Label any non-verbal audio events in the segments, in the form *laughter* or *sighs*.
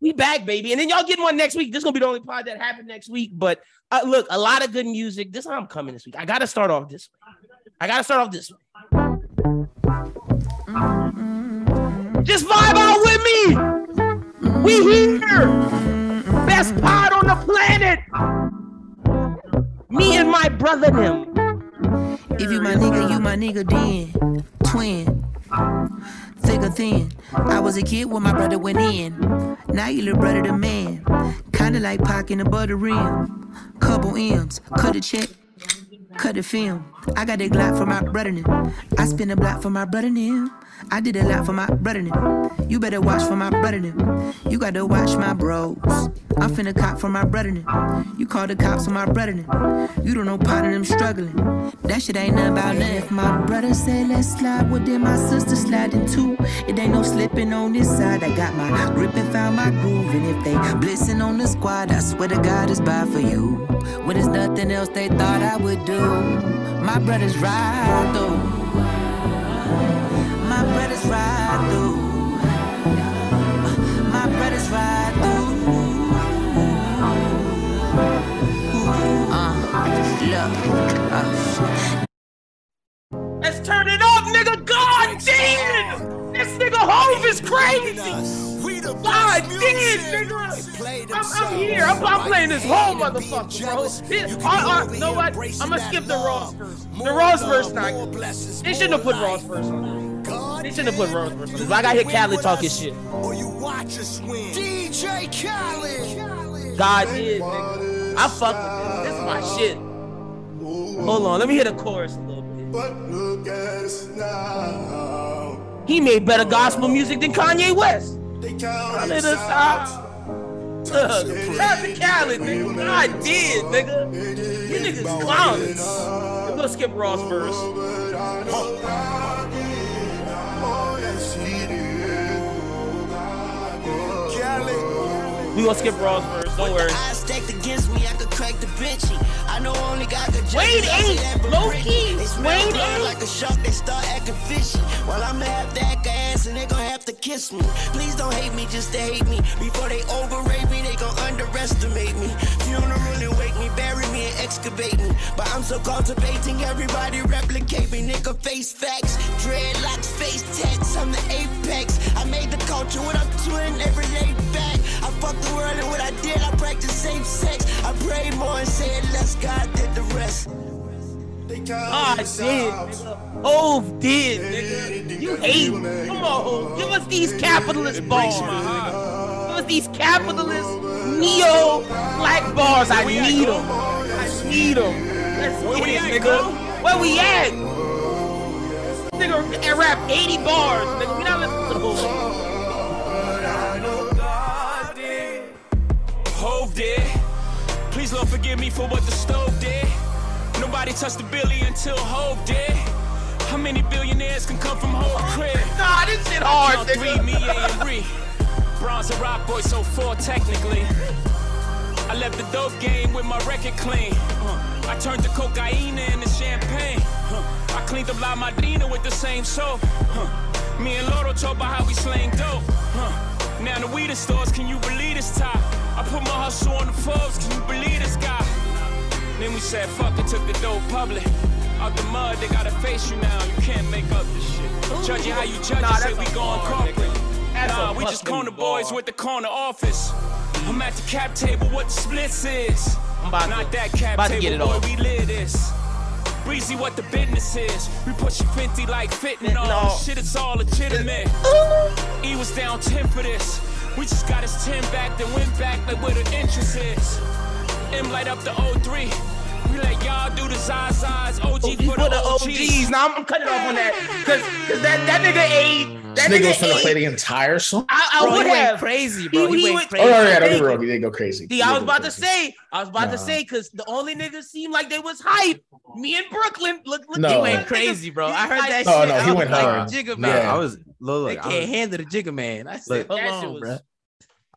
We back, baby. And then y'all getting one next week. This is gonna be the only pod that happened next week. But uh, look, a lot of good music. This is how I'm coming this week. I gotta start off this way. I gotta start off this way. Just vibe out with me. We here. Best pod on the planet. Me and my brother them. If you my nigga, you my nigga then. Twin. Thick or thin. I was a kid when my brother went in. Now you little brother the man. Kinda like Pac in the butter rim. Couple M's. Cut a check. Cut the film. I got a Glock for my brother now. I spin a block for my brother now. I did a lot for my brother now. You better watch for my brother now. You gotta watch my bros. I'm finna cop for my brother now. You call the cops on my brother now. You don't know part of them struggling. That shit ain't nothing about nothing. If my brother say let's slide, well then my sister sliding too. It ain't no slipping on this side. I got my grip and found my groove. And if they blitzing on the squad, I swear to God it's bad for you. When there's nothing else they thought I would do. My brothers ride through. My brothers ride through. My brothers ride through. Uh, look. Uh. Let's turn it up, nigga. God damn! This nigga Hove is crazy. We the God damn, best music. nigga. Play I'm, I'm here. I'm, I'm playing this whole motherfucker, bro. This, uh, uh, you know what? I'm gonna skip the Ross verse. The Ross verse not. good. They shouldn't have put Ross verse on. They shouldn't have put Ross verse on. But I gotta hear Khaled talking shit. Or you watch us win. DJ Khaled. God is, nigga. I fuck with this. This is my shit. Hold on, let me hear the chorus a little bit. But look at us now. He made better gospel music than Kanye West. They count Let us out. Look, shout out to Khaled, nigga. God did, nigga. You niggas clowns. I'm gonna skip Ross verse. Oh. We gonna skip Ross verse. Don't worry. Eyes stacked against me, I could crack the bitchy. I know only God could judge Wade me, I see eight, that but low Britney. key, They smell Wade blood eight. Like a shark, they start acting fishy. Well, I'ma have to act a ass and they gon' have to kiss me. Please don't hate me just to hate me. Before they overrate me, they gon' underestimate me. Funeral and wake me, bury me and excavate me. But I'm so cultivating, everybody replicate me. Nigga, face facts, dreadlocks, face tats, I'm the apex. I made the culture, what I'm doing every day back. I fucked the world and what I did, I practiced safe sex. I prayed more and said less, God did the rest. God did, nigga. Hove did, nigga. You hate. Come on, Hove. Give us these capitalist bars. Give us these capitalist neo black bars. I need them. I need them. Let's get it, nigga. Where we at? Nigga, and rap 80 bars. Nigga, we not listening to Hove. Hove did. Please, Lord, forgive me for what the stove did. Nobody touched the billy until Hove did. How many billionaires can come from Hove crib? Nah, this shit hard, Count three, me nigga. and Ree. Bronze and rock boy, so four technically. I left the dope game with my record clean. Uh, I turned the cocaine into champagne. Uh, I cleaned up La Madrina with the same soap. Uh, me and Loro talk about how we slang dope. Uh, now the weed is stores, can you believe this top? I put my hustle on the Forbes, can you believe this guy? Then we said, fuck it, took the dope public. Out the mud, they gotta face you now. You can't make up this shit. Judging how you judge Nah, us, say that's we a gone bar, corporate. That's Nah, a we just fucking corner bar. boys with the corner office. I'm at the cap table, what the splits is. I'm about to- Not that cap about to table, get it boy, off. we live this. Breezy, what the business is. We pushing 50 like fitting Fentanyl. all. Shit, it's all legitimate. E was down 10 for this. We just got his 10 back, then went back like where the interest is. M light up the 03. We let y'all do the Zazas. OG OG for the OGs. Now I'm, I'm cutting off on that because cause that that nigga ate. That Nigga nigga, was finna ate. play the entire song. I, I Bro, would he went have crazy, bro. He went Oh, crazy. yeah, yeah, don't get me wrong. He did go crazy. See, He I did was go about to crazy. say, I was about to Nah. say, cause the only niggas seemed like they was hype. Me and Brooklyn, look, look, No. you He ain't went crazy, bro. I heard that No, shit. no, I he was went like, hard. Jigga Nah, man. Yeah. I was look. They Like, I, can't was, handle the jigger man. I said, Look, hold that shit on, was- bro.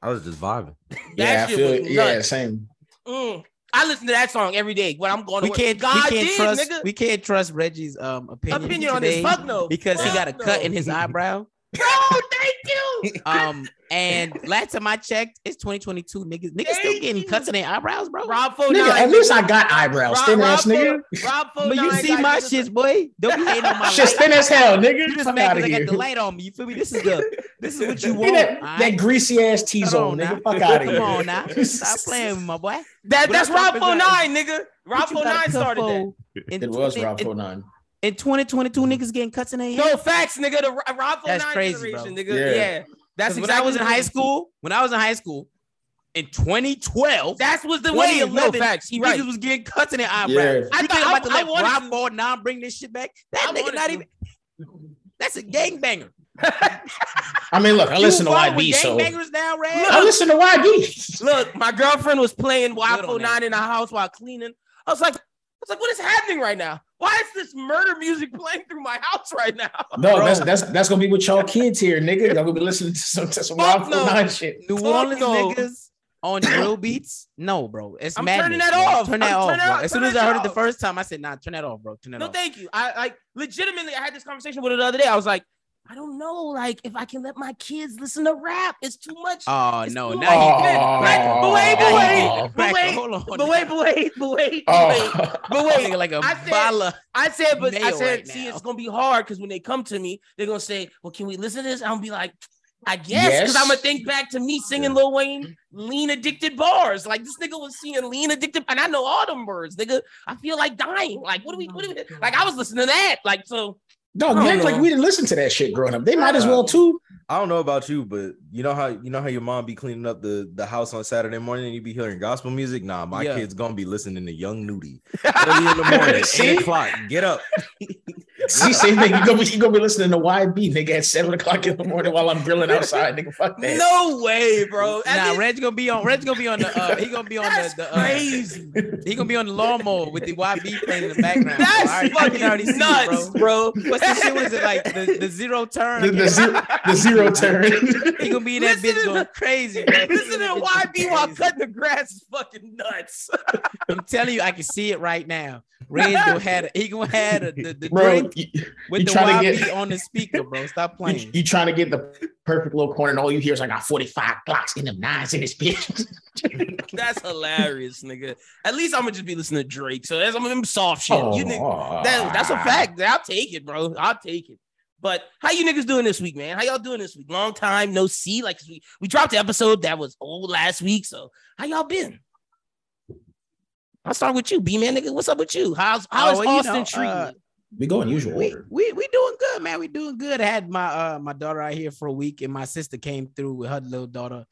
I was just vibing. Yeah, That I shit feel. was Yeah, nuts. same. Mm. I listen to that song every day when I'm going to We work. can't, God we can't did, trust. nigga. We can't trust Reggie's um opinion, Opinion on today this, fuck no, because he Fuck got a cut no. *laughs* in his eyebrow. No, thank you. *laughs* Um, and last time I checked, it's 2022. Niggas, niggas still Thank getting you. cuts in their eyebrows, bro. Rob Fo Nigga, at least I got eyebrows. Thin ass nigga. Rob Fo but you see my shits, boy. *laughs* Don't be hating on my Shit's light. thin as hell, nigga. You just Fuck mad out of 'cause I here. got the light on me. You feel me? This is the this is what you Look want. at all that, right? that greasy ass T Come zone, on nigga. now. Fuck out of here. Come *laughs* on now. Stop playing with me, my boy. That, What that's I'm Rob talking Fo about Nine, nigga. Rob What you Fo gotta Nine cut started that. for? In, It was in- Rob in- 49. In 2022, niggas getting cuts in their head. No facts, nigga. The Ro- Rob Fo That's Nine crazy, bro. generation, nigga. Yeah. Yeah, that's Because exactly when I was in what- high school, when I was in high school in 2012, That's was the way. No 2011, facts. He niggas right. was getting cuts in their eyebrows. Yeah. I You thought think I'm I- about to I let wanted Rob to- Borgnine bring this shit back. That I nigga wanted not to. even. That's a gangbanger. I mean, look, I You listen to fuck with YB, so gangbangers now, Red. I listen to *laughs* YB. Look, my girlfriend was playing Good Waffle on Nine in the house while cleaning. I was like, I was like, what is happening right now? Why is this murder music *laughs* playing through my house right now? No, that's that's that's gonna be with y'all kids here, nigga. Y'all gonna be listening to some to some Fuck Rob no. 49 shit. New Fuck Orleans no. niggas *coughs* on drill beats? No, bro. It's I'm madness, turning that bro. off. Turn that I'm off, turning bro. off- As turn soon as that I heard off. it the first time, I said, "Nah, turn that off, bro. Turn that No, off." thank you. I like legitimately. I had this conversation with another day. I was like, I don't know, like if I can let my kids listen to rap. It's too much. Oh It's no, too now you much. But- but wait, but wait, but crack it. wait, Hold on, but wait, but wait, but *laughs* wait, but wait. Oh, But That wait, nigga like a I said- bala. I said, but I Nail said, right see, now. it's gonna be hard because when they come to me, they're gonna say, Well, can we listen to this? I'm gonna be like, I guess, because Yes. I'm gonna think back to me singing Lil Wayne lean addicted bars. Like this nigga was singing lean addicted, and I know all them words, nigga. I feel like dying. Like, what do we what do we like? I was listening to that. Like, so *laughs* dog, I you don't act like know. we didn't listen to that shit growing up. They might as well too. I don't know about you, but you know how you know how your mom be cleaning up the, the house on Saturday morning and you be hearing gospel music. Nah, my Yeah. kids gonna be listening to Young *laughs* Nudie early in the morning, See? eight o'clock. Get up. See, same thing. You gonna be you gonna be listening to YB, nigga, at seven o'clock in the morning while I'm grilling outside, nigga. Fuck that. no way, bro. *laughs* I Nah, mean, Reg gonna be on. Reg gonna be on the. Uh, he gonna be on the. that's the uh, crazy. he gonna be on the lawnmower with the YB playing in the background. That's bro. I already- I can already see fucking it, nuts, bro. bro. What's the shit? What is it like the, the zero turn? I The, the can't- zero, the zero turn. *laughs* He gonna be in that Listen bitch to- going crazy. bro. Listen to Bitch YB while crazy. cutting the grass is fucking nuts. *laughs* I'm telling you, I can see it right now. Red gonna had he gonna had a- the, the Bro, drink you, with you the tryna YB get- on the speaker, bro. Stop you, playing. you trying to get the perfect little corner, and all you hear is I got 45 blocks in them nines in this bitch. *laughs* That's hilarious, nigga. At least I'm gonna just be listening to Drake. So that's I'm them soft shit. Oh, You nigg- that, that's a ah, fact. I'll take it, bro. I'll take it. But how you niggas doing this week, man? How y'all doing this week? Long time no see. Like 'cause we, we dropped the episode that was old last week. So how y'all been? I'll start with you, B man, nigga. What's up with you? How's how's well, you Austin know, treating? uh, you? We go in usual We, *laughs* order. we we doing good, man. We doing good. I had my uh my daughter out here for a week, and my sister came through with her little daughter.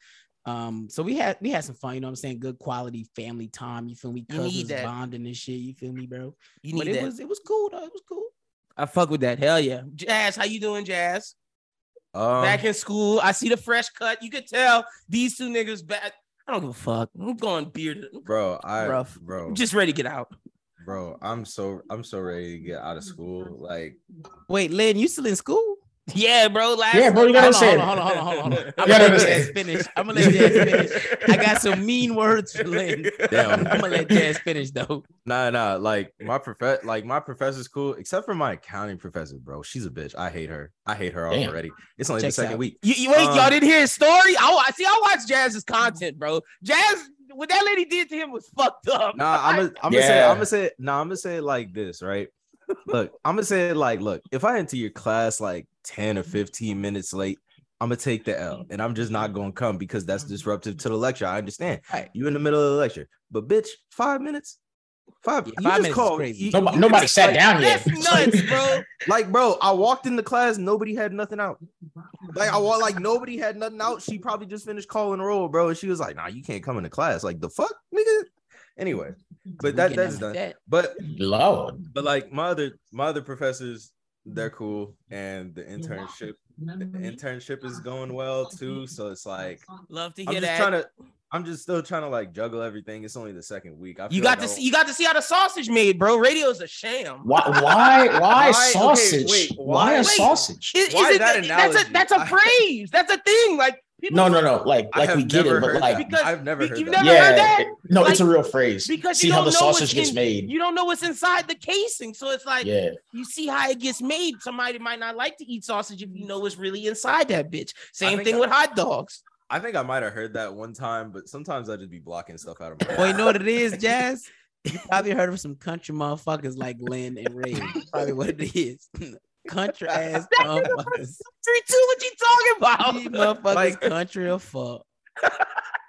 Um, so we had we had some fun, you know what I'm saying? Good quality family time. You feel me? You need Cousins that. bonding and shit. You feel me, bro? You But need it that. was it was cool though. It was cool. I fuck with that. Hell yeah. Jazz, how you doing, Jazz? Um, back in school. I see the fresh cut. You could tell these two niggas back. I don't give a fuck. I'm going bearded. bro, I Rough. bro, I'm just ready to get out. bro. I'm so I'm so ready to get out of school. Like Wait, Lynn, you still in school? Yeah, bro. Last Yeah, bro, you gotta Hold on, understand. hold on, hold on, hold on, hold on. I'm You gonna gotta let Jazz understand. finish. I'm gonna let Jazz finish. I got some mean words for Lynn. I'm *laughs* damn, gonna let Jazz finish though. nah, nah. Like my prof, like my professor's cool, except for my accounting professor, bro. She's a bitch. I hate her. I hate her Damn. already. It's only Checks the second out. week. You, you- wait, Um, y'all didn't hear his story? I wa- see. I watched Jazz's content, bro. Jazz, what that lady did to him was fucked up. Nah, *laughs* I'm gonna I'm gonna say Yeah. I'm gonna say nah, I'm gonna say it like this, right? Look, I'm gonna say it like, look, if I enter your class like 10 or 15 minutes late, I'm gonna take the L and I'm just not gonna come because that's disruptive to the lecture. I understand. Mm-hmm. Right. You in the middle of the lecture, but bitch, five minutes. Five, Yeah, you five just minutes is called- crazy. you- *laughs* Nobody, you nobody just, sat like- down yet. That's nuts, bro. Like, bro, I walked in the class, nobody had nothing out. Like, I walked, like nobody had nothing out. She probably just finished calling roll, bro. And she was like, "Nah, you can't come into class." Like, the fuck, nigga. Anyway, but that that's done. that. But *laughs* Lord. but like my other my other professors, they're cool, and the internship the internship is going well too. So it's like Love to I'm hear just that. trying to I'm just still trying to like juggle everything. It's only the second week. I you feel got like I to won't- see. You got to see how the sausage made, bro. Radio is a sham. Why, why, why okay, sausage? wait, why, why- a Wait. sausage? Is, Why is it, that that's a analogy? that's a phrase. that's a thing. Like People No, no, no. Like, I like we have get never it, but heard like, that. because I've never you- heard you've that. never heard that? it- no, it's a Like, real phrase. Because see you how don't the know what's sausage gets in- made. You don't know what's inside the casing, so it's like yeah, you see how it gets made. Somebody might not like to eat sausage if you know what's really inside that bitch. Same think thing I- with hot dogs. I think I might have heard that one time, but sometimes I just be blocking stuff out of my. Well, you know what *laughs* it is, Jazz? You probably heard of some country motherfuckers like Lynn and Ray. That's Probably what it is. *laughs* country ass motherfuckers. Three two, what you talking These about? *laughs* motherfuckers Like- country or fuck.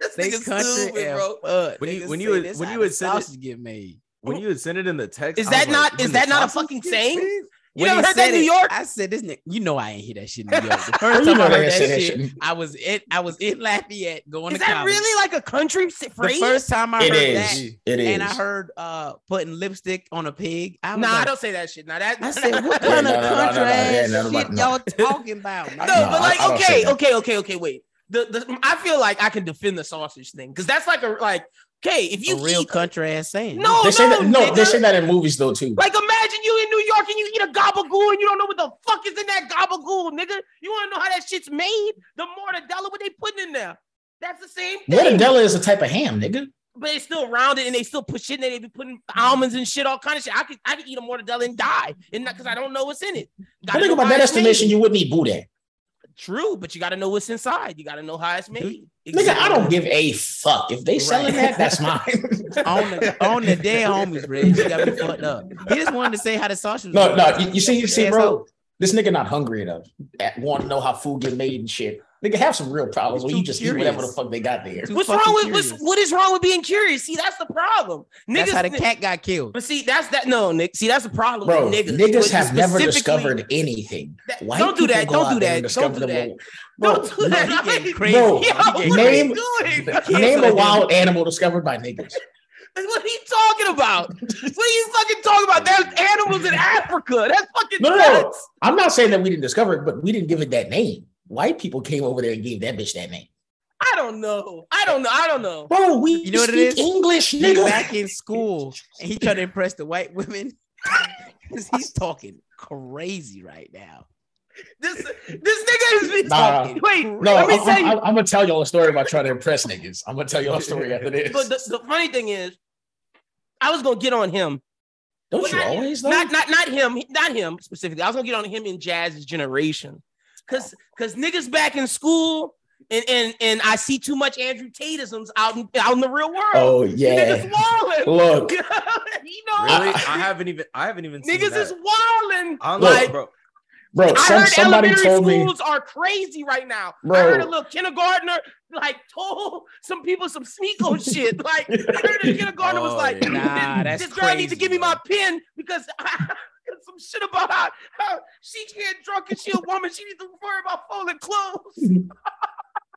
This They nigga's country stupid, and bro. fuck. When you- Niggas when you say would- this when how you the would send it- sausage get made. when you had sent it in the text, Is I that was like, not- "You is mean that the not a sausage fucking gets saying?" made?" You When never he heard that said in New it, York? I said this nigga. You know I ain't hear that shit in New York. The You first time know I they heard that said that shit, shit. I was in I was in *laughs* Lafayette going Is to that college. really like a country s- the phrase? first time I it heard is. that, It is. and I heard uh putting lipstick on a pig. I was nah, like, I don't say that shit. Now that *laughs* I said, *laughs* what Yeah, kind no, no, no, of no, country no, yeah, ass no, no, shit no. y'all talking about? No, man? No, but I- like, I don't say okay, that. okay, okay, okay. Wait, the, the I feel like I can defend the sausage thing because that's like a like. Okay, if you a real eat, country ass saying. "Oh, no, they say that. No, nigga. they say that in movies though too. Like, imagine you in New York and you eat a gabagool and you don't know what the fuck is in that gabagool, nigga. You want to know how that shit's made? The mortadella, what they putting in there? That's the same thing. Mortadella is a type of ham, nigga. but it's still rounded and they still put shit in there. They be putting almonds and shit, all kind of shit. I could, I could eat a mortadella and die, and not because I don't know what's in it. I Gotta think know about how that it's made. estimation, you wouldn't eat boudin. True, but you got to know what's inside. You got to know how it's made. Nigga, I don't give a fuck if they selling Right. that. *laughs* That's mine. on the on the dead homies, Reg. You got me fucked up. He just wanted to say how the sausage. was No, no, made. you, you see, you see, bro, Asshole. this nigga not hungry enough. Want to know how food get made and shit. Nigga have some real problems He's when you too just eat curious. whatever the fuck they got there. Too What's fucking wrong with what's, curious. what is wrong with being curious? See, that's the problem. Niggas, That's how the cat got killed. But see, that's that. No, Nick. See, that's the problem. Bro, with niggas, With- have never specifically- discovered anything. That- White don't do people that, go don't out do there that, and don't discover do the that. mo- Bro, Don't do that. he Like, getting yo, crazy. Bro, what he are name- you *laughs* doing? name a wild animal discovered by niggas. What are you talking about? What are you fucking talking about? There's animals in Africa. That's fucking No, no, no. nuts. I'm not saying that we didn't discover it, but we didn't give it that name. White people came over there and gave that bitch that name. I don't know. I don't know. I don't know. Bro, we You know what it speak is? English, He nigga. back in school and he tried to impress the white women. *laughs* 'Cause he's talking crazy right now. This this nigga is Nah. talking. Wait, No, let me I'm, tell you. I'm- I'm gonna tell y'all a story about trying to impress niggas. I'm gonna tell y'all *laughs* a story after this. but the, the funny thing is, I was gonna get on him. Don't Well, you not- always though? Not not not him. Not him specifically. I was gonna get on him in Jazz's generation, cause cause niggas back in school. And, and and I see too much Andrew Tatisms out in, out in the real world. oh Niggas yeah. wildin'. *laughs* Look, you know, *laughs* Really? I haven't even. I haven't even. Seen niggas that. is wildin'. I'm Look, like, bro. bro. I Oh, Some, heard somebody elementary told me. schools are crazy right now. I Bro. heard a little kindergartner like told some people some *laughs* sneako shit. Like I heard a kindergartner was Oh, like, yeah. Nah, that's this girl needs to crazy, give me bro. my pen because *laughs* I, some shit about how, how she can't drunk and she a woman. She needs to worry about folding clothes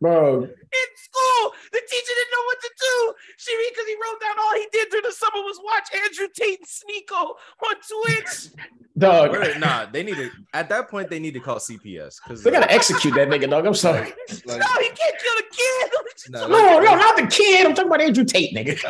Bro, in school. The teacher didn't know what to do. She because he wrote down all he did during the summer was watch Andrew Tate and Sneeko on Twitch. dog, Where- nah, they need to. At that point, they need to call CPS because they gotta execute that nigga, dog. I'm *laughs* sorry. no, he can't kill the kid. *laughs* No, No, no, not the kid. I'm talking about Andrew Tate, nigga.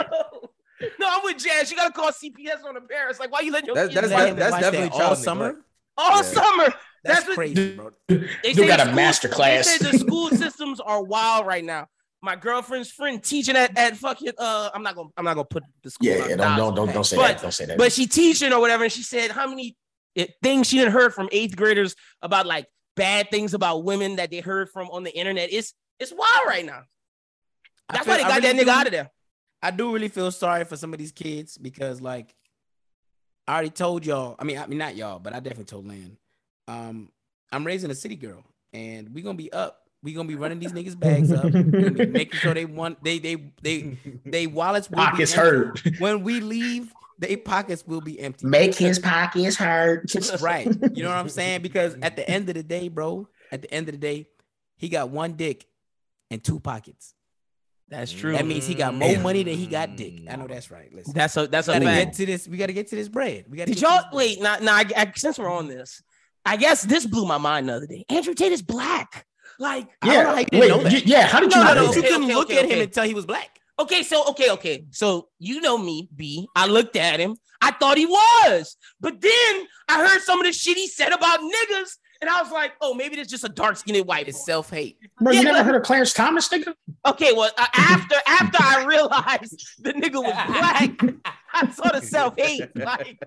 No, I'm with Jazz. You gotta call CPS on the parents. Like, why you letting your That's- kids that's- play that- that's Watch definitely all child summer. neglect. all yeah. summer? That's, That's what- crazy, bro. They Dude say got the a master class. They say the school systems are wild right now. My girlfriend's friend teaching at, at fucking uh, I'm not gonna I'm not gonna put the school. Yeah, out yeah, don't dogs. don't don't, don't say But- that. Don't say that. But she teaching or whatever, and she said how many uh, things she didn't heard from eighth graders about like bad things about women that they heard from on the internet. It's it's wild right now. I That's feel- why they I got really that nigga do- out of there. I do really feel sorry for some of these kids because like I already told y'all. I mean, I mean not y'all, but I definitely told Lan. Um, I'm raising a city girl, and we gonna be up. We gonna be running these niggas *laughs* bags up, we gonna be making sure they want they they they they wallets *laughs* will pockets be empty. hurt. when we leave. They pockets will be empty. Make his pockets hurt. right. You know what I'm saying? Because at the end of the day, bro, at the end of the day, he got one dick and two pockets. That's true. That means he got more Mm. money than he got dick. I know that's right. Listen, That's a that's we a gotta fact. get to this. We gotta get to this bread. We gotta. Did get to this y'all wait? bread. Nah, nah. I, I- since we're on this, I guess this blew my mind the other day. Andrew Tate is black. Like, I don't know how you Yeah. didn't Wait, know that. y- yeah. How did you No, not no, know no. that? Okay, You couldn't okay, look okay, at him okay. and tell he was black. okay, so okay, okay. So you know me, B. I looked at him. I thought he was, but then I heard some of the shit he said about niggas, And I was like, oh, maybe there's just a dark skinned white. It's boy. self hate. Bro, you Yeah. never heard of Clarence Thomas, nigga? Okay, well, uh, after after *laughs* I realized the nigga was black, I saw the self hate. Like,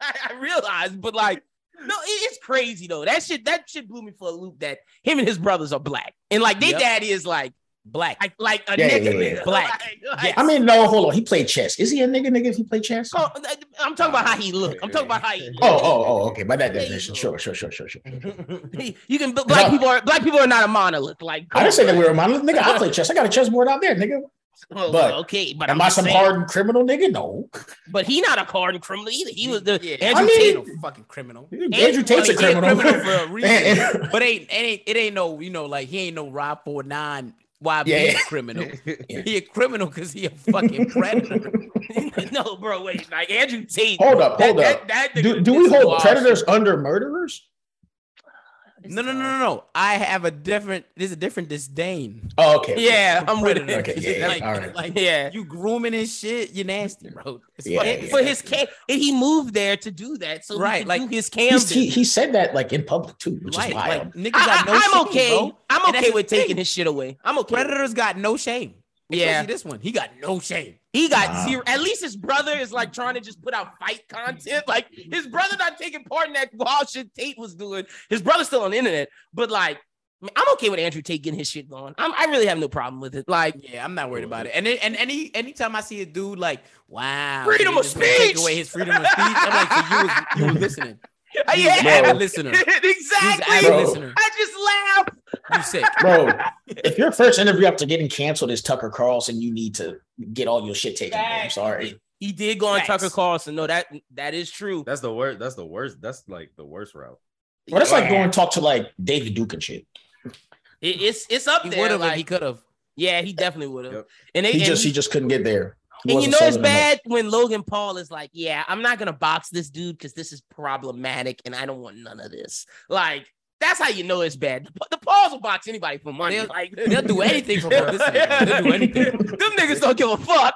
I, I realized, but like, no, it- it's crazy though. That shit, that shit blew me for a loop. That him and his brothers are black, and like their Yep. daddy is like Black. like like a Yeah, nigga, yeah, yeah. nigga. Black. Like, Yes. I mean, no, hold on. He played chess. Is he a nigga, nigga, if he played chess? oh, I'm talking about how he look. I'm talking about how he. Oh, oh, oh, okay. By that There you definition, go. sure, sure, sure, sure, sure. He- You can but black No. people are black people are not a monolith. Like I didn't say that we were monolith, nigga. I play chess. I got a chessboard out there, nigga. oh, but- okay, but Am I'm I just some saying- hardened criminal, nigga? No. But he not a hardened criminal either. He was the yeah. Andrew I mean- Tate. Ain't no fucking criminal. Andrew Tate's a Well, he criminal. for a *laughs* reason. but ain't, it ain't it ain't no you know like he ain't no Rob four nine YB Yeah. *laughs* criminal. He a criminal because he a fucking *laughs* predator. *laughs* no, bro, wait. Like Andrew Tate. Hold up, that- hold that- up. that nigga Do, do did we some *laughs* hold wild predators shit. under murderers? No, no, no, no, no. I have a different. There's a different disdain. *laughs* Oh, okay. Yeah, I'm with it. Predator. Okay, yeah, yeah, *laughs* like, all right. like, Yeah. you grooming and shit. You're nasty, bro. It's Yeah, fucking- yeah. For his case, and he moved there to do that. So Right, right, like, like his He's- Camden. he, he said that like in public too, which Right, is wild. like niggas I, *laughs* got no shame, am okay. bro. And I'm that's okay the with thing. taking his shit away. I'm okay. with it. Predators got no shame. Yeah. Especially this one, he got no shame. He got Wow. zero. At least his brother is like trying to just put out fight content. Like his brother not taking part in that *laughs* wild shit Tate was doing. His brother's still on the internet, but like I'm okay with Andrew Tate getting his shit going. I'm, I really have no problem with it. Like Yeah, I'm not worried about it. And then, and any anytime I see a dude like, wow, Freedom they of just wanna take speech! away his freedom of speech. I'm like, so you was, you was *laughs* listening. I- He's *laughs* an yeah, avid listener. He's an exactly. avid Bro. listener. I just laugh. You sick. *laughs* Bro, if your first interview after getting canceled is Tucker Carlson, you need to get all your shit taken. away. I'm sorry. He did go on Facts. Tucker Carlson. No, that that is true. *laughs* That's the worst. That's the worst. That's like the worst route. But that's like going to talk to like David Duke and shit. It- it's it's up He would there. have, Like, he could have. yeah, he definitely would have. Yep. And they He and just he- he just couldn't get there. He And you wasn't know it's southern enough. bad when Logan Paul is like, "Yeah, I'm not gonna box this dude because this is problematic, and I don't want none of this." Like that's how you know it's bad. The, the Pauls will box anybody for money. They'll- like They'll do anything *laughs* for publicity. They'll *laughs* do anything. Them niggas don't give a fuck.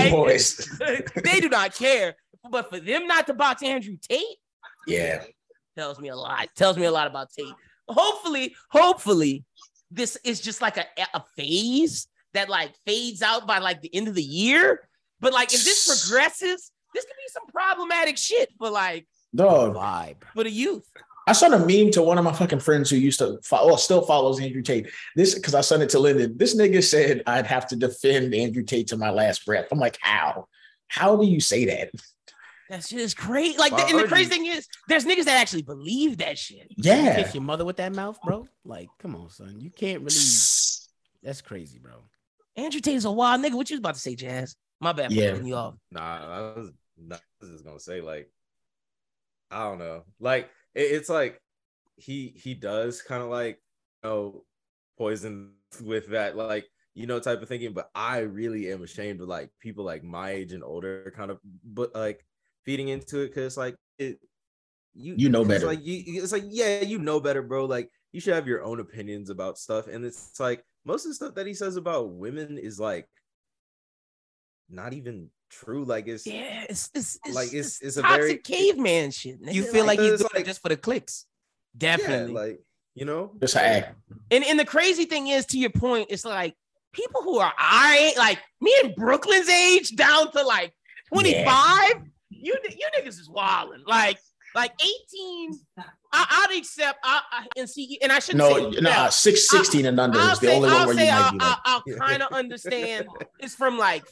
*laughs* Like, boys. they do not care. But for them not to box Andrew Tate Yeah. tells me a lot. Tells me a lot about Tate. Hopefully, hopefully, this is just like a, a phase that like fades out by like the end of the year. But like if *sighs* this progresses, this could be some problematic shit for like Dog. Vibe. for the youth. I sent a meme to one of my fucking friends who used to follow, well, still follows Andrew Tate. This because I sent it to Lyndon. This nigga said I'd have to defend Andrew Tate to my last breath. I'm like, how? How do you say that? That shit is crazy. Like, Why the, and the would crazy you- thing is, there's niggas that actually believe that shit. Yeah. Kiss your mother with that mouth, bro. Like, come on, son. You can't really. *sniffs* That's crazy, bro. Andrew Tate is a wild nigga. What you was about to say, Jazz? My bad. for Yeah. cutting You off. Nah, I was, nah, I was just gonna say like, I don't know. Like it- it's like he he does kind of like you know poison with that like you know type of thinking. But I really am ashamed of like people like my age and older kind of but like feeding into it because like it you You know it's better. Like you, you- it's like yeah, you know better, bro. Like you should have your own opinions about stuff. And it's like most of the stuff that he says about women is like not even true. Like it's Yeah, it's, it's, it's like it's it's a toxic very caveman shit. nigga. You feel like he's it's doing it like- just for the clicks. yeah, definitely like you *laughs* know Just an act. And and the crazy thing is, to your point, it's like people who are our age, like me and Brooklyn's age, down to like 25. You ni- you niggas is wilding. Like like 18. I, I'd accept. I, I and see, and I shouldn't No, say. no, yeah. six, 16 and under I'll is the say, only one I'll where say uh, you might I'll, be like I'll, *laughs* kind of understand. It's from like,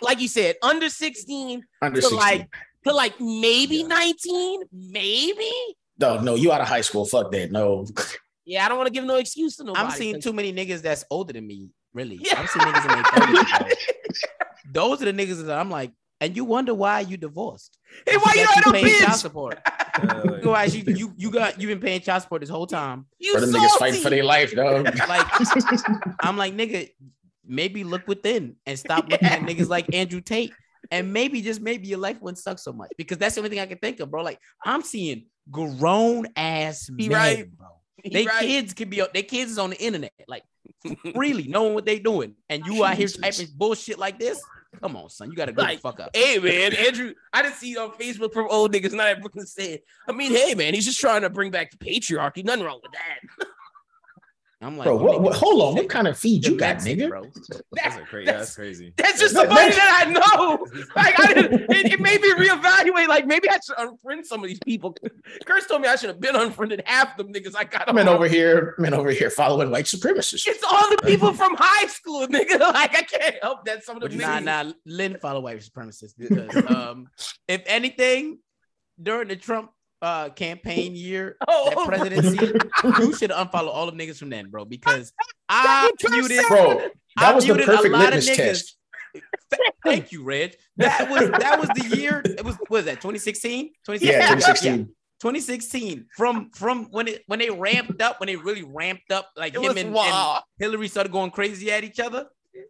like you said, under 16 under to 16. like to like maybe 19, maybe. no, no, you out of high school. Fuck that. No. Yeah, I don't want to give no excuse to nobody. I'm seeing too many niggas that's older than me, really. Yeah. I'm seeing niggas in their 30s, bro. *laughs* Those are the niggas that I'm like, and you wonder why you divorced. Hey, why you That had a paying child bitch? support? uh, like, Otherwise, you you you got you've been paying child support this whole time. You Bro, them niggas fighting salty. for their *laughs* life, dog. Like I'm like, nigga, maybe look within and stop looking at niggas like Andrew Tate. And maybe just maybe your life wouldn't suck so much because that's the only thing I can think of, bro. Like I'm seeing grown ass He men, right. bro. He They right. kids could be their kids is on the internet, like really knowing what they doing, and you out here Jesus. typing bullshit like this. Come on, son. You gotta grow Like, the fuck up. Hey man, Andrew, I didn't see it on Facebook from old niggas not at Brooklyn saying. I mean, hey man, he's just trying to bring back the patriarchy. Nothing wrong with that. I'm like, Bro, yo, what, nigga, what, hold on. What kind of feed you're you got, Mexican, nigga? *laughs* bro. That's a crazy. That's crazy. That's just No, somebody no. that I know. Like I didn't, it, it made me reevaluate. Like maybe I should unfriend some of these people. Curse told me I should have been unfriended half them niggas I got. I'm in on. over here, men over here following *laughs* white supremacists. It's all the people from high school, nigga. *laughs* Like I can't help that some of But them nah, niggas. nah, Lynn follow white supremacists because um, if anything, during the Trump uh, campaign year, Oh, that presidency, you should unfollow all them niggas from then, bro. Because I what Trump muted. Bro, that I was the muted a perfect lot of litmus niggas. *laughs* test. Thank you, Reg. That was that was the year. It was what was that 2016? Yeah, 2016. 2016 from from when it when they ramped up when they really ramped up like It him was and, and wild. Hillary started going crazy at each other.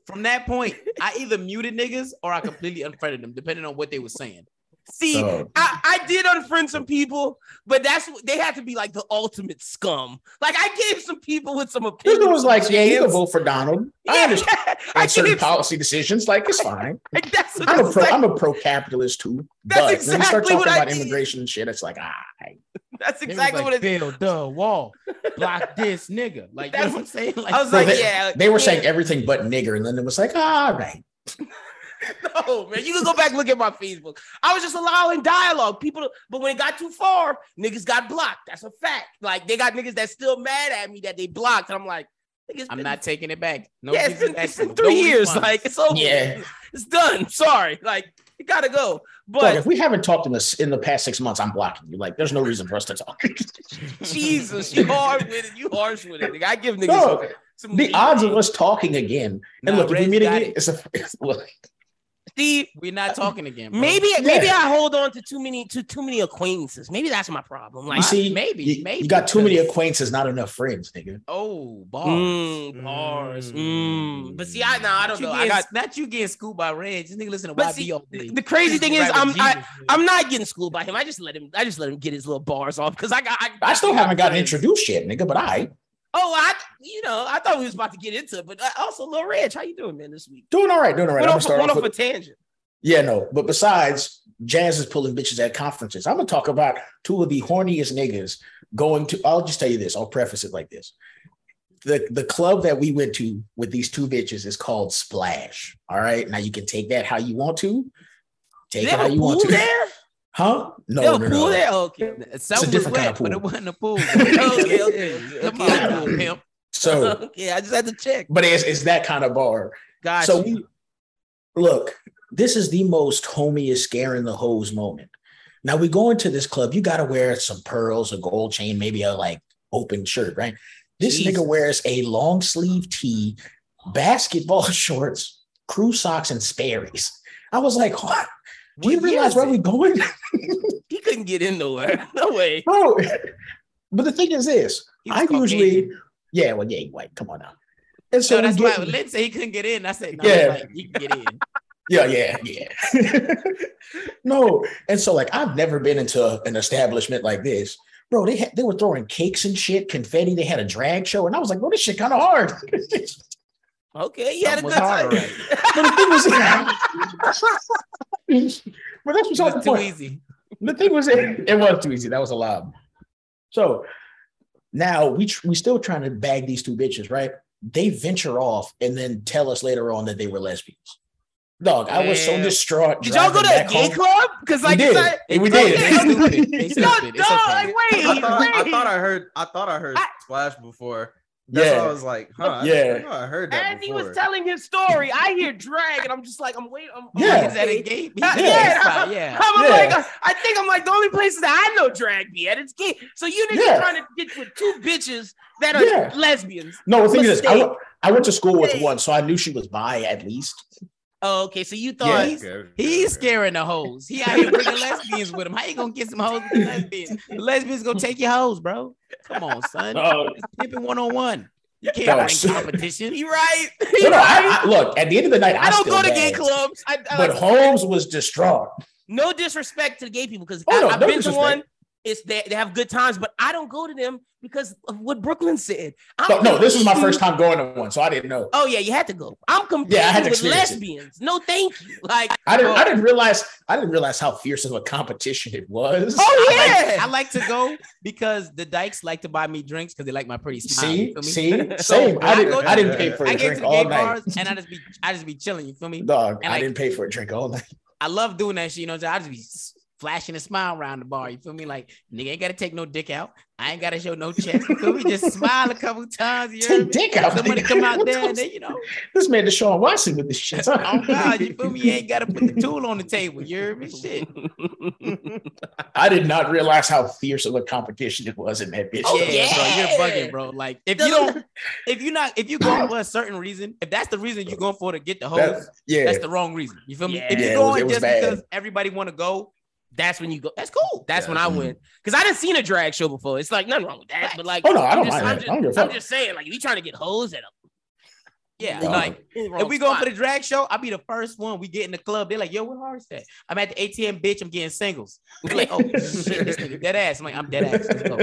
From that point, I either muted niggas or I completely unfriended them, depending on what they were saying. See, Oh. I, I did unfriend some people, but that's they had to be like the ultimate scum. Like I gave some people with some This opinions. dude was like, some yeah, you can chance. vote for Donald. I Yeah, understand *laughs* I certain gave, policy decisions. Like, it's fine. *laughs* like, that's what I'm I'm a pro, like, I'm a pro capitalist too. That's but when you start exactly talking what I about did. immigration and shit, it's like, ah, that's exactly what it is. Build the wall, block this nigga. Like That's- that's what I'm saying. Like, I was Bro, like, they, yeah, *laughs* they were yeah. saying everything but nigger, and then it was like, all right. No, man, you can go back look at my Facebook. I was just allowing dialogue, people. to- But when it got too far, niggas got blocked. That's a fact. Like they got niggas that's still mad at me that they blocked, and I'm like, nigga, it's I'm been- not taking it back. No, yeah, it's giving been, back it's been to three no years. refunds. *laughs* Like it's over. Yeah. it's done. Sorry, like you gotta go. But But if we haven't talked in this in the past six months, I'm blocking you. Like, there's no reason for us to talk. *laughs* Jesus, you hard with it. You harsh with it. Nigga. I give niggas No, some the odds of us talking again. And Nah, look, if we Reg meet got again, it. it's a *laughs* it's, well, See, we're not talking again. bro. maybe Yeah. maybe I hold on to too many to too many acquaintances. Maybe that's my problem. Like you see, maybe, you, maybe you got too many because- acquaintances, not enough friends, nigga. Oh, bars. Mm, bars. Mm. But see, I now I don't you know. I getting- got not you getting schooled by Reg. This nigga listen to But YB see, all day. the crazy thing is I'm I, am I'm not getting schooled by him. I just let him I just let him get his little bars off because I got I, I still haven't gotten friends. introduced yet, nigga. But I Oh, I you know I thought we was about to get into it, but I- also Lil Reg, how you doing, man, this week? doing all right, doing all right. I'm went gonna off, start went off off a with, tangent. yeah, no. But besides, Jazz is pulling bitches at conferences. I'm gonna talk about two of the horniest niggas going to. I'll just tell you this. I'll preface it like this. The, the club that we went to with these two bitches is called Splash. All right. Now you can take that how you want to. Take They it how have a you pool want to. there? Huh? They No, have no, a pool no. there? Okay. It a sounds different kind wet, of but it pool. wasn't *laughs* a pool. okay, okay, Come okay. on, now, pimp. So *laughs* okay, I just had to check. but it's, it's that kind of bar. Gotcha. So we look, this is the most homiest scaring the hose moment. Now we go into this club, you gotta wear some pearls, a gold chain, maybe a like open shirt, right? This Jesus. nigga wears a long sleeve tee, basketball *laughs* shorts, crew socks, and Sperry's. I was like, what? Do you What year realize is where it? we going? he couldn't get in *laughs* nowhere. No way. Bro. *laughs* But the thing is this, He was I usually, Caucasian. yeah, well, yeah, you white, come on now. And so So we that's get- why Lynn said he couldn't get in. I said, no, Yeah. yeah. like, you can get *laughs* in. Yeah, yeah, yeah. *laughs* no, and so like I've never been into an establishment like this, bro. They had, they were throwing cakes and shit, confetti. They had a drag show, and I was like, "Bro, this shit kind of hard." *laughs* but the Okay, he had a Something good was hard, time. right? thing was, *laughs* but that's what's It all the was too point. easy. The thing was, it, it was too easy. That was a lob. So now we tr- we still trying to bag these two bitches, right? They venture off and then tell us later on that they were lesbians. Dog, I was so Damn. distraught. Did y'all go driving to back a gay home. club? Because like we it's did. like, we okay, did. *laughs* They stupid. They no, stupid. no, It's like okay. wait, I thought, I wait. thought I heard. I thought I heard I- splash before. That's yeah. Yeah. why I was like, huh? I- Yeah. I, know I heard that As he before. was telling his story, I hear drag, and I'm just like, I'm waiting. I'm, I'm Yeah. looking Is that a it. gay? He's Yeah, a gay yeah. *laughs* spot, yeah. I'm Yeah. like, I think I'm like the only places that I know drag be at. It's gay. So you niggas Yeah. trying to get with two bitches that are Yeah. lesbians. No, the thing is, I Mistake. went, I went to school with Mistake. one, so I knew she was bi at least. Oh, okay. So you Yeah. thought Okay, okay, He's okay. scaring the hoes. He out here bringing lesbians with him. How you gonna get some hoes with the lesbians? The lesbians gonna take your hoes, bro. Come on, son. Oh. It's pimping one on one. You No, can't shit. bring competition. you right. No, no, I, I- look, at the end of the night, I, I don't still go to gay bagged. clubs. I, I But like, Holmes was distraught. no disrespect to the gay people because Oh, no, I've no been to disrespect. one. It's they, they have good times, but I don't go to them because of what Brooklyn said. I'm But no, this was *laughs* my first time going to one, so I didn't know. Oh yeah, you had to go. I'm competing Yeah, I had to with experience it. lesbians. No, thank you. *laughs* Like, I didn't. I didn't realize. I didn't realize how fierce of a competition it was. *laughs* oh I like- yeah, I like to go because the dykes like to buy me drinks because they like my pretty smile. See, you feel me? see, *laughs* same. I I didn't. go I didn't pay to- for a I get drink to the gay all night. bars and I just be I just be chilling. You feel me? Dog, and I like- didn't pay for a drink all night. I love doing that shit. You know, what I'm saying? I just be s- flashing a smile around the bar. You feel me? Like nigga ain't gotta take no dick out. I ain't gotta show no chest. You feel me? Just smile a couple times. You hear Take me? dick out. Somebody nigga. come *laughs* out What there the- and then you know. This man Deshaun Watson with this shit. Oh God, you feel me? You ain't gotta put the tool on the table. You hear me? Shit. *laughs* I did not realize how fierce of a competition it was in that bitch. Oh, yeah, though. bro, yeah. you're bugging, bro. Like if you don't, if you're not, if you going for a certain reason, if that's the reason you're going for to get the hoes, That- that's, yeah. the wrong reason. You feel me? Yeah. if Yeah, you're it was- going it was just bad. because everybody want to go, that's when you go. That's cool. That's Yeah. when I went because I didn't seen a drag show before. It's like nothing wrong with that, but like, Oh, no, I don't I'm just, mind I'm that. just, I don't give a I'm fuck. just saying, like, if you trying to get hoes at a yeah, Yeah. like. wrong If we go spot. for the drag show, I'll be the first one. We get in the club. They're like, yo, what hard is that? I'm at the ATM, bitch. I'm getting singles. I'm like, oh, shit, this nigga dead ass. I'm like, I'm dead ass. Let's go.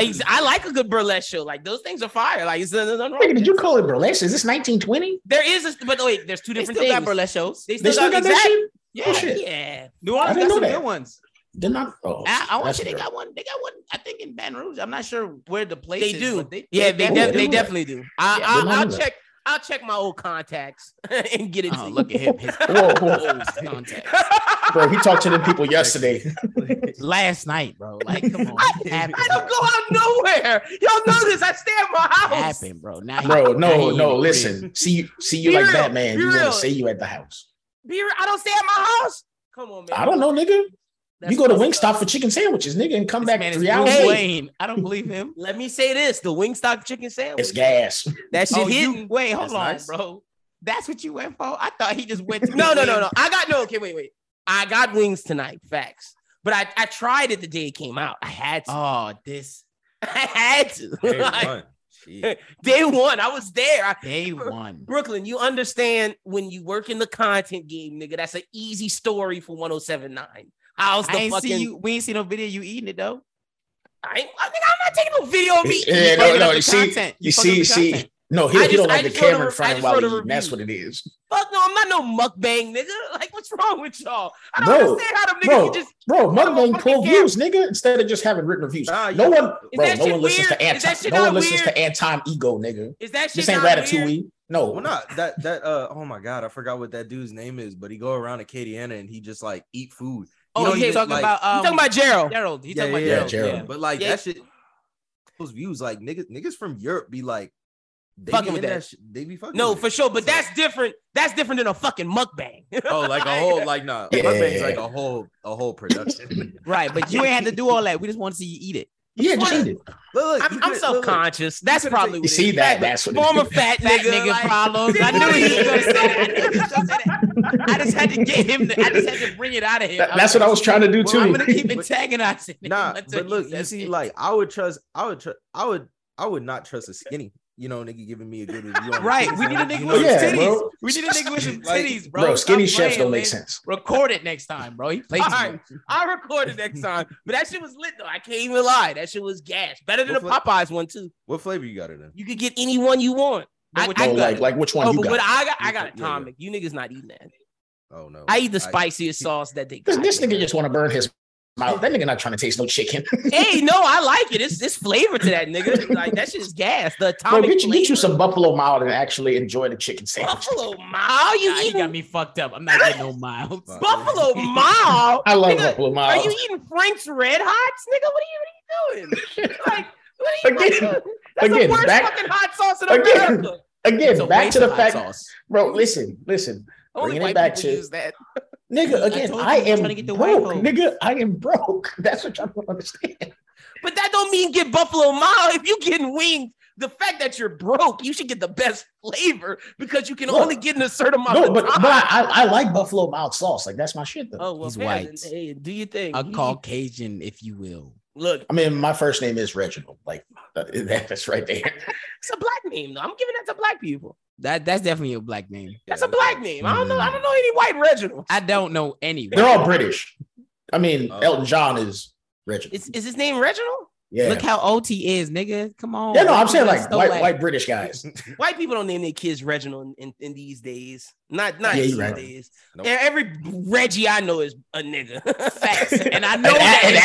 Ex- I like a good burlesque show. Like those things are fire. Like it's there's nothing wrong. Nigga, with that. did you call it burlesque? Is this 1920? There is, a, but wait, there's two They different still got things. burlesque shows. They still, They still got that exact- shit? Yeah, Oh, shit. Yeah, New Orleans I didn't got know some that. good ones. Did not. Oh, I, I want that's to say they good. got one. They got one. I think in Baton Rouge. I'm not sure where the place. they is, do. but they- Yeah, they, got def- one. they do. definitely do. I, Yeah, they I, do. I'll check. I'll check my old contacts *laughs* and get it. Oh, to you. look at *laughs* him. His Whoa, whoa. clothes contact. Bro, he talked to them *laughs* people yesterday. Last night, bro. *laughs* Like, come on. It happened, I don't go out nowhere. Y'all know this. I stay at my It house. happened, bro. Now he- Bro, now he no, in the no, crib. listen. See you, see you Be like real, Batman. be You want real. to say you at the house. Be real, I don't stay at my house. Come on, man. I don't know, nigga. That's you go to messed up. Wingstop for chicken sandwiches, nigga, and come This back man is three hours Bruce Hey. later. Wayne. I don't believe him. *laughs* Let me say this: the Wingstop chicken sandwich. It's gas. That shit Oh, hit. you, wait, hold That's on, nice. bro. That's what you went for. I thought he just went. *laughs* To No, no, no, no. I got no. Okay, wait, wait. I got wings tonight. Facts. But I, I tried it the day it came out. I had to. Oh, this *laughs* I had to. *laughs* Hey, Like, one. Shit. day one, I was there. I, day one. Brooklyn, you understand when you work in the content game, nigga. That's an easy story for 1079. How's the I ain't fucking? see you. We ain't see no video. You eating it though. I ain't, I, nigga, I'm not taking no video of me. *laughs* Yeah, you no, fucking no. up You the see, content. you You fucking see, up the see. content. No, he, I he just- don't I like the just wrote a camera in re- I front of him just while wrote he's a eating. That's what review. it is. Fuck no, I'm not no mukbang, nigga. *laughs* Like, what's wrong with y'all? I don't Bro, understand how them niggas bro. can just. Bro, mukbang fucking pull camera. views, nigga, instead of just having written reviews. Nah, no yeah. one, Is bro, that no shit one weird? listens to Is that anti. shit No not one listens weird? to anti ego, nigga. Is that shit This ain't not weird? ratatouille. No, Well, not that that uh oh my god, I forgot what that dude's name is, but he go around Acadiana and he just like eat food. He Oh, don't you even, talking like- about? Um, you talking about Gerald? Gerald. You Yeah, talking yeah, about Gerald? Gerald. Yeah. But like Yeah. that shit, those views like niggas, niggas from Europe be like, they Fucking be with in that. shit- they be fucking. No, with for it. sure. But It's like- that's different. That's different than a fucking mukbang. *laughs* oh, like a whole like nah, Yeah. my thing's like a whole a *laughs* whole production. Right, but you ain't had to do all that. We just want to see you eat it. yeah, just eat it. look, look, I'm, you I'm could- self *laughs* conscious. That's could've probably taken- what You it see is. that? That's what. Former It fat Fat nigga, nigga like- *laughs* problems. I knew he was gonna say that. I knew he was gonna say that. I just had to get him. To, I just had to bring it out of *laughs* him. that that's what I was trying to do Well, I'm too. gonna *laughs* keep antagonizing. him Nah, until but he look, you says see, it. like I would trust, I would trust, I would, I would not trust a skinny. You know, nigga giving me a good review. On right. chicken We need a sandwich, nigga you with know, Yeah, some titties. bro. We need a nigga with some Like, titties, bro. Bro, skinny Stop chefs playing, don't make man. sense. Record it next time, bro. He plays. *laughs* All right, I'll record it next time. But that shit was lit though. I can't even lie. That shit was gas. Better than the What Popeyes one too. What flavor you got it in? You could get any one you want. I, What I No, got like, it. like which one Oh, you but what got? I got, I Yeah, got yeah. atomic. You niggas not eating that. Oh no, I eat the spiciest sauce that they This, got. this nigga just want to burn his mouth. That nigga not trying to taste no chicken. *laughs* hey, no, I like it. It's it's flavor to that nigga. Like that shit is gas. The Bro, atomic. get you, get you flavor. some buffalo mild and actually enjoy the chicken sandwich. Buffalo Mile. You Nah, he eating got me fucked up. I'm not getting no miles. *laughs* Fuck. Buffalo Mile? I love Nigga, buffalo Are Uh, mild. you eating Frank's Red Hots, nigga? What are you, what are you doing? Like, what are you Again, doing? That's again, the worst back- fucking hot sauce in again. America. It's *laughs* Again, a back waste to the of hot fact, sauce. bro. Listen, listen, Only Bringing it white back people to- use that. nigga. I Again, told you I, you was am trying to get the white broke, folks. nigga. I am broke. *laughs* That's what y'all don't understand. But that don't mean get Buffalo Mile. If you getting wings, the fact that you're broke, you should get the best flavor because you can Look. only get in a certain amount No, of but time. but I, I, I like buffalo mild sauce. Like that's my shit though. oh, well, He's fair, white. then. Hey, do your thing. A You- Caucasian, if you will. Look, I mean, my first name is Reginald. Like that- *laughs* that's right *laughs* there. it's a black name, though. I'm giving that to black people. That that's definitely a *laughs* black name. That's a black name. I don't know. I don't know any white Reginald. I don't know any. They're all British. I mean, Oh. Elton John is Reginald. Is, is his name Reginald? Yeah. Look how old he is, nigga. Come on. yeah, no, I'm saying That's like so white, whack. white British *laughs* guys. White people don't name their kids Reginald in, in these days. Not not Yeah, these you're right. days. Nope. E- Every Reggie I know is a nigga. Facts. And I know And, that and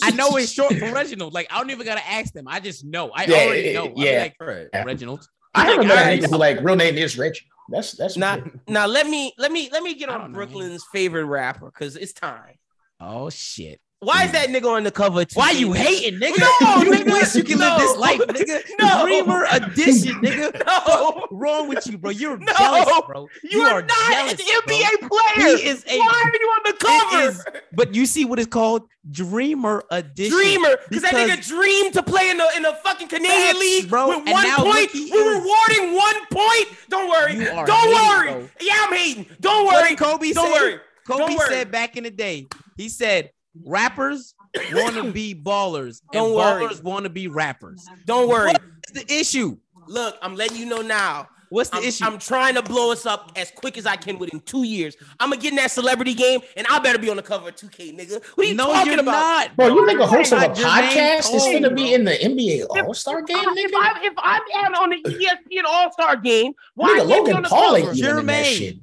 actually, I *laughs* know it's short for Reginald. Like I don't even gotta ask them. I just know. I Yeah, already it- know. yeah. I'm Right. like Reginald. I haven't Like, met a alright. nigga who like real name is Reggie. That's that's Nah. weird. *laughs* now let me let me let me get I on don't know. Brooklyn's favorite rapper because it's time. Oh shit. Why Hmm. is that nigga on the cover? too? Why you hating, nigga? No, *laughs* you nigga, wish you could live this no. life, nigga. *laughs* No. Dreamer *laughs* edition, nigga. *laughs* No, Wrong with you, bro. You're No. jealous, bro. you, are, not jealous, an bro. NBA player. He is a Why are you on the cover? It is- but you see what it's called Dreamer Edition. Dreamer, because that because- nigga dreamed to play in the in the fucking Canadian Facts, League bro. with And one now point. look, he We're is- rewarding one point. Don't worry. You are Don't hating, worry. bro. Yeah, I'm hating. Don't What worry. did Kobe Don't say? worry. Kobe Don't worry. said back in the day, he said, *coughs* rappers want to be ballers, Don't and worry. ballers want to be rappers. Don't worry. What's the issue? Look, I'm letting you know now. What's the I'm, issue? I'm trying to blow us up as quick as I can within two years. I'm gonna get in that celebrity game, and I better be on the cover of 2K, nigga. What are you no, talking you're about? not. Bro, you think a host of a Not Jermaine podcast is Cole, going to be bro. in the NBA All Star game, If nigga? I'm, if I'm out on the E ESPN All Star game, why Nigga, can't he be Logan on the Paul cover? ain't even in that Jermaine. shit.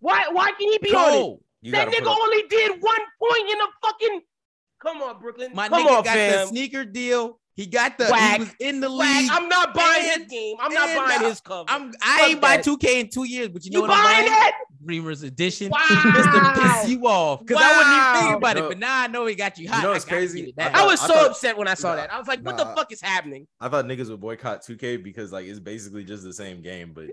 Why why can't he be on it? Cole. You that gotta put nigga up- only did one point in the fucking. Come on, Brooklyn. My Come nigga on, got the fam. sneaker deal. He got the. Whack. He was in the Whack. league. I'm not buying And- his game. I'm not and, buying uh, his cover. I'm. I ain't Fuck buy that. 2K in two years, but you know you what I'm buying buying? that? Dreamers Edition. *laughs* Just Wow. to piss you off, because I wouldn't even Wow. think about No. it. But now I know he got you hot. You know I what's gotta crazy? get it I down. I was I so thought- upset when I saw that. I was like, "What the Nah. fuck is happening?" I thought niggas would boycott 2K because like it's basically just the same game, *laughs* but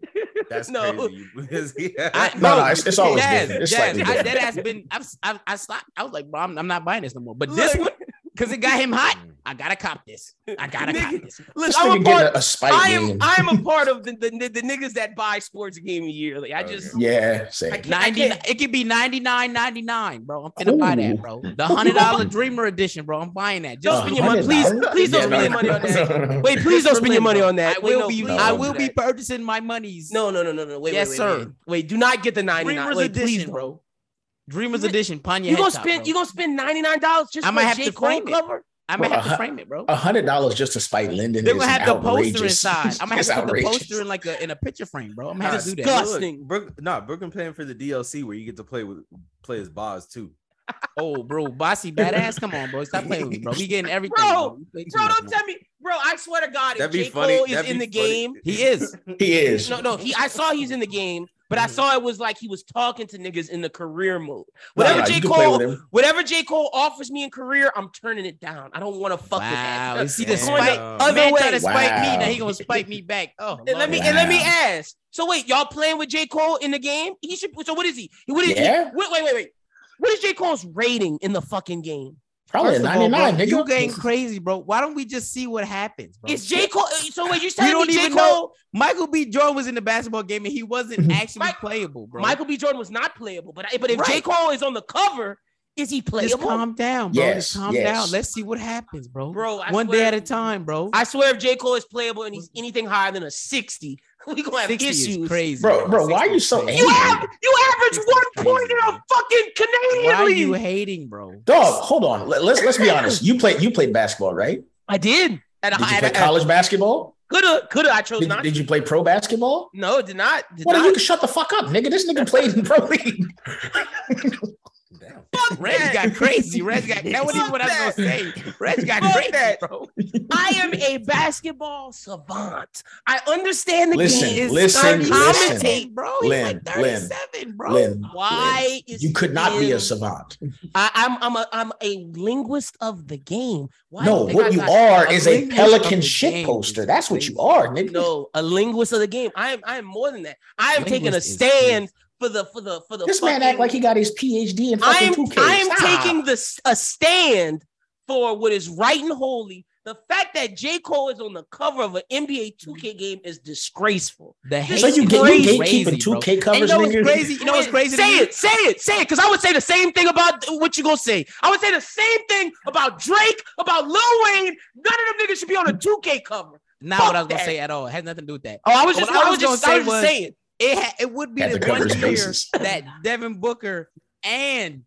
that's No. crazy. You- *laughs* I- yeah. No, no, it's, it's always Yes, different. It's yes. slightly I, different. that has been. I've, I've, I stopped. I was like, bro, I'm, I'm not buying this no more. But Look, this one, because it got him Hmm. hot. I gotta cop this. I gotta cop Nigga, this. Look, This I'm a nigga part. getting a, a spike I am. game. I am a part of the, the the niggas that buy sports game yearly. I just. yeah, same. can't- I 90 can't- it could be 99.99 bro i'm finna buy Ooh. that bro the hundred *laughs* dollar dreamer edition bro i'm buying that Don't spend just for your money, $100? please. Please don't Yeah, spend your no. money on that. No, no, no. Wait, please don't spend your money on that. i Wait, will no, be please i don't will do be that. purchasing my monies No, no, no, no, no. Wait, Yes, wait, wait, sir. Wait. wait, do not get the ninety nine. dreamers Wait, please, edition don't. bro dreamers You- edition panya You gonna spend? You gonna spend ninety nine dollars just I for might a have J to Cole frame it. cover? i might Well, have uh, to frame *laughs* it bro *laughs* A hundred dollars just to spite Linden. they're is gonna have the poster outrageous. inside. I'm gonna *laughs* have It's to put the outrageous. poster in like a in a picture frame, bro. I'm gonna have to do that. Disgust. Look, Disgusting. Brook, nah, Brooklyn playing for the DLC where you get to play with play as Boz too. Oh, bro, bossy badass. Come on, bro. Stop playing with me, bro. We getting everything. Bro, You play too Bro, much, don't tell me, bro. I swear to God, if That'd be J funny. Cole is That'd be in the funny. game, He is. He is. no, no, he. I saw he's in the game, but I Mhm. saw it was like he was talking to niggas in the career mode. Nah, Whatever nah, J you can play with Cole, him. whatever J Cole offers me in career, I'm turning it down. I don't want to fuck Wow. You with that. see the It's going spike. the Wow. The other man way. trying to spike me. Now he Wow. gonna spike me back. Oh, And let me Lord. and let me Wow. ask. So wait, y'all playing with J Cole in the game? He should. So what is he? What is Yeah. he? Wait, wait, wait, wait. What is J Cole's rating in the fucking game? Probably a First of all, bro, 99, nigga. You getting crazy, bro. Why don't we just see what happens, bro? Is J Cole? So wait, you We telling don't me J even Cole? know. Michael B. Jordan was in the basketball game and *laughs* he wasn't actually Mike- playable, bro. Michael B. Jordan was not playable, but I- but if J Right. Cole is on the cover, is he just playable? calm down, bro. Yes, just calm yes. down. Let's see what happens, bro. Bro, I One swear- day at a time, bro. I swear, if J Cole is playable and he's anything higher than a sixty, *laughs* we gonna have 60 is issues. crazy, Bro, bro, why are 60 you is so crazy. You angry? have you average 60 is one point in crazy, a bro. fucking Canadian Why are you league. hating, bro? Dog, hold on. Let, us let's be honest. You played you played basketball, right? I did. At a Did you high, play college basketball? coulda, coulda. I chose Did, not. did you play pro basketball? no, did not. Did Well, then you not. can shut the fuck up, nigga. This nigga played in *laughs* pro league. Fuck Reg that. got crazy. Reg got that wasn't even what I Fuck was gonna say. Reg got Fuck crazy, that. bro. I am a basketball savant. I understand the Listen, game. He is listen, 30 listen. commentate, bro. He's Lynn, like 37, bro. Lynn, Lynn, Why is you could not be a him- savant. I, I'm I'm a I'm a linguist of the game. Why No, do they what got- you got- are a is a linguist of pelican the shit game poster. is That's what you crazy. are, nigga. no a linguist of the game. I am I am more than that. I am taking a Linguist is stand for the for the for the. This man act fucking- like he got his PhD in I am fucking 2K. I am Stop. taking the s- a stand for what is right and holy. The fact that J Cole is on the cover of an NBA 2K game is disgraceful. The hate So you is get you crazy, bro. gatekeeping 2K And you covers, know what's nigga? crazy? You know what's Wait, crazy? to Say me? it, say it, say it, because I would say the same thing about what you gonna say. I would say the same thing about Drake, about Lil Wayne. None of them niggas should be on a 2K cover. Not Fuck what I was gonna that. say at all. It has nothing to do with that. Oh, I was just, What I was just, I was just saying. it ha- it would be Had the *laughs* to one *laughs* cover his year bases. that Devin Booker and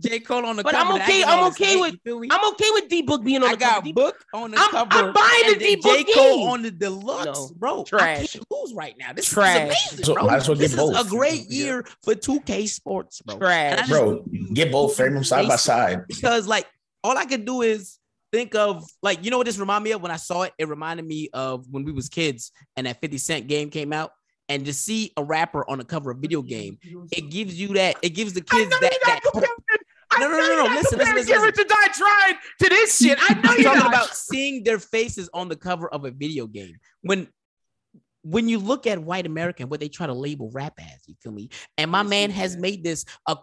J. Cole on the But cover. I'm that okay- I I'm can okay say, with- you feel me? I'm okay with D Book being on I the cover. got D- book on the I'm- I'm cover. buying the and then D-Book J. Cole game. on the deluxe, No. bro. I Trash. can't lose right now. This Trash. is amazing, So bro. might as well get this is both. a great year for 2K sports, bro. Trash. And I just Bro, want you get both, to frame them side by embrace it. side. Because like all I could do is think of like you know what this reminded me of when I saw it. It reminded me of when we was kids and that 50 Cent game came out. And to see a rapper on the cover of a video game, it gives you that. It gives the I kids know that. you're that not *laughs* comparing. I No, no, know no, you're no, not listen, listen, comparing listen, Get Rich or Die Trying to this shit. I know I'm you're talking not. about seeing their faces on the cover of a video game. When when you look at white America, and what they try to label rap as, you feel me? And my This man nigga. has made this a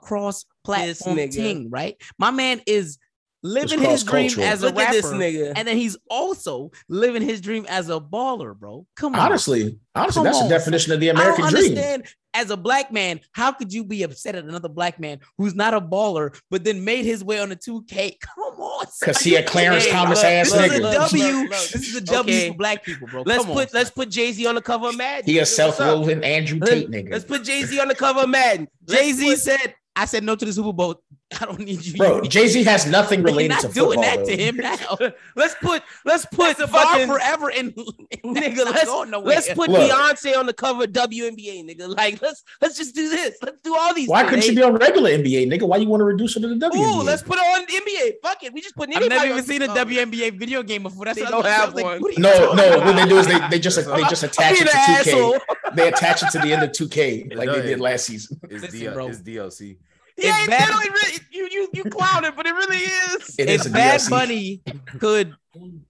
cross-platform This nigga. thing, right? My man is living It's his dream cross-cultural. as a Look at rapper, this nigga. and then he's also living his dream as a baller, bro. Come on, Honestly, honestly, Come that's on. the definition of the American I don't dream. understand. As a black man, how could you be upset at another black man who's not a baller, but then made his way on the 2K? Come on, son. Cause he a Clarence Hey, Thomas look, ass This is a look, nigga. look, W. look, look. This is a W Okay. for black people, bro. Let's Come on, put son. let's put Jay Z on the cover of Madden. He nigga. a What's up? self-woven Andrew Tate Let's nigga. put Jay Z on the cover of Madden. Jay Z Let's put- said, "I said no to the Super Bowl. *laughs* I don't need you, *laughs* Bro, Jay Z has nothing You're related not to doing football. that though. to him now. Let's put let's put *laughs* Put the bar fucking *laughs* forever in, in *laughs* that- nigga. not Let's going nowhere. let's put Look. Beyonce on the cover of WNBA, nigga. Like let's let's just do this. Let's do all these. Why things. couldn't she be on regular NBA, nigga? Why you want to reduce her to the Ooh, WNBA? let's put her on the NBA. Fuck it, we just put. I've never even seen a WNBA video game before. That's They what don't I was- I have was like, one. what are you no, talking no. about? What they do is they, they just they *laughs* just attach it Being to an 2K. asshole. They attach it to the end of 2K like does. they did last season. *laughs* It's, Listen, DL- bro. it's DLC. Yeah, If it Bad- literally really, you you you clouded, but it really is. It is a if Bad DLC. Bunny could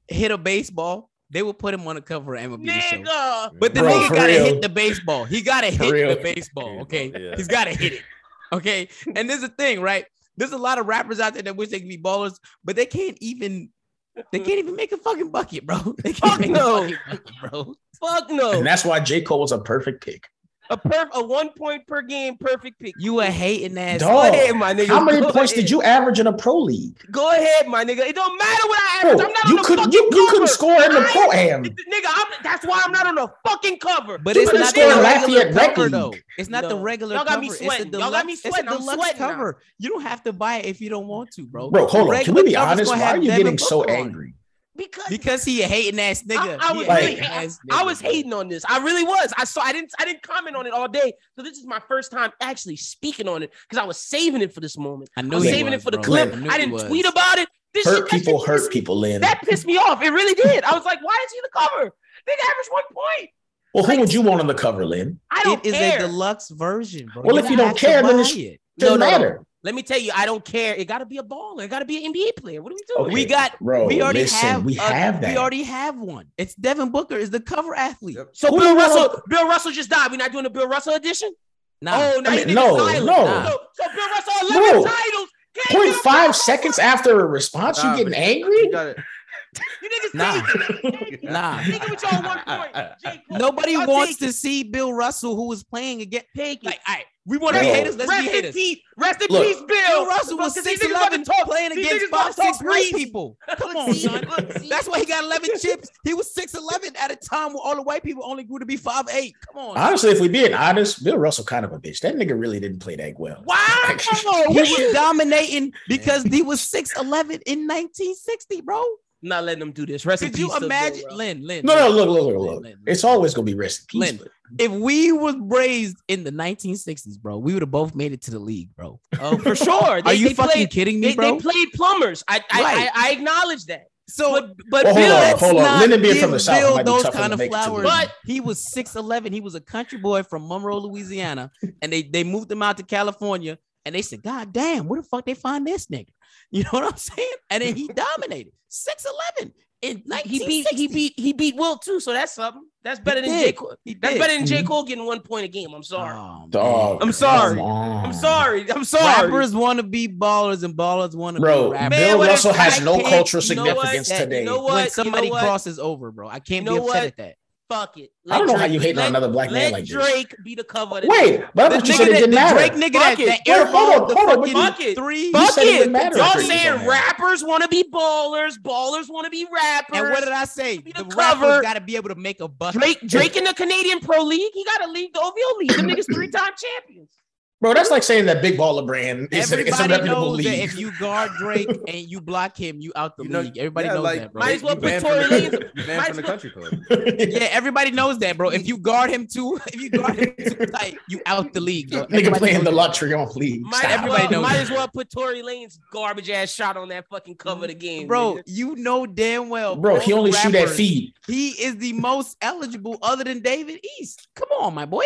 hit a baseball, they would put him on the cover of MLB The Show. Nigga, *laughs* But the Bro, nigga for gotta real. hit the baseball. He gotta For hit real. the baseball. Okay, Yeah. he's gotta hit it. Okay, and there's a thing, right? There's a lot of rappers out there that wish they could be ballers, but they can't even. They can't even make a fucking bucket, bro. *laughs* They can't Fuck make no. a fucking bucket, bro. fuck And no. that's why J. Cole was a perfect pick. A perf a one point per game perfect pick. You a hating ass. Dog. Go ahead, my nigga. How many Go points ahead. did you average in a pro league? Go ahead, my nigga. It don't matter what I Bro, average. I'm not on Oh, you the couldn't fucking you, you couldn't cover. score in the I- pro am. *laughs* Nigga, I'm, that's why I'm not on the fucking cover. But You it's could've not scored the regular Lafayette Rec cover, League. though. It's not the No. regular Y'all got me cover. It's sweating. the Y'all got me deluxe- it's sweating. the I'm deluxe sweating now. cover. You don't have to buy it if you don't want to, bro. Bro, hold The on. Can we be regular cover's honest? gonna Why have are you Devin getting so Booker on it. angry? because Because he a hating ass nigga. I He was a really- hating ass I nigga, was bro. hating on this. I really was. I saw. I didn't. I didn't comment on it all day. So this is my first time actually speaking on it because I was saving it for this moment. I I know was he saving was, it for the bro. clip. knew I he didn't was. tweet about it. This shit, Hurt that shit people pissed hurt people, Lynn. That pissed me off. It really did. I was like, why is he the cover? Nigga averaged one point. Well, who would you want on the cover, Lynn? I don't It is care. a deluxe version, bro. Well, if you don't have to care, then buy it's- it. No, Doesn't no, no. matter. Let me tell you, I don't care. It got to be a baller. It got to be an NBA player. What are we doing? Okay. We got. Bro, we already Oh, listen, have. we a- have that. We already have one. It's Devin Booker is the cover athlete. Yep. So Who Bill do you want Russell, on- Bill Russell just died. We're not doing the Bill Russell edition. Nah, Oh, now I you mean, niggas no, silent. no. Nah. So, so Bill Russell, eleven Bro. titles. Can't Point give a five fuck. seconds after a response, Nah, you getting but angry? got You niggas Nah. take it. nah. Nigga with y'all one point. J. Cole. Nobody Y'all wants take it. to see Bill Russell, who was playing again. take it. Like, all right, we want to Bro. be haters. Let's rest be in haters. peace. Rest in Look. peace, Bill. Bill Russell was Because these six niggas about to eleven, talk- playing these niggas against about five to talk six white crazy. people. Come on, See? son. Look, *laughs* see? That's why he *laughs* got eleven chips. He was six eleven at a time where all the white people only grew to be five eight. Come on, son. Honestly, if we being honest, Bill Russell kind of a bitch. That nigga really didn't play that well. *laughs* Wow. he was dominating because he was 6'11 in 1960, bro. I'm not letting them do this. Rest Could in peace. you to Bill imagine, Russell. Lynn, Lynn? No, no, look, Lynn, look, look, Lynn, look. Lynn, It's Lynn. always gonna be rest in peace. Lynn. If we was raised in the 1960s, bro, we would have both made it to the league, bro. Oh, *laughs* for sure. They, Are you they fucking played, kidding me, they, bro? they played plumbers. I I, Right. I I acknowledge that. so, But but Well, hold Bill, on, let's hold on. not Lennon being from give the South Bill might be those tough for him kind to of make it to the flowers. league. But he was 6'11. He was a country boy from Monroe, Louisiana. And they, they moved him out to California. And they said, God damn, where the fuck they find this nigga? *laughs* You know what I'm saying? And then he dominated 6'11 he beat he in 1960. beat he beat Will too, so that's something. That's better than did. J. Cole. He That's did. better than J. mm-hmm. Cole getting one point a game. I'm sorry. Oh, Dog, I'm sorry. come on. I'm sorry. I'm sorry. Rappers want to be ballers and ballers want to Bro, be Man, rappers. Bill what Russell if has I no can't- cultural you know what? significance That- today. You know when what? somebody you know what? crosses over, bro, I can't You be know upset what? at that. Fuck it. I don't know how Drake- you hating on let- another black man let like this. Drake be the cover. Of Wait, but I thought you said it that, didn't matter. Drake nigga that, Fuck that it. air Wait, hold balled on, the hold on, fucking what you- three. You Fuck said it it. didn't matter. Y'all Drake was on saying there. rappers want to be ballers, ballers want to be rappers. And what did I say? Be The the rapper cover. got to be able to make a bucket. Drake Drake in the Canadian Pro League, he got a league, the OVO League. Them niggas three time champions. Bro, that's like saying that big baller brand is, a- is a Everybody reputable knows league. that if you guard Drake and you block him, you out the You know- league. Everybody yeah, knows like- that, bro. Might as well You put banned Tory from the- Lanez. you might banned from as the well- country club. Yeah, everybody knows that, bro. If you guard him too, *laughs* if *laughs* you guard him too tight, you out the league. Bro. Nigga playing the lottery on league. Might, Stop. as well, Everybody knows might that. as well put Tory Lane's garbage ass shot on that fucking cover again, Bro, nigga. you know damn well, Bro, he both only shoot at rappers, feet. He is the most eligible, other than David East. Come on, my boy.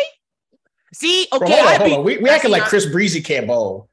See, Bro, okay, hold on, I hold be, on. We, we I acting see like how- Chris Breezy can't bowl.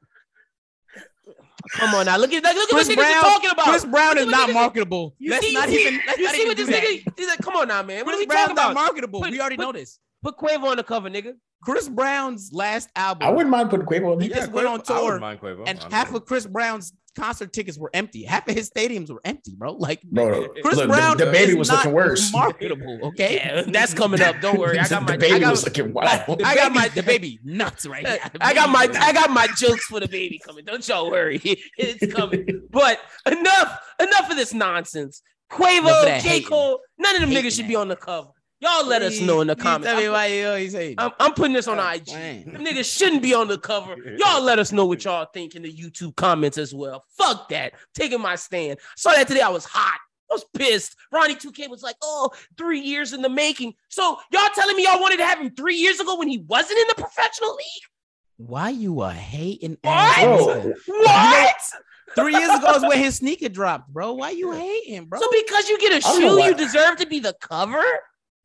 come on now. Look at look at what Chris this Brown- nigga's talking about. Chris Look Brown is at what not this- marketable. You Let's see, not you see- even. Let's you not see even what do this that. nigga? He's like, come on now, man. What are Chris we Brown's talking not about? marketable. Put- we already put- know this. Put Quavo on the cover, nigga. Chris Brown's last album. I wouldn't mind putting Quavo in *laughs* He there. just went on I tour, wouldn't mind Quavo. and I'm half cool. of Chris Brown's concert tickets were empty. Half of his stadiums were empty, bro. Like Bro, Chris look, the- Brown, the, baby is was not looking worse. *laughs* Marketable, okay? Yeah, that's coming up. Don't worry. *laughs* I got my the baby I got, was looking wild. I got my *laughs* the baby. baby nuts right now. *laughs* I got my I got my jokes for the baby coming. Don't y'all worry. *laughs* It's coming. But enough enough of this nonsense. Enough of Quavo, that J. hating. Cole, none of them Hating niggas should that. be on the cover. Y'all let us know in the Um, comments. Tell me I'm, why you always hating. I'm- I'm putting this on Oh, IG. man. Them niggas shouldn't be on the cover. Y'all let us know what y'all think in the YouTube comments as well. Fuck that. Taking my stand. Saw that today. I was hot. I was pissed. Ronnie 2K was like, oh, three years in the making. So y'all telling me y'all wanted to have him three years ago when he wasn't in the professional league? Why you a hating What? ass? Bro, What? Three years ago is when his sneaker dropped, bro. Why you hating, bro? So because you get a don't know shoe, why- you deserve to be the cover?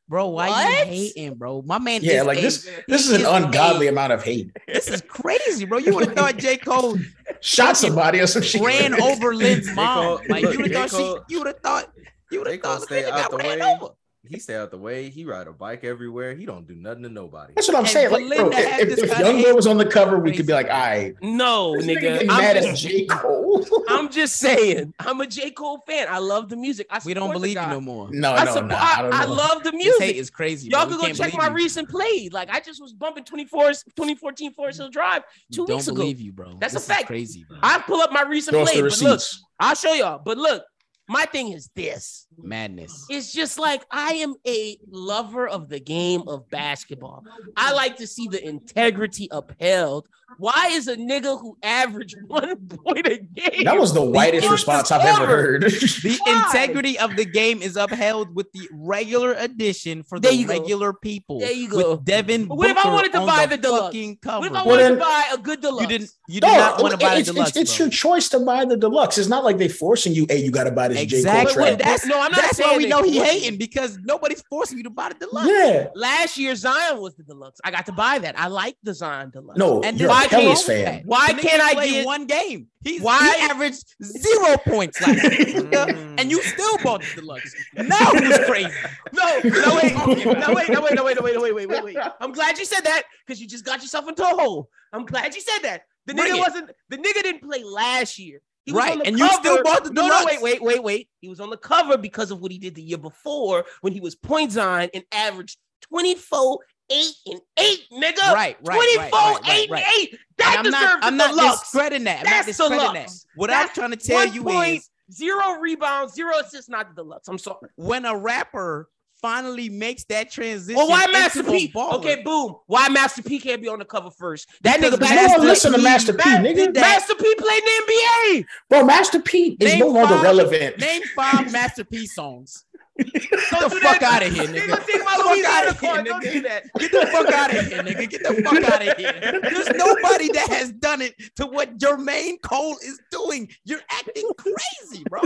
bro, why What? you hating, bro? My man *laughs* yeah, is like a- this. This is an is a- ungodly amount of hate. *laughs* This is crazy, bro. You would have thought J. *laughs* Cole Shot somebody or some shit. *laughs* ran over Lynn's mom. Cole- Like look, you would J. have thought Cole- she you would have thought you would J. have Cole thought stay Linda got out the ran way. over. He stay out the way. He ride a bike everywhere. He don't do nothing *laughs* to nobody. That's what I'm And saying. Like, bro, Belinda had if, this if kind of Young hate. Boy was on the cover, we could be like, all right, No, this nigga nigga. getting mad I'm at just, J. Cole. I'm just saying. I'm a J. Cole fan. I love the music. I We don't support the believe you guy. no more. no, I, no, support, no. I, I don't I know. love the This hate music. is crazy. Y'all can bro. We go can't check believe my you. recent plays. Like I just was bumping 24, 2014 Forest Hill Drive We two weeks don't ago. believe you, bro. That's a This is fact. Crazy, bro. I pull up my recent Show us plays, the but look, receipts. I'll show y'all. But look, my thing is this. Madness. It's just like I am a lover of the game of basketball. I like to see the integrity upheld. Why is a nigga who averaged *laughs* one point a game? That was the whitest Beyonce's response I've ever cover. heard. *laughs* The Why? integrity of the game is upheld with the regular edition for There the you go. regular people. There you go. With Devin But what if I Booker wanted to on buy the the deluxe? fucking what if cover. I Well, wanted then- to buy a good deluxe? you didn't. You did No, not want to buy it's, the it's- deluxe. it's bro. your choice to buy the deluxe. It's not like they forcing you. Hey, you got to buy this Exactly. J. Cole Wait, track. wait, that's No, I'm not that's why saying we they know he forced hating you. because nobody's forcing you to buy the deluxe. yeah. Last year Zion was the deluxe. I got to buy that. I like the Zion deluxe. No, And you're then a why can't- Pelis fan. Why The nigga can't I played get one game? He's, Why- he averaged zero points last year, and you still bought the deluxe. Now it's crazy. No, no wait, no wait, no wait, no wait, no wait, no wait, wait, wait, wait. I'm glad you said that because you just got yourself into a hole. I'm glad you said that. The Bring nigga it. wasn't. The nigga didn't play last year. He was Right, on the and you still cover- bought the No, no, wait, deluxe. wait, wait, wait. He was on the cover because of what he did the year before when he was points on and averaged 24, 8, and 8, nigga. Right, right, 24, right, right, 8, right. and 8. That I'm deserves not, the I'm not deluxe. discrediting that. I'm That's not discrediting that. deluxe. What That's I'm trying to tell one you point. is Zero rebounds, zero assists, not the deluxe. I'm sorry. when a rapper finally makes that transition. Well, why into Master a P? baller, Okay, boom. Why Master P can't be on the cover first? That Because nigga You back don't Master listen to P- Master P, Master nigga. Master P played in the NBA. Bro, Master P is Name no longer five- relevant. *laughs* Name five Master P songs. Don't Get *laughs* the do fuck that. out of here, nigga. Take my Fuck Louis outta Unicorn. here, Don't nigga. do that. Get the *laughs* fuck out of here, nigga. Get the fuck out of here. There's nobody that has done it to what Jermaine Cole is doing. You're acting crazy, bro.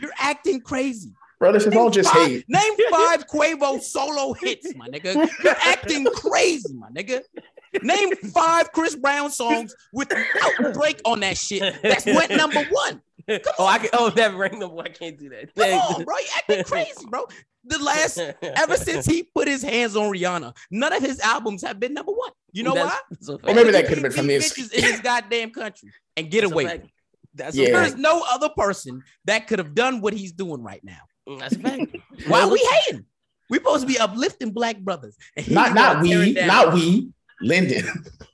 You're acting crazy. Bro, this is all just Five- hate. Name five Quavo solo hits, my nigga. You're acting crazy, my nigga. Name five Chris Brown songs without Drake on that shit. That's *laughs* what number one. Oh, I can. Oh, that ring number. I can't do that. Come *laughs* on, bro. You're acting crazy, bro. The last ever since he put his hands on Rihanna, none of his albums have been number one. You know That's- why? That's a fact. Or maybe that He could have been from beat this. bitches in his goddamn country and get That's a away. fact. with it. That's Yeah. a There's fact. no other person that could have done what he's doing right now. That's a fact. *laughs* Why No, we hating? We supposed to be uplifting black brothers. And here Not you not are tearing we, down. not we. *laughs* Linden,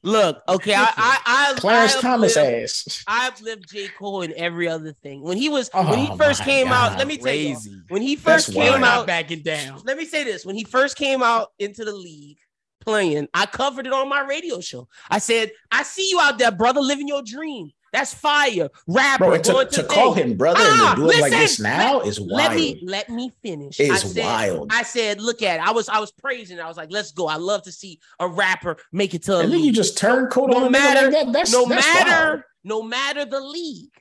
Look, okay. I, I, I Clarence I Thomas uplift- ass. I uplift J. Cole in every other thing. When he was, Oh when he first my came out, God, let me tell you, Crazy. when he first That's came wild. out, Backing down. let me say this: when he first came out into the league, playing. I covered it on my radio show. I said, I see you out there, brother, living your dream. That's fire. Rapper. Bro, and to, going to the call thing. him brother Ah, and to do it like listen, this now let- is wild. Let me let me finish. It I is said- wild. I said, look at it. I was I was praising. it. I was like, let's go. I love to see a rapper make it to a and then league. you just turn coat No on a nigga matter- like that? That's, no that's matter wild. no matter the league.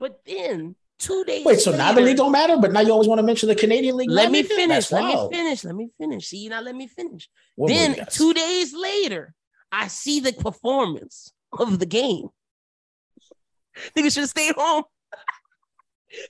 But then two days Wait, so now the later- league don't matter, but now you always want to mention the Canadian league. let now, me nigga? finish. That's Let me wild. finish. Let me finish. See, now let me finish. What more then you got? two days later, I see the performance of the game. Niggas should have stayed home. *laughs*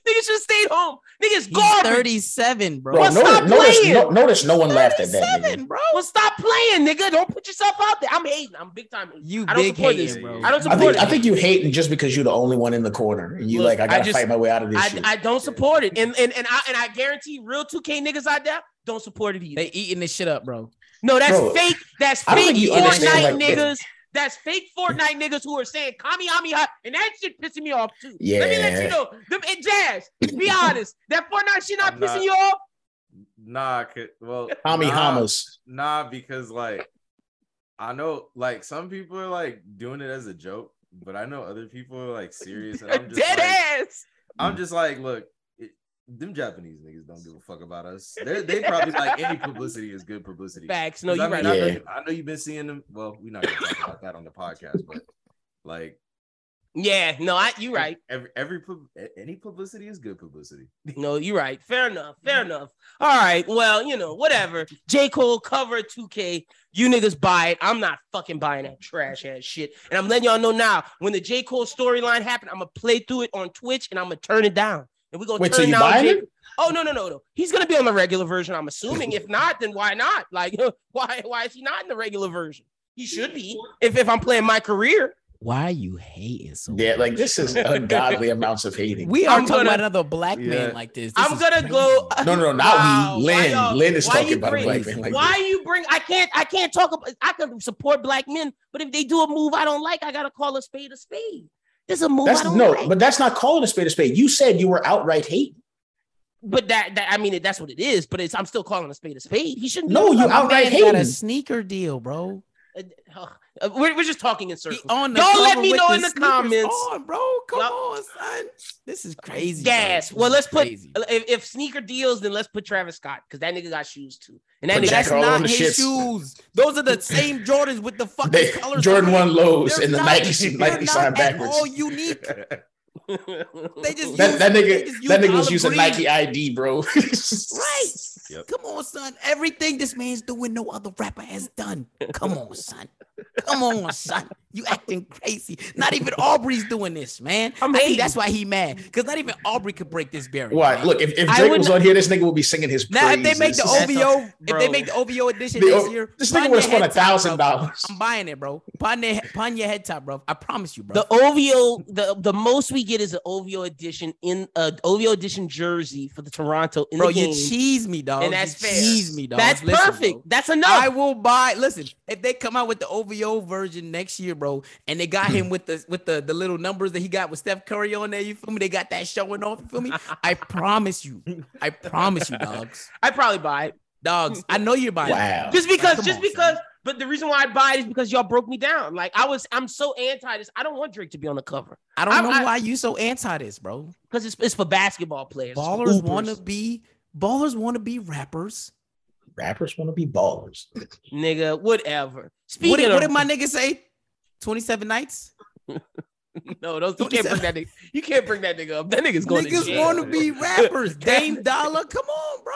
Niggas should have stayed home. Niggas He's garbage. 37, bro. Bro, Well, stop notice, notice, playing. no, notice no one laughed at that. Nigga. 37, bro. Well, stop playing, nigga. Don't put yourself out there. I'm hating. I'm big time. hating. You I don't big support hating, this. bro. I don't I support think it. I think you hating just because you're the only one in the corner, and you Look, like I I gotta just- fight my way out of this I, shit. I don't support it. And and and I and I guarantee real 2K niggas out there don't support it either. They eating this shit up, bro. No, that's Bro, fake. That's I don't fake think you Fortnite understand, like, niggas. That's fake Fortnite niggas who are saying Kami Ami Ha, and that shit pissing me off too. Let me let Yeah. you know. Them and Jazz, be honest. That Fortnite shit not I'm pissing not- you off. Nah, c- well, Tommy nah, Hamas. Nah, because like I know like some people are like doing it as a joke, but I know other people are like *laughs* serious. And I'm just Dead like, ass. I'm just like, look, it, them Japanese niggas don't give a fuck about us. They're, they probably like any publicity is good publicity. Facts. No, 'Cause you're I mean, right. I know, Yeah. you- I know you've been seeing them. Well, we're not gonna talk about that on the podcast, but like Yeah, no, I you right. every every pub- a- any publicity is good publicity. No, you're right. Fair enough. Fair Mm-hmm. enough. All right. Well, you know, whatever. J. Cole cover 2K. You niggas buy it. I'm not fucking buying that trash ass shit. And I'm letting y'all know now when the J. Cole storyline happened, I'm gonna play through it on Twitch and I'm gonna turn it down. And we're gonna Wait, so turn you down buying J- it? Oh no, no, no, no. He's gonna be on the regular version, I'm assuming. If not, then why not? Like *laughs* why why is he not in the regular version? He should be. If if I'm playing my career. Why are you hating so? Yeah, like this *laughs* is ungodly amounts of hating. we are I'm talking gonna- about another black Yeah. man like this. This I'm is gonna go uh, crazy. no, no, no, not Wow. we. Why Lynn, y'all- Lynn is why talking you about a bring- black man like Why you bring? I can't. I can't talk about. I can support black men, but if they do a move I don't like, I gotta call a spade a spade. There's a move That's I don't no, like. But, but that's not calling a spade a spade. You said you were outright hating. that, that I mean, that's what it is. But it's I'm still calling a spade a spade. He shouldn't. No, be you doing My outright man got a hating. sneaker deal, bro. that. Uh, uh, we're, we're just talking in He circles. on the Y'all cover let me with know in the sneakers comments. on, bro. Come Y'all- on, son. This is crazy. bro. Gas. This Well, is let's put uh, crazy. if, if sneaker deals, then let's put Travis Scott because that nigga got shoes too, and that Put nigga Jack That's Harlow on not the his shits. shoes. Those *laughs* are the same Jordans with the *laughs* fucking They, colors. Jordan on it. one lows They're and the not- Nike they're Nike not sign at backwards. *laughs* all *laughs* unique. They just That, use- that they nigga, just use that nigga olive was using green. Nike ID, bro. *laughs* Right. Yep. Come on, son. Everything this man's doing, no other rapper has done. Come on, son. Come on, son. You acting crazy. Not even Aubrey's doing this, man. I'm I think hating. that's why he mad. Because not even Aubrey could break this barrier. Why? man. Look, if, if I Drake would was not- on here, this nigga will be singing his Now, if they make the That's praises. a- OVO, if they bro. make the OVO edition The this O- year, this Pun nigga Your would have spent Head a Top, bro. thousand dollars. I'm buying it, bro. Pun your, pun your head top, bro. I promise you, bro. The OVO, the, the most we get is an OVO edition in a OVO edition jersey for the Toronto in bro, the game, you cheese me, dog. and that's you fair. Cheese me, dog. That's Listen, perfect. bro. That's enough. I will buy. Listen, if they come out with the OVO version next year, bro, and they got him with the with the, the little numbers that he got with Steph Curry on there, you feel me? They got that showing off, you *laughs* feel me? I promise you, I promise you, dogs, I probably buy it dogs. I know you're buying. it. Wow. just because, come just on, because. But the reason why I buy it is because y'all broke me down. Like I was, I'm so anti this. I don't want Drake to be on the cover I don't I- know I- why you so anti this, bro. because it's, it's for basketball players. It's for Ballers Ubers. want to be ballers want to be rappers. Rappers want to be ballers. nigga, whatever. What Speaking did, of, what did my nigga say? Twenty seven nights. no, those, you can't bring that nigga. You can't bring that nigga up. That nigga's going to Niggas jail. want to be rappers. Dame Dollar, come on, bro.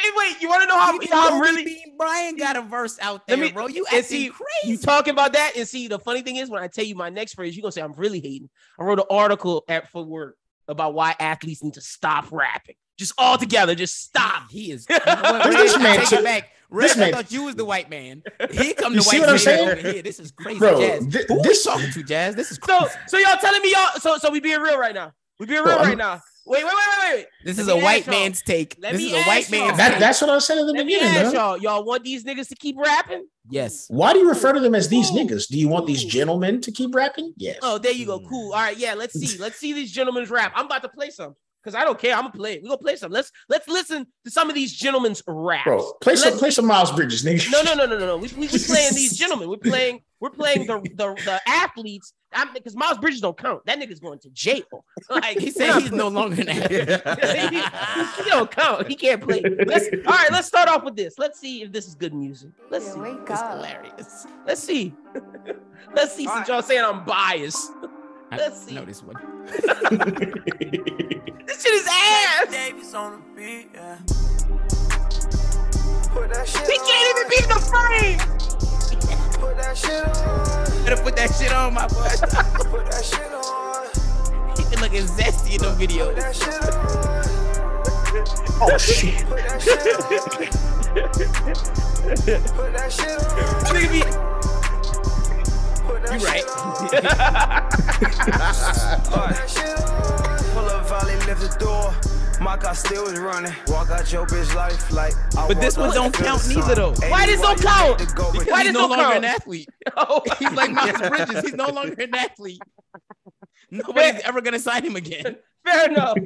Hey, wait, you want to know how, Even how I'm Kobe really? Bean Bryant got a verse out there, Let me- bro. You and acting see, crazy. You talking about that? And see, the funny thing is, when I tell you my next phrase, you're gonna say I'm really hating. I wrote an article at for work about why athletes need to stop rapping. Just all together, just stop. He is. You know *laughs* *laughs* what, This- this Reg, I man take took- it back. Reg, this I man- thought you was the *laughs* white man. Here come You the see what white I'm man saying? over here. This is crazy, Bro, Jazz. thi- Who this- are you talking to, Jazz? This is So, crazy. so y'all telling me y'all? So, so we being real right now. We being real Bro, right I'm- now. Wait, wait, wait, wait, wait. this let is me a white ask y'all. man's take. Let this me is a ask white y'all. man's That, take. that's what I said at the Let me beginning, ask man. y'all. Y'all want these niggas to keep rapping? yes. Why do you refer to them as these niggas? Do you want these Ooh. gentlemen to keep rapping? Yes. Oh, there you go. Hmm. Cool. All right, yeah. Let's see. Let's see these gentlemen's rap. I'm about to play some. because I don't care. I'm gonna play. it. We gonna play some. Let's let's listen to some of these gentlemen's raps. Bro, play some Let's- play some Miles Bridges, nigga. No, no, no, no, no, no. We we, we playing these gentlemen. We're playing. We're playing the the, the athletes. I'm because Miles Bridges don't count. That nigga's going to jail. *laughs* Like He said he's no longer an athlete. *laughs* he, he don't count. He can't play. Let's, all right, let's start off with this. Let's see if this is good music. Let's see. wake It's up. hilarious. Let's see. *laughs* Let's see. Since y'all saying I'm biased, I *laughs* Let's see. know this one. this shit is ass. Davis on the beat, yeah. He can't even be in the frame. *laughs* Put that shit on. Better put that shit on, my boy. Put that shit on. He been looking zesty in the video. That shit on. Oh shit. Put that shit on. Put that shit on. Nigga be Put that You *laughs* shit on. right. Put that shit on. Pull up, volley, lift the door. My car still was running. Walk out your bitch life like. I But this walk one out don't the count sun. neither, though. Ain't Why this don't nobody count? made to go, but Why he's does no no longer count? an athlete. oh, He's like Miles Bridges. He's no longer an *laughs* athlete. Nobody's ever gonna sign him again. fair enough.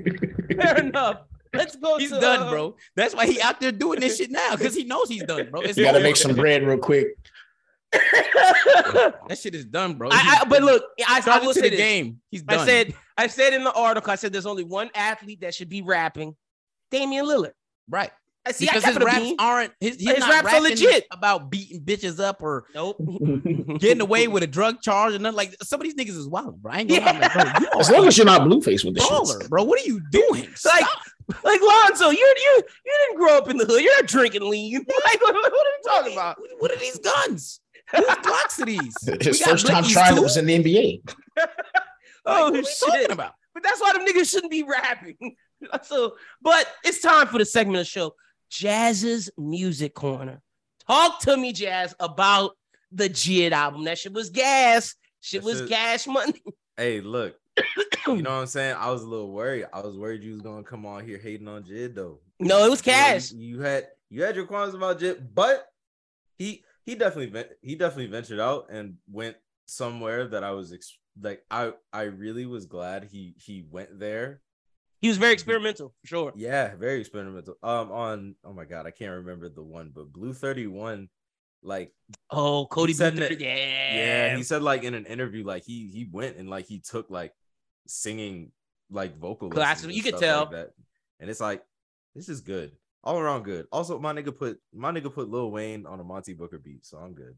Fair enough. Let's go. He's to, done, uh, bro. That's why he out there doing this shit now, because he knows he's done, bro. It's You gotta no- make some bread real quick. *laughs* I, That shit is Oh, done, bro. I, but look, I, I Charge it will to the say this. game. He's done. I said, I said in the article, I said there's only one athlete that should be rapping, Damian Lillard. right I see. because I his his raps aren't his, he's His not raps rapping are legit. about beating bitches up or Nope. *laughs* getting away with a drug charge and nothing like some of these niggas is wild, bro. I ain't gonna lie, I'm like, bro, *laughs* Oh, you As are long as you're not blue faced with a this baller, shit. bro. What are you doing? *laughs* like, Stop. like Lonzo, you you you didn't grow up in the hood. You're not drinking lean. *laughs* Like, what, what are you talking about? what are these guns? *laughs* Whose Glocks are these? His We got first time Blickies trying too? it was in the NBA. Like, Oh what are we shit! talking about? But that's why them niggas shouldn't be rapping. *laughs* so, but it's time for the segment of the show, Jazz's Music Corner. Talk to me, Jazz, about the Jid album. That shit was gas. Shit That was shit- gas money. *laughs* Hey, look, *coughs* you know what I'm saying? I was a little worried. I was worried you was gonna come on here hating on Jid though. No, it was You know, you- cash. You, had you had your qualms about Jid, but he he definitely ven- he definitely ventured out and went somewhere that I was ex- like I I really was glad he he went there. He was Mm-hmm. very experimental, for sure. Yeah, very experimental. Um, on oh my god, I can't remember the one, but Blue Thirty One, like Oh, Cody said Booth. that- Yeah. yeah, he said like in an interview, like he he went and like he took like singing like vocal lessons Classes, and you could tell. stuff that. and it's like this is good, all around good. Also, my nigga put my nigga put Lil Wayne on a Monty Booker beat, so I'm good.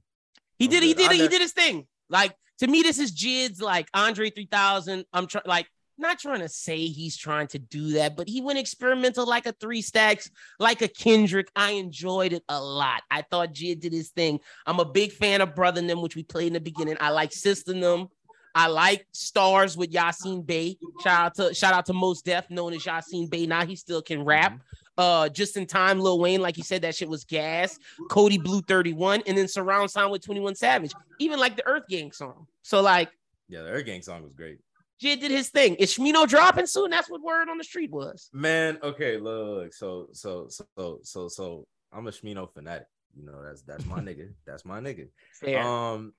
He I'm did. He good. did. I He nev- did his thing. Like to me, this is Jid's like Andre three thousand. I'm trying like not trying to say he's trying to do that, but he went experimental like a three stacks, like a Kendrick. I enjoyed it a lot. I thought Jid did his thing. I'm a big fan of Brother and Them, which we played in the beginning. I like Sister and Them. I like Stars with Yasin Bey. Shout out to shout out to Most Def, known as Yasin Bey. Now he still can rap. Mm-hmm. Uh, just in time, Lil Wayne, like you said, that shit was gas. Cody Blue 31, and then surround sound with 21 Savage, even like the Earth Gang song. So like Yeah, their gang song was great. Jid did his thing. Is Shmino dropping soon? That's what word on the street was. Man, okay, look, look, so so so so so I'm a Shmino fanatic. You know, that's that's my nigga. That's my nigga. Fair. Um,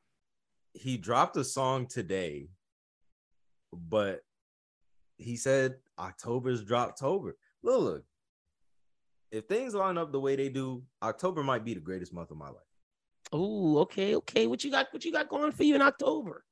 he dropped a song today, but he said October's drop Tober. Look, look, if things line up the way they do, October might be the greatest month of my life. Um, Ooh, okay, okay. What you got? What you got going for you in October?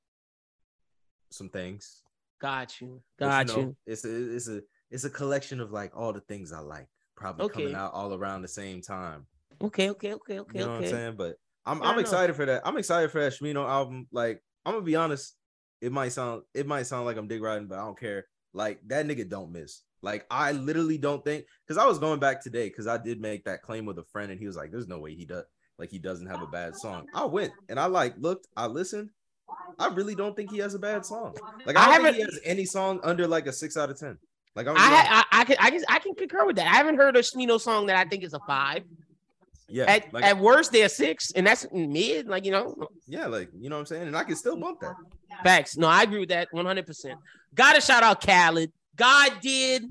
Some things, Got you. but, Got you. know, it's a it's a it's a collection of like all the things I like, probably Okay. coming out all around the same time. Okay, okay, okay, okay, you know what I'm okay. saying? But I'm Fair I'm enough. excited for that. I'm excited for that Shmino album. Like I'm gonna be honest, it might sound it might sound like I'm dig riding, but I don't care. Like that nigga don't miss. Like I literally don't think because I was going back today because I did make that claim with a friend and he was like, "There's no way he does like he doesn't have a bad song." I went and I like looked, I listened. I really don't think he has a bad song. Like I, I haven't- haven't think he has any song under like a six out of ten. Like I'm I, ha- I I can I can I can concur with that. I haven't heard a Shmino song that I think is a five. yeah, At, like, at worst, they're six, and that's mid. Like you know, yeah, like you know what I'm saying, and I can still bump *laughs* that. Facts. No, I agree with that 100%. Gotta shout out Khaled. God did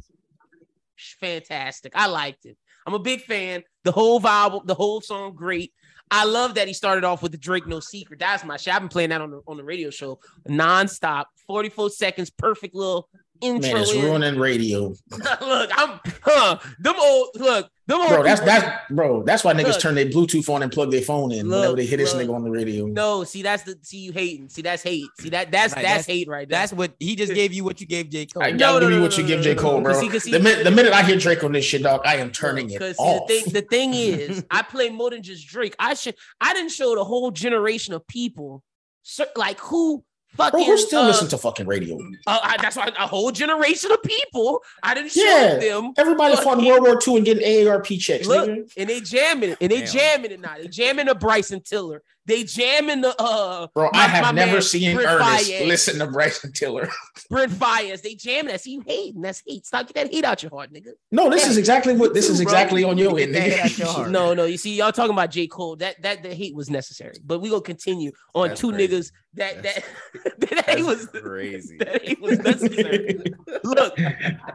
fantastic. I liked it. I'm a big fan. The whole vibe, the whole song, great. I love that he started off with the Drake No Secret. That's my shit. I've been playing that on the, on the radio show nonstop. 44 seconds, perfect little intro Man, it's in. ruining radio, *laughs* look, I'm huh. Them old look, them old bro. That's people- that's bro. That's why niggas Look. turn their Bluetooth on and plug their phone in Look, whenever they hear this look. nigga on the radio. no, see that's the see you hating. See that's hate. See that that's Right, that's, that's- hate right there. That's what he just gave you. What you gave J Cole. I No, gotta no, give you no, what no, you no, give no, J no. Cole, bro. 'Cause he- 'cause he- the, minute, the minute I hear Drake on this shit, dog, I am turning it Because off. the thing, the *laughs* thing is, I play more than just Drake. I should, I didn't show the whole generation of people, cer- like who fucking. bro, who still uh, listen to fucking radio? uh, I- that's why a whole generation of people. I didn't show Yeah. them, Everybody fought in fucking- World War II and getting AARP checks. Look, nigga. and they jamming it, and they Damn. jamming it now. They jamming the Bryson Tiller. They jamming the uh Bro, my- I have my never man seen Brent Ernest Faiyaz. listen to Bryson *laughs* Tiller. Brent Fires. They jamming that. See you hating. That's hate. Stop get that hate out your heart, nigga. No, this is exactly what this is Bro, exactly on your end. that nigga. hit out your *laughs* heart. No, no. You see, y'all talking about J. Cole. That that the hate was necessary. But we gonna continue on That's two crazy. niggas that That's- that *laughs* that hate was crazy. that hate was necessary. Look,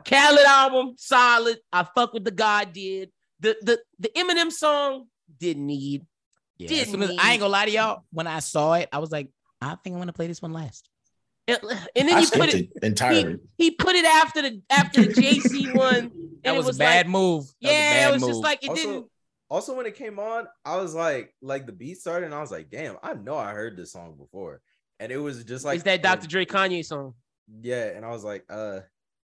Khaled album solid. I fuck with the God did. The the the Eminem song didn't need. Yeah, Didn't as soon as- mean- I ain't gonna lie to y'all. When I saw it, I was like, I think I'm gonna play this one last. And, and then I he put skipped it. it entirely. He put it after the after the JC one. And That it was, was a bad Like, move. That was a yeah, bad it was just move. like it Also- didn't. Also, when it came on, I was like, like the beat started, and I was like, damn, I know I heard this song before. And it was just like it's that Dr. Dre Kanye song. Yeah, and I was like, uh,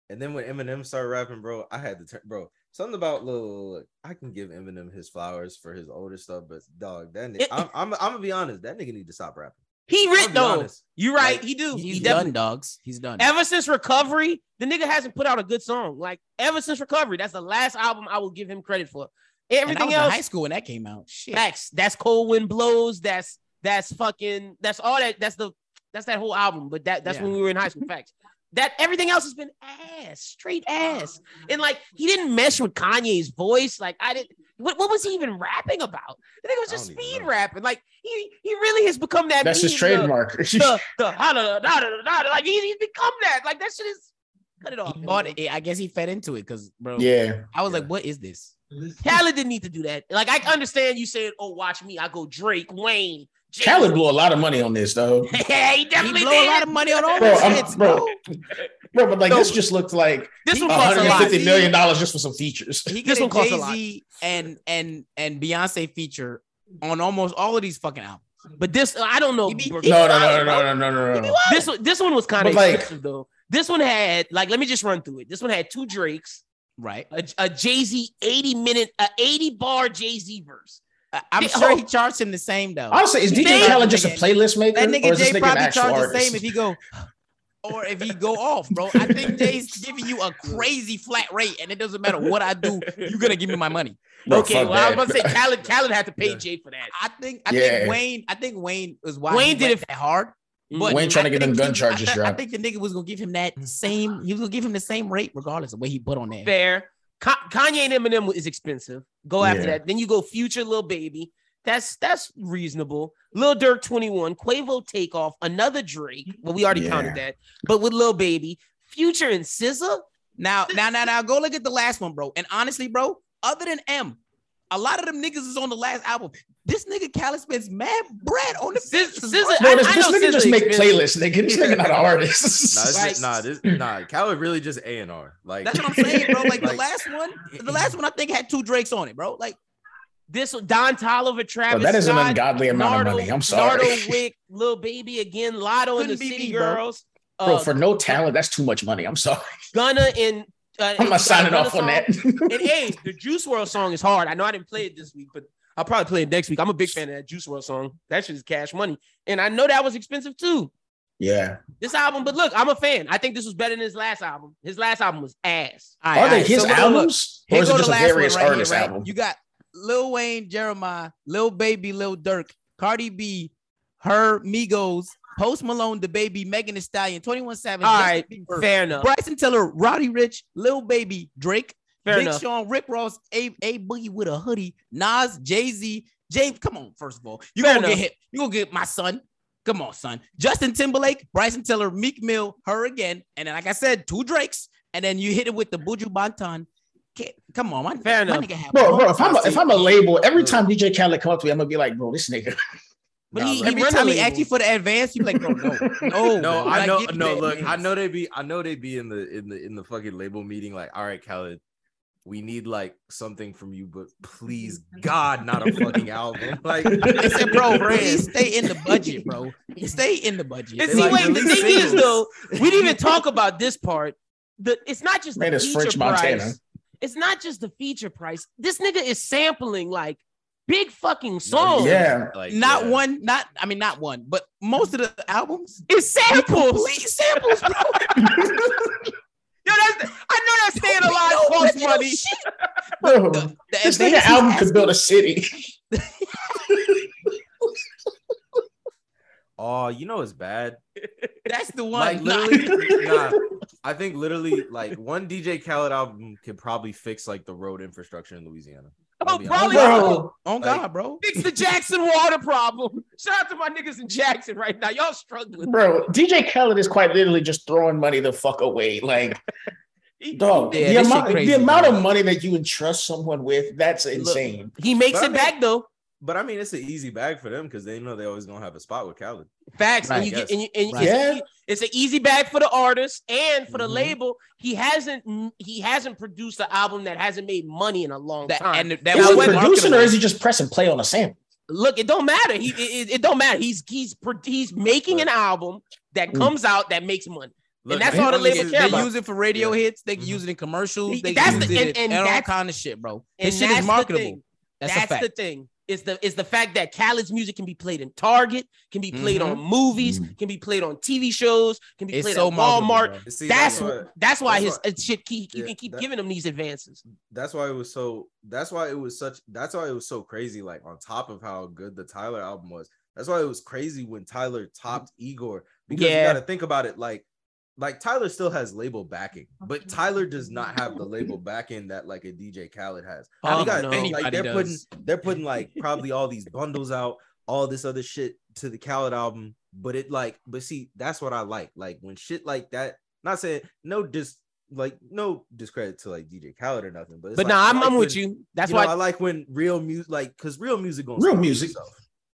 and then when Eminem started rapping, bro, I had to turn, bro. Something about look, look, look, I can give Eminem his flowers for his older stuff, but dog, that nigga, It- I'm, I'm, I'm gonna be honest, that nigga need to stop rapping. He I'll writ be though. honest. You right. Like, he do. He's he done, definitely. dogs. He's done. Ever since recovery, the nigga hasn't put out a good song. Like ever since recovery, that's the last album I will give him credit for. And I Everything was in else, high school when that came out. Shit. facts. That's cold wind blows. That's that's fucking. That's all that. That's the. That's that whole album. But that that's Yeah. when we were in high school. Facts. That everything else has been ass, straight ass. And like he didn't mesh with Kanye's voice. Like I didn't. What, what was he even rapping about? I think it was I just don't even speed know. rapping. Like he he really has become that. That's his meme, the- trademark. *laughs* the the da, da, da, da, da, da, like he's, he's become that. Like that shit is cut it off. He bought it. I guess he fed into it because, bro, yeah, I was like, Yeah. what is this? Khaled didn't need to do that. Like I understand you saying, "Oh, watch me." I go Drake, Wayne, Jay-Z. Khaled blew a lot of money on this *laughs* though. yeah, he He definitely blow did. a lot of money on all Bro, this I'm- shit, bro. bro. Bro, but like No. this just looked like this one cost a lot. 150 million dollars just for some features. *laughs* He This gets one costs a lot. Jay-Z and and and Beyonce feature on almost all of these fucking albums. But this, I don't know. He be- bro. No, no, no, no, wild, bro. no, no, no, no, no. This one, this one was kind of But, like- expensive though. This one had like, let me just run through it. This one had two Drakes, Right. a, a Jay Z eighty minute, a eighty bar Jay Z verse. I- I'm Th- sure hold- he charged him the same though. Honestly, is DJ Maybe- Khaled just a playlist maker, That or nigga is this Jay nigga an probably actual charged the artist? same if *laughs* he go or if he go off, bro. I think Jay's giving you a crazy flat rate, and it doesn't matter what I do, you're gonna give me my money. Bro, okay, fuck well, I was about that. to say *laughs* Khaled, Khaled had to pay Yeah. Jay for that. I think I Yeah. think Wayne, I think Wayne was why Wayne he did went it- that hard. But Wayne trying to I get them think gun he- charges I, thi- I dropped. think the nigga was gonna give him that same. He was gonna give him the same rate regardless of what he put on there. Fair. Ka- Kanye and Eminem is expensive. Go after Yeah. that. Then you go Future, Lil Baby. That's that's reasonable. Lil Durk 21, Quavo Takeoff, another Drake. Well, we already Yeah. counted that. But with Lil Baby, Future and SZA, Now, now, now, now, go look at the last one, bro. And honestly, bro, other than M, a lot of them niggas is on the last album. This nigga Khaled spends mad bread on the Sis- features, Sis- bro. Bro, this, I- I this know nigga just SZA make playlists, expensive. nigga. This nigga not an Nah, artist. it's just, Like- nah, this, nah, Khaled really just A and R. Like, That's what I'm saying, bro. Like, the Like- last one, the last one I think had two Drakes on it, bro. Like this Don Tolliver, Travis. Bro, that is an Scott, ungodly amount Nardo, of money. I'm sorry. *laughs* Nardo Wick, Lil Baby again, Lotto and the Couldn't be City me, bro. Girls. Bro, Uh, for no talent, that's too much money. I'm sorry. Gunna and uh, I'm Gunna not signing off on song. that. And hey, the Juice World song is hard. I know I didn't play it this week, but I'll probably play it next week. I'm a big fan of that Juice World song. That shit is cash money. And I know that was expensive too. yeah. This album, but look, I'm a fan. I think this was better than his last album. His last album was ass. all right, Are all they right, his so look, look, look. albums? Or Here is it go the just a last one various right here, artist right? album? You got Lil Wayne, Jeremiah, Lil Baby, Lil Durk, Cardi B, her Migos, Post Malone, the Baby, Megan Thee Stallion, 21 Savage, All Justin right, Bieber, Fair enough. Bryson Tiller, Roddy Rich, Lil Baby, Drake, Fair Big enough. Sean, Rick Ross, A, A Boogie with a hoodie, Nas, Jay Z, Jay. Come on, first of all, you Fair gonna get enough. hit. You gonna get my son. Come on, son. Justin Timberlake, Bryson Tiller, Meek Mill, her again, and then like I said, two Drakes, and then you hit it with the Buju Banton. Ca- Come on, my, Fair my enough. nigga. Have Bro, bro, moments if I'm a, I see. if I'm a label, every time DJ Khaled come up to me, I'm gonna be like, bro, this nigga, But Nah, he, let he Every run time the he asks you label. for the advance, you like, no, no, no. No, Like, I know. get No, that, look, I man. know they be. I know they be in the in the in the fucking label meeting. Like, all right, Khaled, we need like something from you, but please, God, not a *laughs* fucking album. Like, They said, bro, Brand. please stay in the budget, bro. Stay in the budget. And They see, like wait, the release thing is singles. though, we didn't even talk about this part. The it's not just Man, the it's feature French price. Montana. It's not just the feature price. This nigga is sampling like big fucking songs. Yeah. like, not yeah. one, not I mean, not one, but most of the albums. It's samples. Complete samples, bro. Yo, that's I know that's staying alive No, false no money. shit. *laughs* Bro, The- the this advance nigga he's album could asking- build a city. Oh, you know it's bad. That's the one. Like Nah, *laughs* literally, nah, I think literally like one DJ Khaled album could probably fix like the road infrastructure in Louisiana. I'll Oh, be probably Bro, on Oh, God, bro. fix the Jackson water problem. Shout out to my niggas in Jackson right now. Y'all struggling. bro, DJ Khaled is quite literally just throwing money the fuck away. Like, dog, Yeah, the, this amount, shit crazy, the amount bro. of money that you entrust someone with, that's insane. He makes But I it mean- back though. But I mean, it's an easy bag for them because they know they always gonna have a spot with Khaled. Facts. Right. and you get Yes. and, you- and Right. it's, e- Yeah. it's an easy bag for the artist and for the Mm-hmm. Mhm. label. He hasn't he hasn't produced an album that hasn't made money in a long That, and time. that is now he what- was producing or marketable. is he just pressing play on a sample? Look, it don't matter. He it, it- it don't matter. He's he's pro- he's making an album that Mm. comes out that makes money. Look, that's man, all the niggas- label They- care they about. use it for radio Yeah. hits. They can Mhm. use it in commercials. They That's can use the- it and- in and all that's- kind of shit, bro. and This shit that's is the marketable. thing. That's, That's, a fact. the thing. Is the is the fact that Khaled's music can be played in Target, can be played on movies, Mm-hmm. can be played on TV shows, can be Mm-hmm. It's played so at Walmart. marketable, bro. see, that's what- that's why that's his uh shit. Keep, you yeah, can keep that- giving him these advances. that's why it was so that's why it was such that's why it was so crazy like on top of how good the tyler album was that's why it was crazy when tyler topped igor because Yeah. you gotta think about it like like tyler still has label backing but tyler does not have the label backing that like a dj khaled has Oh, you gotta no. think like Anybody they're does. putting they're putting like probably all these bundles out all this other shit to the khaled album but it like but see that's what i like like when shit like that not saying no dis like no discredit to like dj khaled or nothing but it's But like, no, I I'm, like I'm with when- you. That's you know, why. I like when real music, like, cause real music, gonna Real speak for music. itself,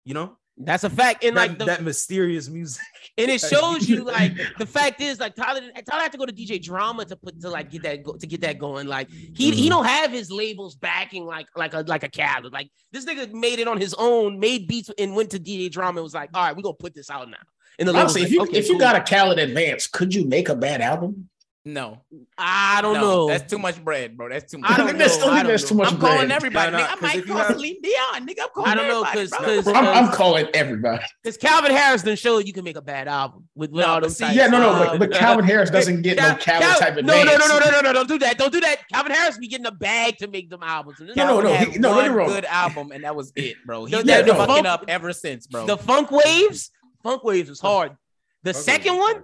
you know, that's a fact. And that, like the, that mysterious *laughs* music. and it shows you like the fact is like Tyler Tyler had to go to DJ Drama to put to like get that go, to get that going. Like he Mm-hmm. he don't have his labels backing like like a like a Khaled. Like this nigga made it on his own, made beats and went to DJ Drama and was like, all right, we gonna put this out now. And the label's Honestly, if like, you okay, if you cool. got a Khaled advance, could you make a bad album? No, I don't no, know. That's too much bread, bro. That's too much. I don't think know. *laughs* there's- I I think don't there's know. too much I'm bread. calling everybody. *laughs* Nah, nah, nigga, I 'cause might if you call have- Celine Dion. Nigga, I'm calling I don't know everybody, because bro. because Bro, I'm, I'm calling everybody. because Calvin Harris done showed you can make a bad album with, with No, all but those. see, types. Yeah, no, no, but, Um, but Calvin Harris doesn't get no Cal- Khaled Cal- type advance. no, no, no, no, no, no, no, don't do that. Don't do that. Calvin Harris be getting a bag to make them albums. And this No, no, album no, had he- no, don't get me one wrong. good album, and that was it, bro. He's No, been yeah, no. fucking Funk- up ever since, bro. The Funk Waves, Funk Waves was hard. The Okay. second one,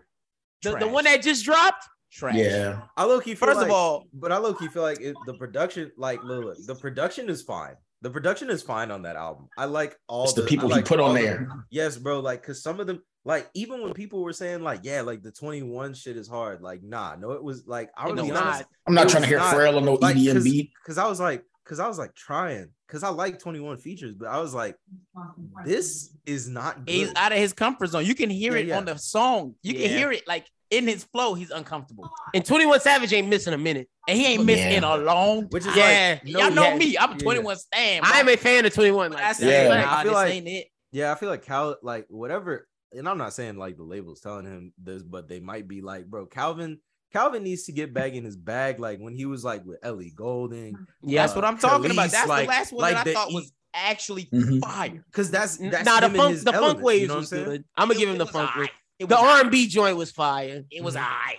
the, the Trash. one that just dropped, Trash. Yeah, I low key First of all, but I low key feel like it, the production, like, look, look, the production is fine. The production is fine on that album. I like all it's the I people he like put all on the- there. yes, bro. Like, cause some of them, like, even when people were saying, like, yeah, like the twenty one shit is hard. Like, nah, no, it was like I It was was honest. not. I'm not It trying to was hear not, Pharrell or no E like, EDM cause, beat. 'cause I was like, cause I was like trying, cause I like twenty one features, but I was like, this is not he's good. out of his comfort zone. You can hear Yeah, it yeah. on the song. You can Yeah. hear it like in his flow. He's uncomfortable, and Twenty One Savage ain't missing a minute. and he ain't missed Yeah. in a long. Oh, Which is time. like, yeah, no, y'all know yeah. me. I'm Yeah. 21 stand. bro. I'm a fan of Twenty One. When I Like, say, Yeah. like, I nah, feel this like- ain't it. Yeah, I feel like Cal, like whatever, and I'm not saying like the label's telling him this, but they might be like, bro, Calvin, Calvin needs to get back in his bag, like when he was like with Ellie Golding. yeah, That's uh, what I'm talking about. Khalees, That's like- the last one like that I the thought E- was actually Mhm. fire. Cause that's N- that's nah, the him in funk, his the element, funk waves you know what I'm was saying? good. I'm gonna give him the was funk aight. waves. It The was R aight. and B joint was fire. It was Mhm. I.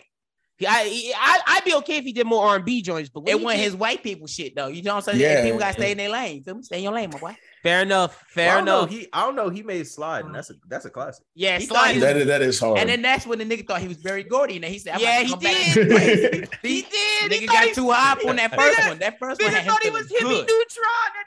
Yeah, I, I I'd be okay if he did more R and B joints, but when It he wasn't did- his white people shit though. You know what I'm saying? Yeah. People gotta stay in their lane. Feel me? Stay in your lane, my boy. fair enough, Well, I fair don't know, enough. He, I don't know. He made slide, and that's a that's a classic. yeah, he Sly thought is- That is that is hard. *laughs* And then that's when the nigga thought he was Barry Gordy, and then he said, I'm yeah, about to come back he did. and play. he did. He Nigga thought got he too high on that first one. That first one Nigga had him thought he feeling was Himmy Neutron.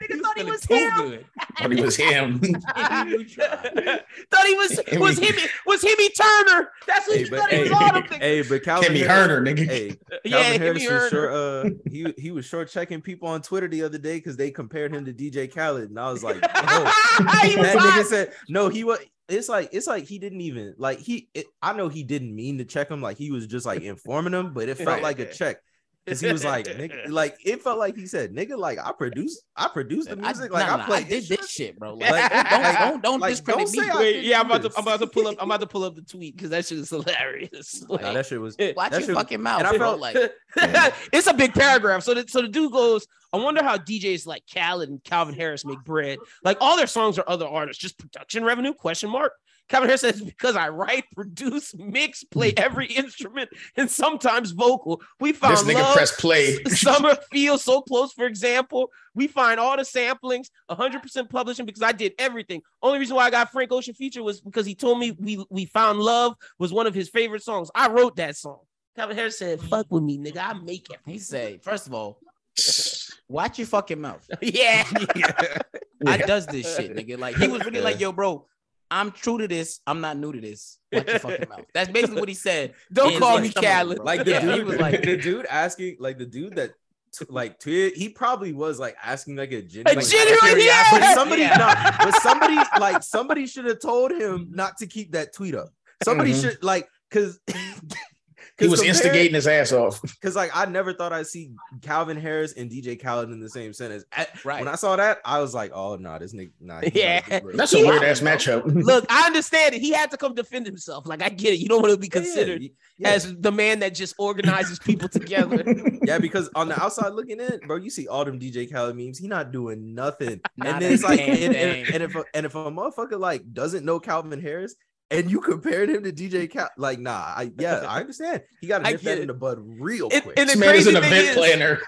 good. That nigga thought he feeling was too him. good. but it was him. Himmy Neutron. thought he was Himmy. was Himmy was Himmy Turner. That's what Hey, he but, thought he was hey, all them things. hey, but Calvin Timmy Harris- Herner, nigga. Hey, Yeah, Himmy Calvin Harris Turner. was sure uh he he was short checking people on Twitter the other day because they compared him to DJ Khaled, and I was Like, no. He was that nigga hot. said no. He was. It's like it's like he didn't even like he. It, I know he didn't mean to check him. Like he was just like informing him, but it felt like a check because he was like, nigga, like it felt like he said, nigga, like I produce, I produce the music, like nah, I nah, play did this this shit, bro. Like, Like, don't, like, don't, don't like, discredit don't me. say I- Wait, yeah, I'm about to I'm about to pull up I'm about to pull up the tweet because that shit is hilarious. *laughs* shit. Nah, that shit was. Watch that your shit- fucking mouth, and I bro. felt- *laughs* like, *laughs* it's a big paragraph. So the, so the dude goes, I wonder how DJs like Khaled and Calvin Harris make bread. Like all their songs are other artists, just production revenue? Question mark. Calvin Harris says because I write, produce, mix, play every *laughs* instrument, and sometimes vocal. We found This nigga love, press play. *laughs* Summer feels so close. For example, we find all the samplings, 100% publishing because I did everything. Only reason why I got Frank Ocean feature was because he told me we we found love was one of his favorite songs. I wrote that song. Calvin Harris said, "Fuck with me, nigga. I make it." he said, first of all, watch your fucking mouth. *laughs* yeah. *laughs* I does this shit, nigga. Like he was really like, yo, bro, I'm true to this. I'm not new to this. Watch your fucking mouth. That's basically what he *laughs* said. Don't Yeah, call like, me come on, Khaled. bro. like *laughs* the Yeah, he dude was like- the dude asking like the dude that t- like tweeted he probably was like asking like a genuine, A like, genuine, curiosity, yeah! but somebody Yeah. no, but somebody like somebody should have told him not to keep that tweet up somebody Mhm. should like *laughs* because He was instigating his ass off. because like I never thought I'd see Calvin Harris and DJ Khaled in the same sentence. I- Right. When I saw that, I was like, "Oh no, this nigga, nah, he Yeah. might be- That's a He- weird ass *laughs* matchup. Look, I understand it. He had to come defend himself. Like I get it. You don't want to be Yeah, yeah, considered yeah. as the man that just organizes people together. Yeah, because on the outside looking in, bro, you see all them DJ Khaled memes. He not *laughs* doing nothing. Not and then it's a like, damn and, and- thing. and if a, and if a motherfucker like doesn't know Calvin Harris, and you compared him to DJ Cal, like, nah, I yeah, I understand. He got to I nip get that it. in the bud real And- quick. and This the man is crazy an thing event is- planner.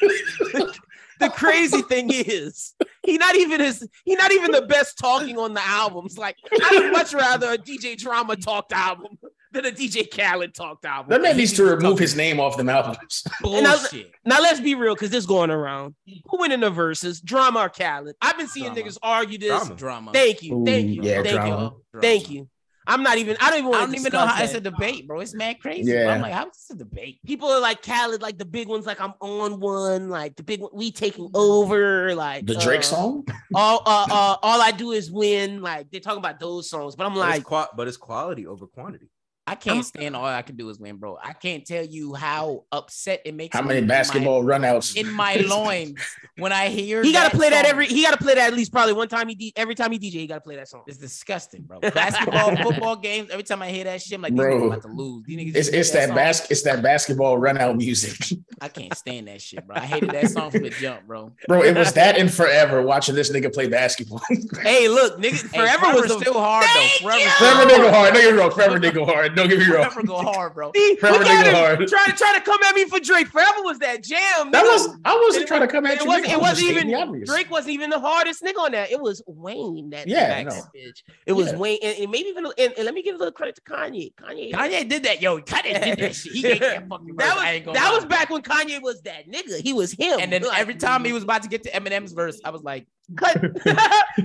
the crazy thing is he not even is he not even the best talking on the albums like i would much rather a dj drama talked album than a dj khaled talked album That man needs to remove his name off them albums. And I was- Bullshit. now let's be real because this going around who went in the verses drama or khaled i've been seeing Drama. niggas argue this Drama. Drama. thank you thank Ooh, you yeah, thank drama. you thank you i'm not even i don't even I want don't even know how it's a debate, bro. It's mad crazy. bro. Yeah. I'm like, how is this a debate? people are like khaled like the big ones like i'm on one like the big one we taking over like The Drake uh, song? all uh, uh all I do is win. Like they're talking about those songs, but I'm But like, it's qua- but it's quality over quantity. I can't stand all I can do is win, bro. I can't tell you how upset it makes How me many in my- basketball runouts? in *laughs* my loins when I hear he gotta play that song. every. He gotta play that at least probably one time. He de- every time he DJ, he gotta play that song. It's disgusting, *laughs* bro. Basketball, football games. Every time I hear that shit, I'm like, these Bro. niggas about to lose. These It's, niggas just it's hear that song. bas- it's that basketball runout music. *laughs* I can't stand that shit, bro. I hated that song from the jump, bro. Bro, it was that and forever watching this nigga play basketball. *laughs* Hey, look, nigga, Hey, forever was the. still hard though. Forever, forever nigga hard. Don't get me wrong. Forever nigga hard. Don't get me *laughs* wrong. forever go *laughs* hard, bro. See, Forever look at nigga him, hard. Trying to try to come at me for Drake. Forever was that jam. That nigga. was I wasn't It trying to come And at it you. wasn't, nigga. I it was just wasn't stating even the obvious. Drake wasn't even the hardest nigga on that. It was Wayne that Yeah, backed no. that bitch. It was Wayne, and, and maybe even and, and let me give a little credit to Kanye. Kanye, Kanye did that, yo. Kanye *laughs* did that shit. He gave me a fucking verse. that I ain't was gonna that lie. was back when Kanye was that nigga. He was him. *laughs* And then Like, every *laughs* time he was about to get to Eminem's verse, I was like, *laughs* cut, *laughs*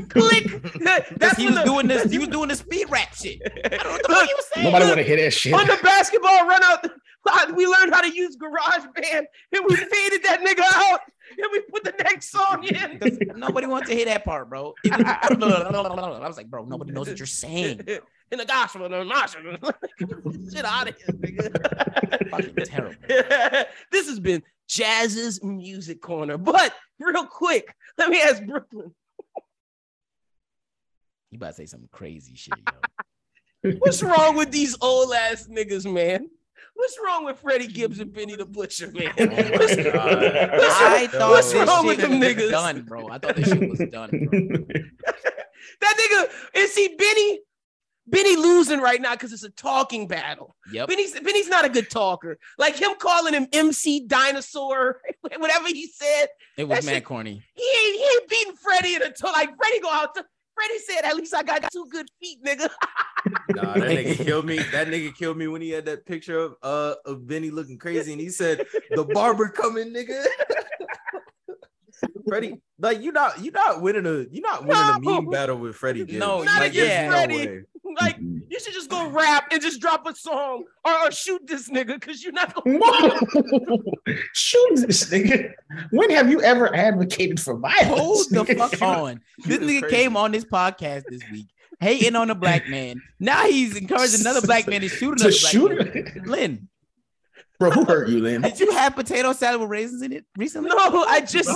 click. Cause That's he when was the- *laughs* doing this. He was doing the speed rap shit. I don't know what the fuck he was saying. Nobody want to hear that shit. *laughs* on the basketball run out. *laughs* We learned how to use Garage Band and we faded that nigga out and we put the next *laughs* song in. Nobody wants to hear that *laughs* part, bro. It was- *laughs* I was like, bro, nobody knows what you're saying. *laughs* In the gospel, in the gospel. *laughs* Shit out of here, Fucking *laughs* terrible. nigga. this has been Jazz's Music Corner. But real quick, let me ask Brooklyn, You about to say some crazy shit, *laughs* yo. what's wrong with these old ass niggas, man? What's wrong with Freddie Gibbs and Benny the Butcher, man? What's- *laughs* *laughs* I thought what's this wrong shit with them was niggas? Done, bro. I thought this shit was done. Bro. That nigga, and see Benny, Benny losing right now because it's a talking battle. Yep. Benny's Benny's not a good talker. Like him calling him MC Dinosaur, *laughs* whatever he said, It was that mad shit- corny. he ain't he ain't beating Freddie in a to- like Freddie go out to Freddie said at least I got two good feet, nigga. Nah, *laughs* that nigga killed me. That nigga killed me when he had that picture of uh of Benny looking crazy, and he said, "The barber coming, nigga." *laughs* Freddie, like you not you not winning a you not winning a No. meme battle with Freddie. Gibbs. No, like, not there's against no Freddie. way. Like Mm-hmm. you should just go rap and just drop a song or, or shoot this nigga because you're not gonna. Whoa. Shoot this nigga. When have you ever advocated for violence? *laughs* Hold the nigga? *laughs* fuck on. This is nigga crazy. came on this podcast this week hating on a black man. Now he's encouraging *laughs* another black man to shoot another To black shoot man. it. Lynn, Bro, who hurt you, Lynn? did you have potato salad with raisins in it recently? No, I just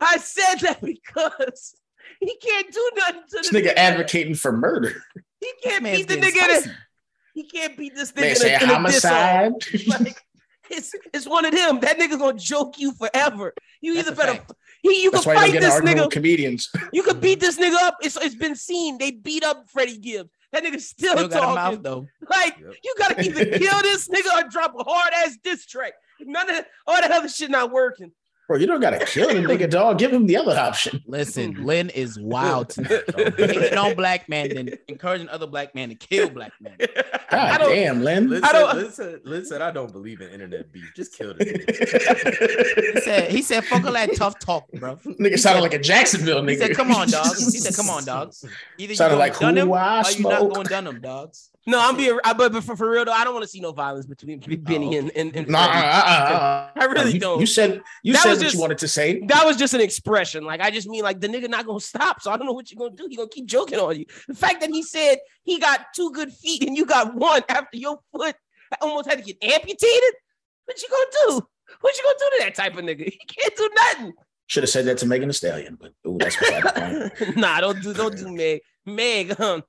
I said that *laughs* because he can't do nothing to This this nigga advocating for murder. He This can't *laughs* man's beat the getting nigga. In spicy. a, he can't beat this Man nigga. said in a, in a diss homicide. *laughs* song. Like, it's it's one of them. That nigga gonna joke you forever. You That's either a better *laughs* fact. he you That's can why you fight don't get in this argument with nigga. comedians. You can beat this nigga up. It's it's been seen. They beat up Freddie Gibbs. That nigga still, Still got a talking. mouth though. Like Yep. you gotta either *laughs* kill this nigga or drop a hard ass diss track. None of that, all that other shit not working. Bro, you don't gotta kill the nigga, dog. Give him the other option. Listen, Lynn is wild tonight. *laughs* dog. Hating on black men, then encouraging other black men to kill black men. *laughs* I God don't- damn, Lynn. Listen, don't- listen, listen. I don't believe in internet beef. Just *laughs* kill this. nigga. He said, he said, fuck all that tough talk, *laughs* bro. Nigga sounded like a Jacksonville nigga. He said, come *laughs* on, dog. He said, come on, dog. Either you Sounded gonna like dun who them, or I you not smoke. going dun them, dogs. No, I'm being I, but but for, for real though, I don't want to see no violence between Benny and, and, and Nah, uh, Freddie. uh, uh, uh. I really you, don't. You said you That said was what just- you wanted to say. That was just an expression. Like I just mean like the nigga not gonna stop. So I don't know what you're gonna do. He gonna keep joking on you. The fact that he said he got two good feet and you got one after your foot almost had to get amputated. What you gonna do? What you gonna do to that type of nigga? He can't do Should have said that to Megan Thee Stallion, but ooh, that's beside the *laughs* point. nothing. nah, don't do don't do Meg. Meg, um,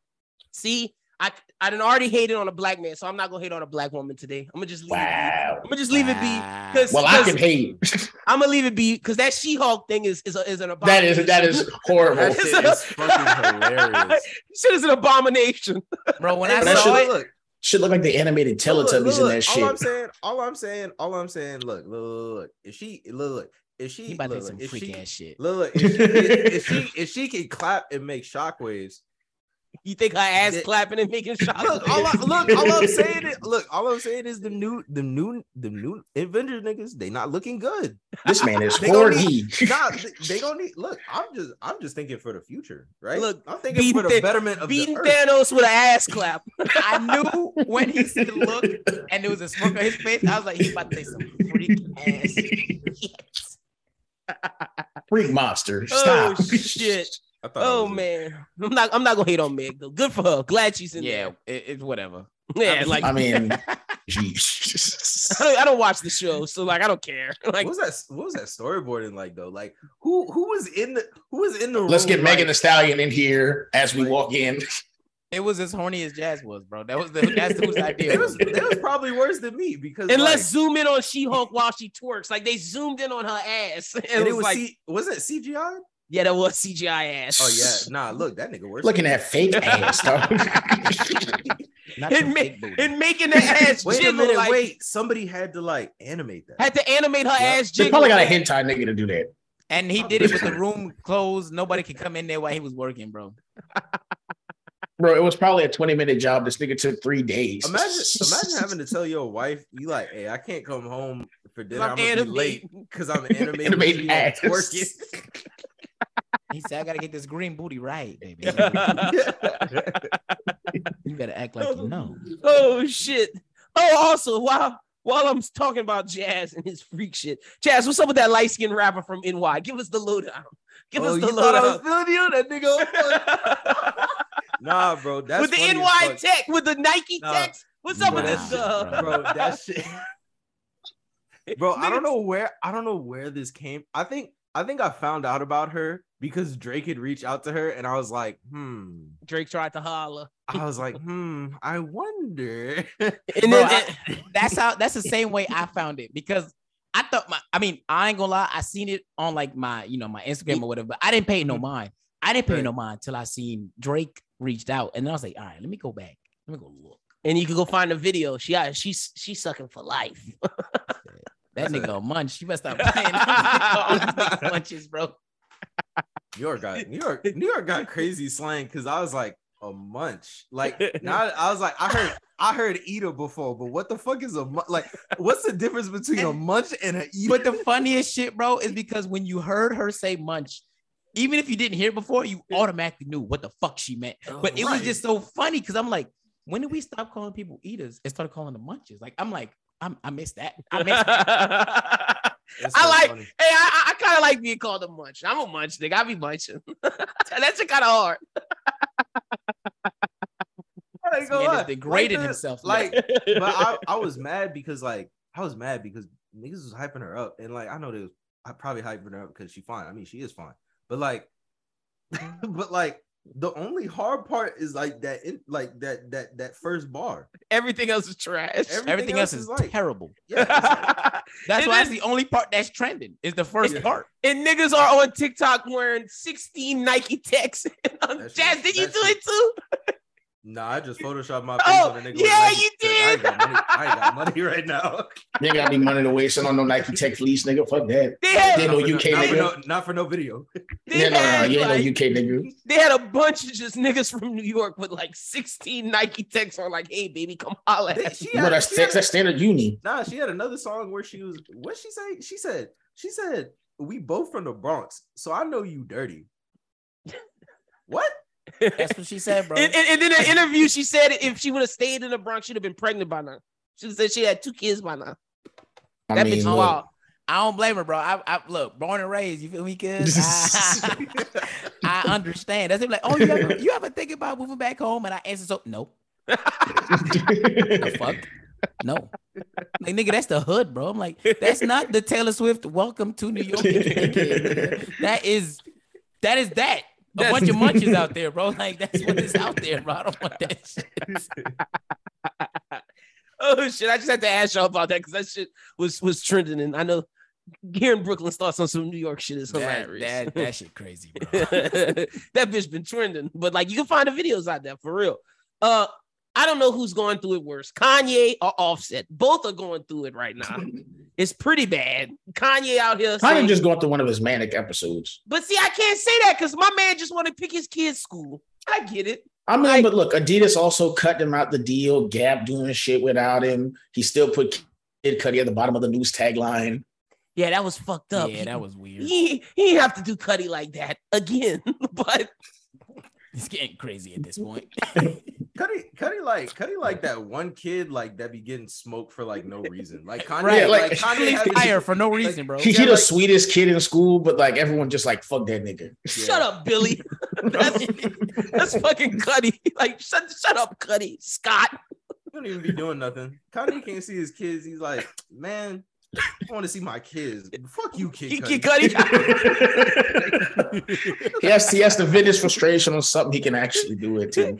see, I I done already hated on a black man, so I'm not gonna hate on a black woman today. I'm gonna just leave it Wow. be. I'm gonna just leave it Wow. be. Cause, Well, I can hate. I'm gonna leave it be because that She-Hulk thing is is, a, is an *laughs* That is *laughs* that is horrible. That shit is fucking hilarious. shit is an abomination. Bro, when I Hey, That saw shit- it, look, Should look like the animated look, Teletubbies look, in look, that All I'm shit. saying, all I'm saying, all I'm saying. Look, look, look, look. If she, look, look. If she, he about to look, do some look, if freak she, ass shit. look, look. If she, if *laughs* she, if she can clap and make shockwaves. You think her ass That- clapping and making shots? *laughs* Oh, Look, all I, look, all I'm saying is, look, all I'm saying is the new, the new, the new Avengers niggas. They not looking good. *laughs* This man is They gonna horny. nah, th- they don't need. Look, I'm just, I'm just thinking for the future, right? Look, I'm thinking beat for the that- betterment of beating the earth. Thanos with an ass clap. I knew when he said look and there was a smirk on his face. I was like, he's about to say some freak ass shit. *laughs* Freak monster. Stop. Oh shit! I thought I Oh was- man, I'm not I'm not gonna hate on Meg though. Good for her. Glad she's in Yeah, it, it's whatever. there. Yeah, like *laughs* I I, mean, jeez. *laughs* don't, *laughs* I don't watch the show, so like I don't care. *laughs* Like what was that? What was that storyboarding like though? Like who, who was in the, who was in the? Let's room, get like, Megan Thee Stallion in here as we walk in. It was as horny as jazz was, bro. That was the *laughs* that's *laughs* whose idea. They it was, was. they was probably worse than me because and like, let's zoom in on She-Hulk while she twerks. Like they zoomed in on her ass. *laughs* And and it was like, C, wasn't it CGI? yeah, that was CGI ass. *laughs* Oh yeah, nah. Look, that nigga worse. Looking at fake ass, *laughs* dog. Not and, your ma- big booty. and making the ass *laughs* Wait a jiggle. minute, like, wait. Somebody had to like animate that. Had to animate her Yeah. ass They jiggle. probably got a hentai nigga to do that. And he did it with the room closed. Nobody could come in there while he was working, bro. Bro, it was probably a 20 minute job. This nigga took three days. *laughs* Imagine, imagine having to tell your wife, you like, hey, I can't come home for dinner. I'm, gonna be animating. late because *laughs* I'm animating. Animating you on ass. twerking." *laughs* He said, "I gotta get this green booty right, *laughs* baby. *laughs* You gotta act like you know." oh shit. Oh, also, while while I'm talking about Jazz and his freak shit, Jazz, what's up with that light skinned rapper from NY? Give us the lowdown. *laughs* Give Oh, us the you thought I was lowdown. feeling you? *laughs* That nigga. nah, bro. That's with the funny as NY fuck. tech, with the Nike Nah. text. What's up Bro, with that's- this? Uh, bro, that shit. *laughs* Bro, I don't know where I don't know where this came. I think I think I found out about her because Drake had reached out to her, and I was like, hmm. Drake tried to holler. I was like, hmm. I wonder. *laughs* And Bro, then I- that's how that's the same way I found it because I thought my I mean I ain't gonna lie I seen it on like my you know my Instagram or whatever but I didn't pay no mind I didn't pay no mind till I seen Drake reached out and then I was like all right let me go back let me go look and you can go find the video. She she's she's sucking for life. that That's nigga a munch you better *laughs* stop playing all these niggas munches *laughs* bro New York got New York New *laughs* York got crazy slang because I was like a munch. Like now I was like I heard I heard eater before, but what the fuck is a munch? Like what's the difference between a munch and an eater? but the funniest shit bro is because when you heard her say munch Even if you didn't hear it before, you automatically knew what the fuck she meant. But it was just so funny because I'm like, when did we stop calling people eaters and started calling them munchers? Like, I'm like, I'm, I miss that. I *laughs* miss that. I like, *laughs* hey, I, I kind of like being called a munch. I'm a munch, nigga. I be munching. *laughs* That's kind of hard. This man has degraded himself. *laughs* Like, but I, I was mad because like I was mad because niggas was hyping her up, and like I know they was I probably hyping her up because she fine. I mean, she is fine, but like, Mm-hmm. *laughs* but like the only hard part is like that, in, like that that that first bar. Everything else is trash. *laughs* Everything, everything else, is like terrible. yeah, it's like- That's It why is- it's the only part that's trending. Is the first Yeah. part. and niggas are on TikTok wearing 16 Nike Techs. *laughs* That's Jazz, true. did you That's do true. it too? nah, I just photoshopped my face Oh, on a nigga. with yeah, Nike you shirt. I did. ain't got money, I ain't got money right now. Nigga, I need money to waste. I don't know Nike Tech fleece, nigga. Fuck that. They had, They know Not for UK no- not, for nigga. no, not for no video. they, Yeah, no, no, no, had you ain't no like- UK nigga. they had a bunch of just niggas from New York with like 16 Nike Techs on, like, hey, baby, come holla. They- at *laughs* she No, had- that's she Tex. had- That's standard uni. Nah, she had another song where she was. What she say? She said. She said we both from the Bronx, so I know you dirty. *laughs* what? That's what she said, bro. And, and, and in an interview, she said if she would have stayed in the Bronx, she'd have been pregnant by now. She said she had two kids by now. I That mean, bitch look, wild. I don't blame her, bro. I, I look born and raised. You feel me, cuz? I, I understand. That's it. Like, oh, you ever, you ever think about moving back home? And I answer so, no, the fuck, no. Like, nigga, that's the hood, bro. I'm like, that's not the Taylor Swift "Welcome to New York." Yankee Dickhead, nigga. that is, that is that. A That's- bunch of *laughs* munches out there, bro. Like that's what is out there, bro. I don't want that shit. Oh shit! I just had to ask y'all about that because that shit was was trending, and I know hearing Brooklyn's thoughts on some New York shit is That, hilarious. that, that shit crazy, *laughs* bro. that bitch been trending, but like you can find the videos out there for real. Uh, I don't know who's going through it worse, Kanye or Offset. Both are going through it right *laughs* now. It's pretty bad. Kanye out here. Kanye saying- just going through one of his manic episodes. but see, I can't say that because my man just want to pick his kids' school. I get it. I mean, Like- but look, Adidas also cut him out the deal. Gap doing shit without him. He still put Kid Cudi at the bottom of the news tagline. Yeah, that was fucked up. Yeah, He- that was weird. he he didn't have to do Cuddy like that again, *laughs* but It's getting crazy at *laughs* this point. Cuddy, Cuddy, like Cuddy, like that one kid, like that be getting smoked for like no reason. Like Kanye, Right, like, like- Kanye having- Fire for no reason, bro. He, Yeah, he the like- sweetest kid in school, but like everyone just like fuck that nigga. shut up, Billy. That's, that's fucking Cuddy. *laughs* Like shut shut up, Cuddy Scott. He don't even be doing nothing. Kanye can't see his kids. He's like, man, I want to see my kids. Fuck you, kid. Kid Cudi. Cuddy. he has he has to vent his frustration on something he can actually do it to.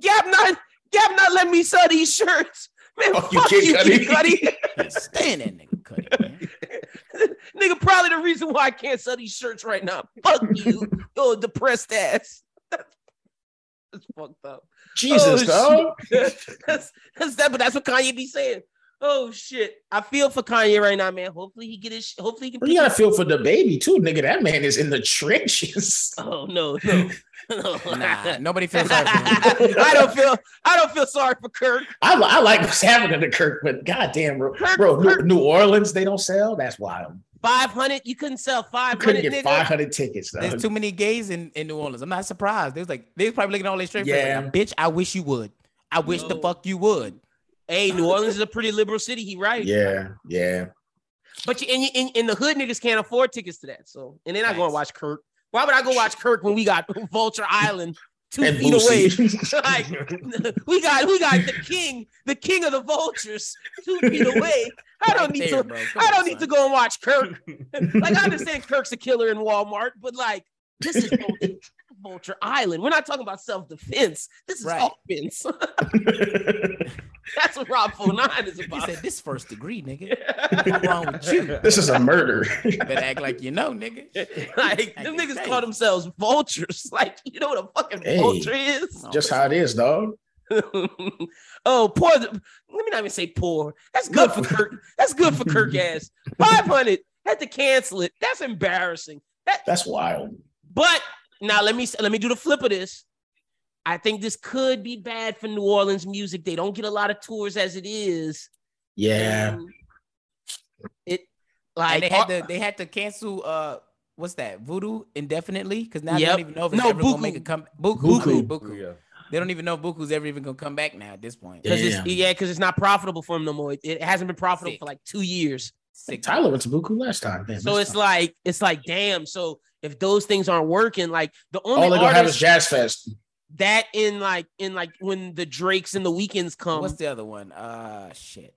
Gab not Gab not letting me sell these shirts. Man, Fuck fuck, you, Kid you, Kid Cudi. Cuddy. Stand that nigga *laughs* Cudi, man. Nigga, probably the reason why I can't sell these shirts right now. Fuck you, yo, depressed ass. *laughs* That's fucked up. Jesus, Oh, dog. *laughs* that's, that's that, but that's what Kanye be saying. Oh shit, I feel for Kanye right now, man. Hopefully he get his. sh- Hopefully he can. You pick gotta feel for the baby too, nigga. That man is in the trenches. *laughs* his- *laughs* oh no, no, no. Nah, *laughs* nobody feels sorry for him. I don't feel. I don't feel sorry for Kirk. I, li- I like what's happening to Kirk, but goddamn, bro, Kirk- bro New, Kirk- New Orleans they don't sell. That's wild. Five hundred. You couldn't sell I five couldn't hundred, get nigga. five hundred tickets. Though. There's too many gays in, in New Orleans. I'm not surprised. There's like they was probably looking all their straight. Yeah. Yeah. Like, Bitch, I wish you would. I wish the No. fuck you would. Hey, New Orleans is a pretty liberal city. He right. Yeah, yeah. But you and, you and and the hood niggas can't afford tickets to that. So and they're not going to Facts. watch Kirk. Why would I go watch Kirk when we got *laughs* Vulture Island two And feet away? Boosie. *laughs* *laughs* like *laughs* we got we got the king, the king of the vultures, two feet away. I don't Right need there, to. bro. Come I on, don't need to son. go and watch *laughs* Kirk. like I understand Kirk's a killer in Walmart, but like this is *laughs* Vulture, Vulture Island. We're not talking about self defense. This is Right. *laughs* offense. *laughs* That's what Rob 49 is He about. said *laughs* this first degree, nigga. What's wrong *laughs* with you? this is *laughs* a murder. Better act like you know, nigga. *laughs* like I them can niggas say. call themselves vultures. *laughs* Like you know what a fucking Hey. vulture is. Just how it is, dog. *laughs* oh, poor. Let me not even say poor. That's good for Kirk. That's good for *laughs* Kirk ass. 500 had to cancel it. That's embarrassing. That's wild. But now let me let me do the flip of this. I think this could be bad for New Orleans music. They don't get a lot of tours as it is. Um, Yeah. And It And like they had to they had to cancel uh what's that? Voodoo indefinitely? Because now they Yep. don't even know if it's No, ever gonna make Buku. a come. Buku, Buku. Buku, Buku. They don't even know if Buku's ever even gonna come back now at this point. Cause Damn. it's, yeah, because it's not profitable for him no more. It, it hasn't been profitable Sick. for like two years. Sick. Tyler went to Buku last time. Man, So That's it's not- like it's like damn. So if those things aren't working, like the only all they're gonna have is artists Jazz Fest. that in like in like when the Drakes and the Weekends come. What's the other one? Uh, shit.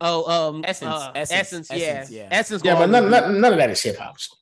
oh, um, Essence, uh, Essence, Essence, yeah, Essence, Essence, yeah. Yeah, but gonna none, be- none, none of that is hip hop. so.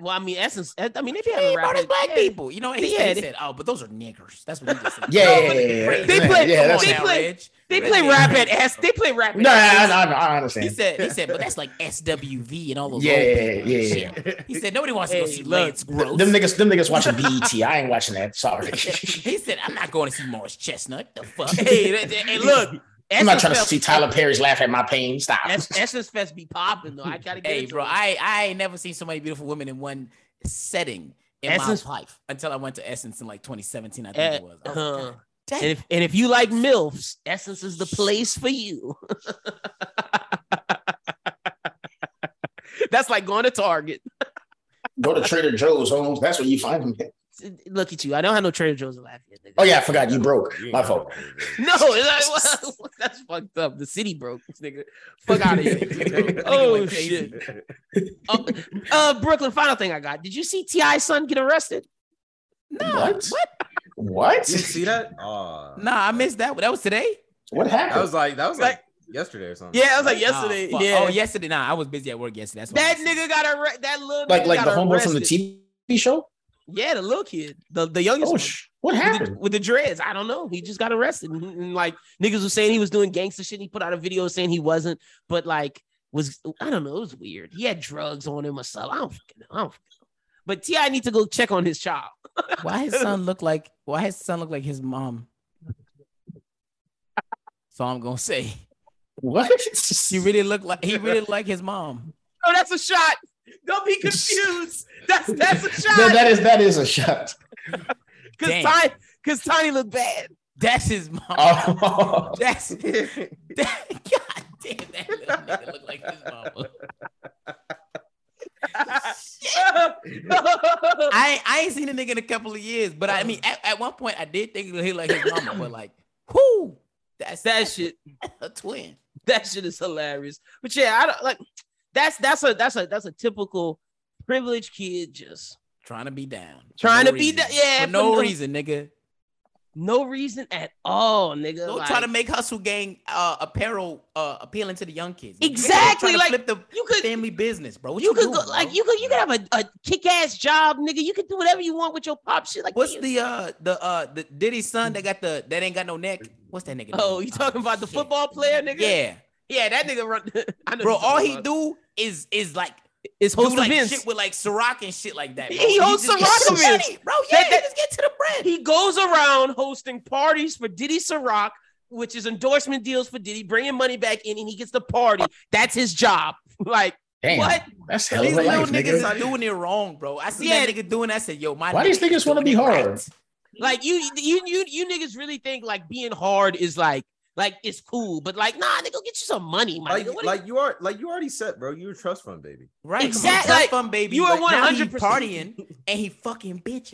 Well, I mean, Essence. I I mean, if you Hey, have about his a black black people. people, you know, he, Yeah, he they- said, "Oh, but those are niggers." That's what he just said. Yeah, No, yeah, but yeah, yeah. they Man, play- yeah, come that's on it. now. play- They play rap at S. They play rap. No, I, at I, I He understand. said, "He said, but that's like SWV and all those." yeah, old yeah, people and yeah, shit." yeah. He said, "Nobody wants to go Hey, see look, Lance Gross." Them niggas, them niggas watching BET. I ain't watching that. Sorry. he said, "I'm not going to see Morris Chestnut." The *laughs* fuck? Hey, that- that- *laughs* hey, look. I'm not trying to Essence see Fest- Tyler Perry's laugh at my pain. Stop. Ess- Essence Fest be popping though. I gotta get Hey, into bro, it. I I ain't never seen so many beautiful women in one setting in Essence- my life until I went to Essence in like 2017. I think Eh, it was. I was like, uh, "God and if and if you like milfs, Essence is the place for you. That's like going to Target. Go to Trader Joe's, Holmes. That's where you find them. Look at you. I don't have no Trader Joe's in Lafayette. nigga. Oh yeah, I forgot you broke. My *laughs* fault. *laughs* No, it's like, that's fucked up. The city broke, nigga. Fuck *laughs* out of here. oh shit. Uh, *laughs* uh, Brooklyn. Final thing I got. Did you see Ti's son get arrested? What? What? You see that? Oh, *laughs* Nah, I missed that. one. That was today. What That happened? was like that was like yesterday or something. Yeah, it was *laughs* like Nah, yesterday. fuck. yeah. Oh, yesterday. Nah, I was busy at work yesterday. That's why I That missed it. nigga got arrested. That little Like, nigga got like the homeboy from the arrested. TV show. Yeah, the little kid, the the youngest Oh, one sh- what With, the, happened? with the dreads. I don't know. He just got arrested. And, and, like niggas was saying he was doing gangster shit. He put out a video saying he wasn't, but like was I don't know. It was weird. He had drugs on him or something. I don't fucking know. I don't fucking know. But Ti need to go check on his child. Why his son look like? Why his son look like his mom? So I'm gonna say What? he really looked like he really looked like his mom. Oh, that's a shot. Don't *laughs* be confused. That's that's a No, shot. that is that is a shot. Because Damn. Tiny, because Tiny looked bad. That's his mom. *laughs* Oh, *laughs* That's that, God damn that little nigga look like his mama. *laughs* *laughs* I I ain't seen a nigga in a couple of years, but I mean at, at one point I did think he looked like his mama, but like, whoo, that's that shit. *laughs* a twin. that shit is hilarious. But yeah, I don't like that's that's a that's a that's a typical privileged kid just Trying to be down. for Trying no to be reason. da- yeah, For for no no- reason, nigga. no reason at all, nigga. Don't like, try to make hustle gang uh, apparel uh, appealing to the young kids. Like, you ain't Exactly, trying to like, flip the you could family business, bro. What you could doing, go like bro? you could you could have a, a kick ass job, nigga. You could do whatever you want with your pop shit. Like What's you- the uh the uh the Diddy's son that got the that ain't got no neck? What's that nigga? *laughs* Oh, name? you talking about the shit. football player, nigga? Yeah, yeah, that nigga run. *laughs* I know bro. you're talking All he about. do is is like is do host like events. shit with like Ciroc and shit like that. Bro. He hosts just Ciroc gets the events. money, bro. Yeah, That- that- just get to the bread. He goes around hosting parties for Diddy Ciroc, which is endorsement deals for Diddy, bringing money back in, and he gets the party. That's his job. *laughs* Like damn. what? That's hell These of a little life, niggas nigga. are *laughs* doing it wrong, bro. I see Yeah. that nigga doing. That. I said, yo, my. Why these nigga niggas wanna doing be it right. hard? Like you, you, you, you niggas really think like being hard is like, like it's cool, but like, nah, nigga, get you some money, my Like, nigga. What like you are like you already set, bro. You're a trust fund baby. Right, Exact- exactly. like, fun baby. you are but now he 100%. partying, and he fucking bitch.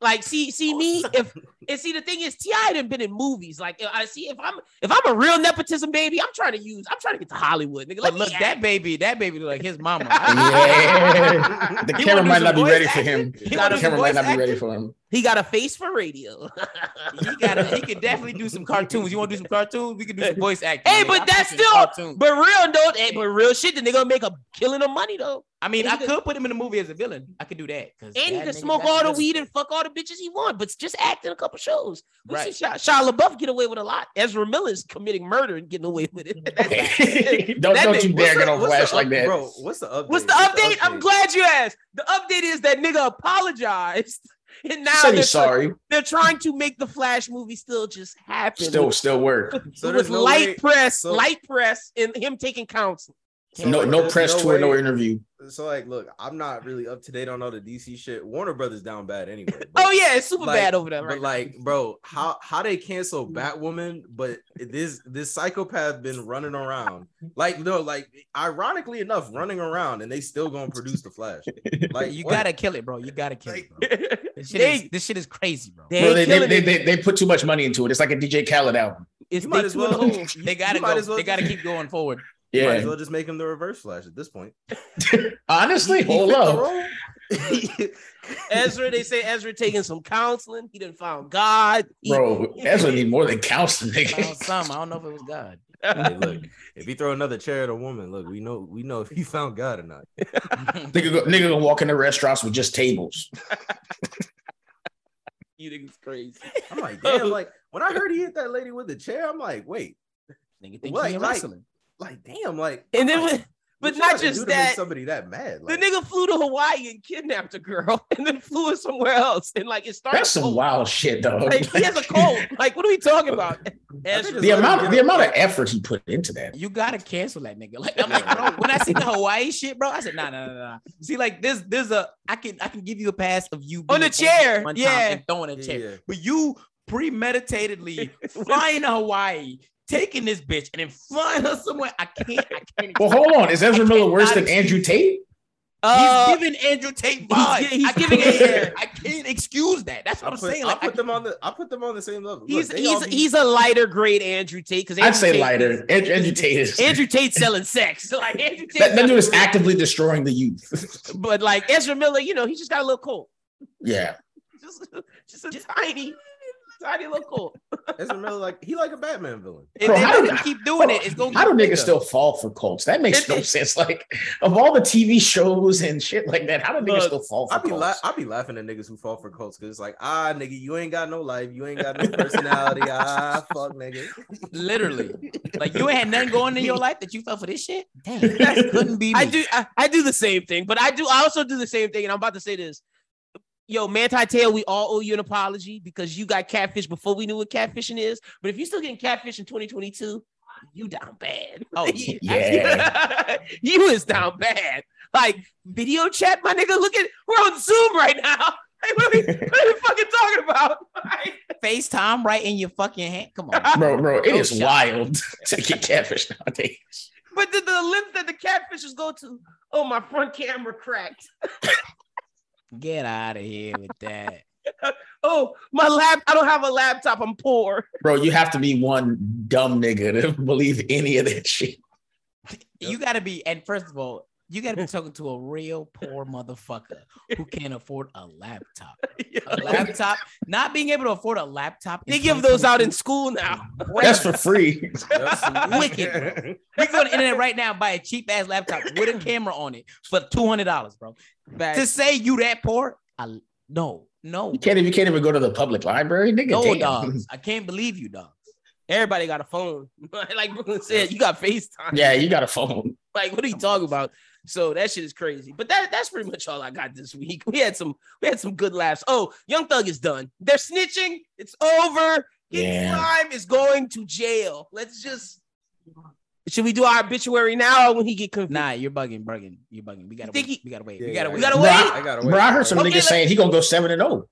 like see, see me if and see the thing is, Ti done been in movies. Like I see if I'm if I'm a real nepotism baby, I'm trying to use, I'm trying to get to Hollywood, nigga. Let But me look, act. that baby, that baby look like his mama. Yeah. The wanna camera do might some not be voice ready for him. He The wanna camera do some might not voice be ready for him. he got a face for radio. He got. He could definitely do some cartoons. You want to do some cartoons? We can do some voice acting. Hey, nigga. but I that's appreciate still- cartoons. but real though, hey, but real shit, the nigga gonna make a killing of money though, I mean, and I he could- could put him in a movie as a villain. I could do that. and he can smoke all the weed and fuck all the bitches he want, but just act in a couple shows. We Right. see Shia, Shia LaBeouf get away with a lot. Ezra Miller's committing murder and getting away with it. *laughs* That's Okay. don't That don't nigga- you What's dare the- get on what's the flash up- like that. bro. What's the update? What's the update? I'm glad you asked. The update is that nigga apologized, *laughs* and now Said they're, he's sorry. they're trying to make the Flash movie still just happen. Still, still work. So with there's no light way- press, so- light press, and him taking counsel. So, No, like, no there's press no tour, no way- interview. So like, look, I'm not really up to date on all the DC shit. Warner Brothers down bad *laughs* anyway. Oh but- yeah, it's super like- bad over there. But Right? like, bro, how how they cancel Batwoman? But this this psychopath been running around. Like no, like ironically enough, running around, and they still gonna produce the Flash. Like you *laughs* what? gotta kill it, bro. You gotta kill it. Bro. This shit, They- is, this shit is crazy, bro. They Bro, ain't they, they, killing they, it. they, they put too much money into it. It's like a DJ Khaled album. It's you might they as two in a well- oh. hole. They gotta *laughs* you might go. as well they gotta just- keep going forward. Might as Yeah. well just make him the reverse Flash at this point. Honestly, hold Fit the up. role? Ezra, they say Ezra taking some counseling. He done found God. He- Bro, that's what need more than counseling, I don't, nigga. some, I don't know if it was God. *laughs* Hey, look, if you throw another chair at a woman, look, we know we know if you found God or not. Nigga, go, nigga gonna walk into restaurants with just tables. You niggas crazy. I'm like, damn, like when I heard he hit that lady with a chair, I'm like, wait, Nigga think Like- he in like- wrestling. like damn, like And then, I'm like, when- what but you not gotta do just to make that. somebody that mad. Oh The Like, nigga flew to Hawaii and kidnapped a girl, *laughs* and then flew her somewhere else. And like it started. That's some cold. wild shit, though. Like, he *laughs* has a cold. Like, what are we talking about? Ezra, *laughs* The amount, the amount of effort he put into that. You gotta cancel that nigga. Like I'm like, *laughs* bro, when I see the Hawaii shit, bro, I said, nah, nah, nah, nah. See, like this, there's a I can I can give you a pass of you On being the chair, one time yeah. and throwing a Yeah, chair, yeah. but you *laughs* premeditatedly flying to Hawaii, taking this bitch and then flying her somewhere. *laughs* I can't. I can't. Well, hold on. Is Ezra Miller worse than Excuse- Andrew Tate? uh, he's giving Andrew Tate vibes. he's- he's I giving putting- it. I can't excuse that. That's I what I'm put, saying. I Like, I put them on the I put them on the same level. Look, he's they all he's be- he's a lighter grade Andrew Tate because I'd say lighter. Andrew, Andrew Tate is. Andrew Tate's selling sex. *laughs* Like Andrew Tate, that, that dude is actively destroying the youth. *laughs* but like Ezra Miller, you know, he just got a little cold. yeah. *laughs* Just, just a tiny, tiny little cold. Ezra Miller, like he like a Batman villain. if Bro, they how let do- him keep doing it, it's gonna. How do get niggas bigger. still fall for cults? That makes no sense. Like, of all the TV shows and shit like that, how do niggas Look, still fall for I be la- cults? I be laughing at niggas who fall for cults because it's like ah nigga you ain't got no life you ain't got no personality ah fuck nigga Literally, *laughs* like you ain't had nothing going in your life that you fell for this shit. Damn, *laughs* that couldn't be. Me. I do, I, I do the same thing, but I do, I also do the same thing. And I'm about to say this, yo, Manti Tail, we all owe you an apology because you got catfish before we knew what catfishing is. But if you still getting catfish in 2022, you down bad. *laughs* Oh, yeah. you *laughs* is down bad. Like video chat, my nigga. Look at we're on Zoom right now. *laughs* Like, what, are we, *laughs* what are we fucking talking about? *laughs* Like, FaceTime right in your fucking hand. Come *laughs* on. Bro, bro, it Oh, is shit. wild *laughs* to get catfish nowadays. but the, the length that the catfishes go to, oh, my front camera cracked. Get out of here with that. Oh, my lap. I don't have a laptop. I'm poor. *laughs* Bro, you have to be one dumb nigga to *laughs* believe any of that shit. You gotta be, and first of all, you *laughs* gotta be talking to a real poor motherfucker who can't afford a laptop. *laughs* A laptop, not being able to afford a laptop. They give those out in school now. *laughs* That's for free. Wicked, We go on the internet right now and buy a cheap ass laptop with a camera on it for two hundred dollars, bro. To say you that poor, I, no, no, You can't even, you can't even go to the public library, nigga. no, damn. dogs. I can't believe you, dogs. Everybody got a phone. *laughs* like Brooklyn said, you got FaceTime. *laughs* Yeah, you got a phone. Like, what are you talking about? So that shit is crazy. But that that's pretty much all I got this week. *laughs* We had some we had some good laughs. Oh, Young Thug is done. They're snitching. It's over. King Yeah. Slime is going to jail. Let's just should we do our obituary now or when he get convicted? Nah, you're bugging, bugging, you're bugging. We gotta Think wait. he- we gotta wait. Yeah, we gotta yeah, wait. We gotta Bro, wait. I gotta wait Bro, I heard some Okay, niggas let- saying he gonna go seven and oh. zero.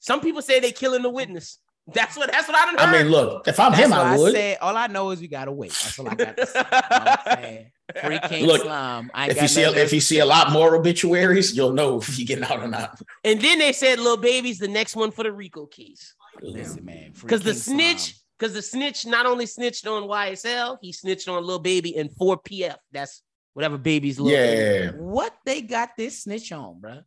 Some people say they killing the witness. That's what that's what I done I heard. mean, look, if I'm That's him, what I I, would. said. All I know is we gotta wait. That's all I got. To say. You know what *laughs* I'm saying? Free King Look, Slime. I ain't If got you see, nothing if you else. see a lot more obituaries, you'll know if you getting out or not. and then they said Lil Baby's the next one for the Rico case. listen, man, Free Because the King snitch, Slime. because the snitch not only snitched on YSL, he snitched on Lil Baby and 4PF. That's whatever baby's little baby. Yeah, What they got this snitch on, bro?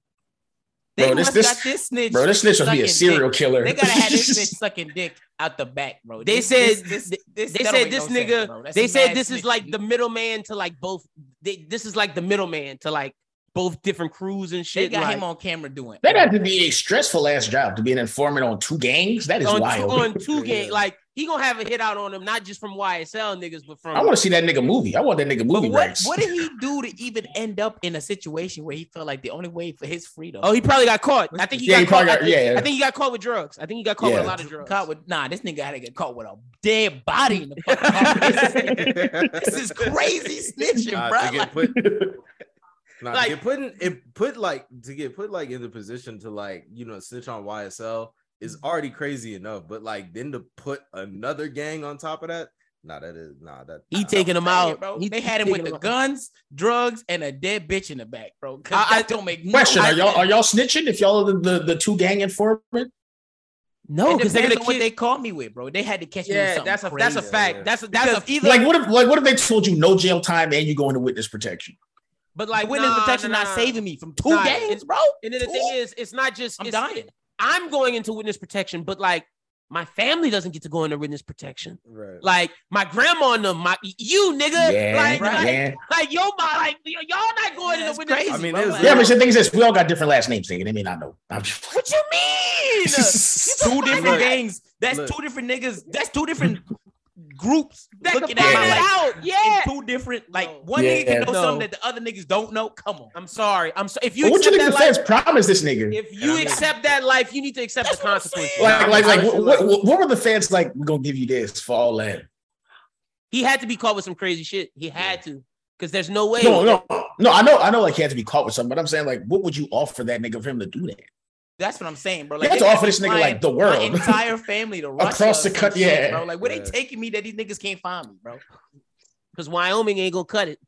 They Bro, this- must this- got this snitch. bro, this snitch will be sucking a dick. serial killer. They *laughs* gotta *laughs* have this snitch sucking dick out the back, bro. They This- said- this, this, They that don't said make this no sense, nigga, bro. That's they said mad this is snitching. like the middleman to like both. They, this is like the middleman to like both different crews and they shit. got like, him on camera doing. That had to be a stressful ass job to be an informant on two gangs. That is on, wild. two, on two game. Like He gonna have a hit out on him, not just from YSL niggas, but from I want to see that nigga movie. I want that nigga movie What, rights. what did he do to even end up in a situation where he felt like the only way for his freedom? Oh, he probably got caught. I think he Yeah, got he caught. probably I, got- think, yeah, yeah. I think he got caught with drugs. I think he got caught with a Yeah. lot of drugs. caught with nah, this nigga had to get caught with a dead body *laughs* in the fucking house. this is crazy snitching, Nah, bro. to get put, nah, Like- to get put in, it put like to get put like in the position to like you know snitch on YSL is already crazy enough, but like then to put another gang on top of that, nah, that is nah, that He taking him out. bro. He- they he had him with taking the out. guns, drugs, and a dead bitch in the back, bro. 'Cause I- I- that don't make no Question: Are sense. y'all are y'all snitching if y'all are the, the, the two gang informant? No, It because they're depends gonna on what kill. they caught me with, bro. They had to catch me. with *laughs* yeah, something that's a crazy. that's a fact. Yeah. That's a, that's a either. Like what if like what if they told you no jail time and you go into witness protection? but like like witness nah, protection nah, not nah. saving me from two Nah, games, it's- bro. And then the Two? thing is, it's not just I'm it's- dying. I'm going into witness protection, but like my family doesn't get to go into witness protection. right. Like my grandma and them, my you nigga, like, right. like like yo, my like y- y'all not Yeah, going into it's witness. crazy, I mean, bro. it was- Like, Yeah, but the thing is this: we all got different last names, nigga. They may not know. I'm just What you *laughs* mean? two different Look, gangs. That's look. two different niggas. That's two different groups That could looking find at my life. that out. in Yeah. two different like No. one nigga Yeah. can know No. something that the other niggas don't know. Come on. I'm sorry. I'm so if you But what you accept think that the life, feds promised this nigga? if you mean- accept that life, you need to accept That's the what I'm saying. consequences. like, like, like, I what, feel what, like- what, were the fans like? We're gonna give you this for all that. He had to be caught with some crazy shit. He had to, because there's no way. No, no, no. I know, I know. Like, he had to be caught with something, but I'm saying, like, what would you offer that nigga for him to do that That's what I'm saying, bro. You have they to got offer me this nigga, flying like, the my world. entire family to Russia *laughs* Across or the some cut- shit, yeah. bro. *laughs* Like, where Yeah. they taking me that these niggas can't find me, bro? Because Wyoming ain't gonna cut it.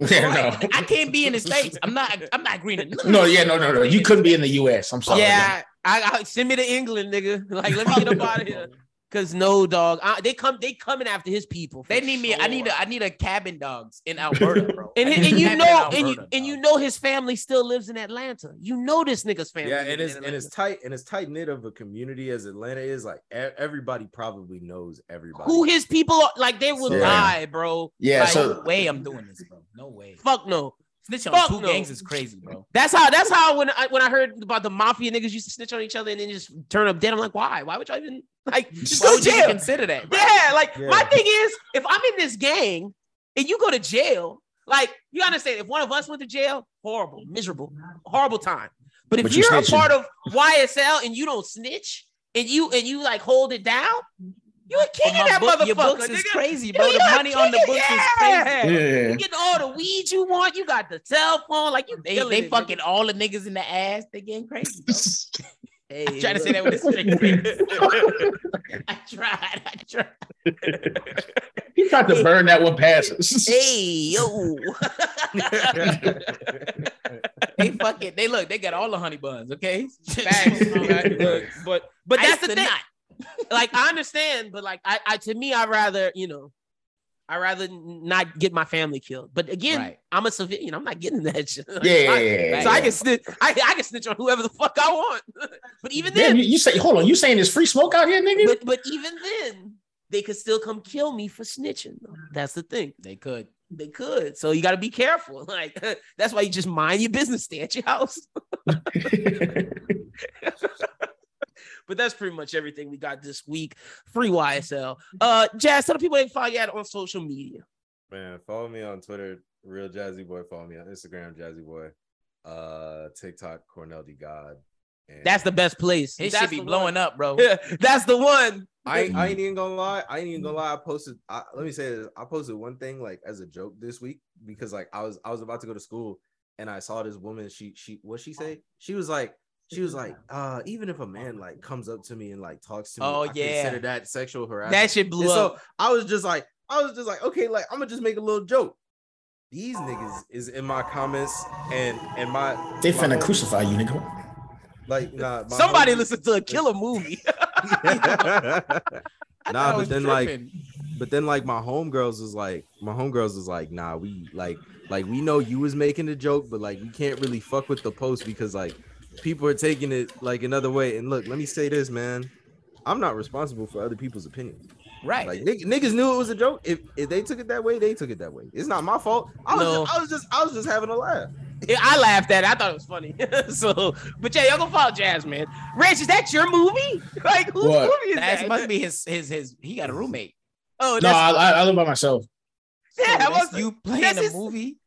Yeah, Like, I can't be in the states. I'm not. I'm not agreeing to none of no, no, this yeah, shit. no, no, no. You couldn't be in the U.S. I'm sorry. yeah, I, I send me to England, nigga. *laughs* Like, let me get up out of here. Cause no dog, I, they come, they coming after his people. for They need me. I need. sure. A, I need a cabin dogs in Alberta, *laughs* bro. And, I and, need and you cabin know, in and you Alberta, and you dog. know his family still lives in Atlanta. You know this nigga's family. yeah, lives and in it's and it's Atlanta. tight and it's tight knit of a community as Atlanta is. Like e- everybody probably knows *laughs* everybody. who his people are. Like they would Yeah. lie, bro. yeah. Like, So no way I'm doing this, bro. No way. Fuck no. Snitching on fuck two no. gangs is crazy, bro. That's how. That's how when I when I heard about the mafia niggas used to snitch on each other and then just turn up dead. I'm like, why? Why would y'all even *laughs* like just Why go would to you even jail? consider that? Bro? Yeah, like Yeah. my thing is, if I'm in this gang and you go to jail, like you understand, if one of us went to jail, horrible, miserable, horrible time. But if But you you're a snitching. part of YSL and you don't snitch and you and you like hold it down, you a king But in that book- motherfucker. your books is nigga. crazy, You bro. know, The you a money on the king, books is yeah. crazy. yeah, You getting all the weed you want. You got the cell phone. Like you, They, killing they it, fucking *laughs* all the niggas in the ass. They getting crazy. *laughs* Bro. nigga. Hey, Trying to look. say that with a straight *laughs* face. I tried. I tried. *laughs* he tried to burn that one past us. Hey yo, *laughs* They fucking. They look. They got all the honey buns. Okay. *laughs* Facts, Look, look, but but Ice that's the the thing. knot. *laughs* Like I understand, but like I, I to me, I rather you know, I rather n- not get my family killed. But again, Right. I'm a civilian. I'm not getting that shit. Like, *laughs* Yeah, I- yeah, yeah, *laughs* yeah. So I can snitch. I, I can snitch on whoever the fuck I want. *laughs* but even then, Damn, you, you say, hold on, you saying there's free smoke out here, nigga? but but even then, they could still come kill me for snitching. though. That's the thing. They could. They could. So you got to be careful. *laughs* Like that's why you just mind your business, stay at your house. *laughs* But that's pretty much everything we got this week. Free YSL. Uh, Jazz, tell the people they can follow you at on social media. Man, follow me on Twitter, real Jazzy Boy. Follow me on Instagram, Jazzy Boy. Uh, TikTok, Cornell D God. And That's the best place. It That's should be the blowing up, *laughs* bro. one. *laughs* that's the one. I ain't, I ain't even gonna lie. I ain't even gonna lie. I posted. I, let me say this. I posted one thing like as a joke this week because like I was I was about to go to school and I saw this woman. She she what she say? She was like she was like uh even if a man like comes up to me and like talks to me, Oh, I yeah. consider that sexual harassment. That shit And blew up. so I was just like I was just like okay like I'm gonna just make a little joke. These niggas is in my comments and and my they my finna homie- crucify you, nigga. like nah, my Somebody homie- listen to a killer movie. *laughs* *laughs* I thought I nah, was but then like tripping. but then like my homegirls was like, my homegirls was like, nah, we like like we know you was making the joke, but like we can't really fuck with the post because like people are taking it like another way. And look, let me say this, man. I'm not responsible for other people's opinions. right. Like nigg- niggas knew it was a joke. If if they took it that way, they took it that way. It's not my fault. I was No. just, I was just I was just having a laugh. Yeah, I laughed at it. I thought it was funny. *laughs* so, but yeah, y'all gonna follow Jazz, man. Rich, is that your movie? *laughs* Like, whose What? movie is That that? must be his his his. He got a roommate. oh, No, that's, I, I I live by myself. *laughs* yeah, I That's was, you playing that's a his- movie.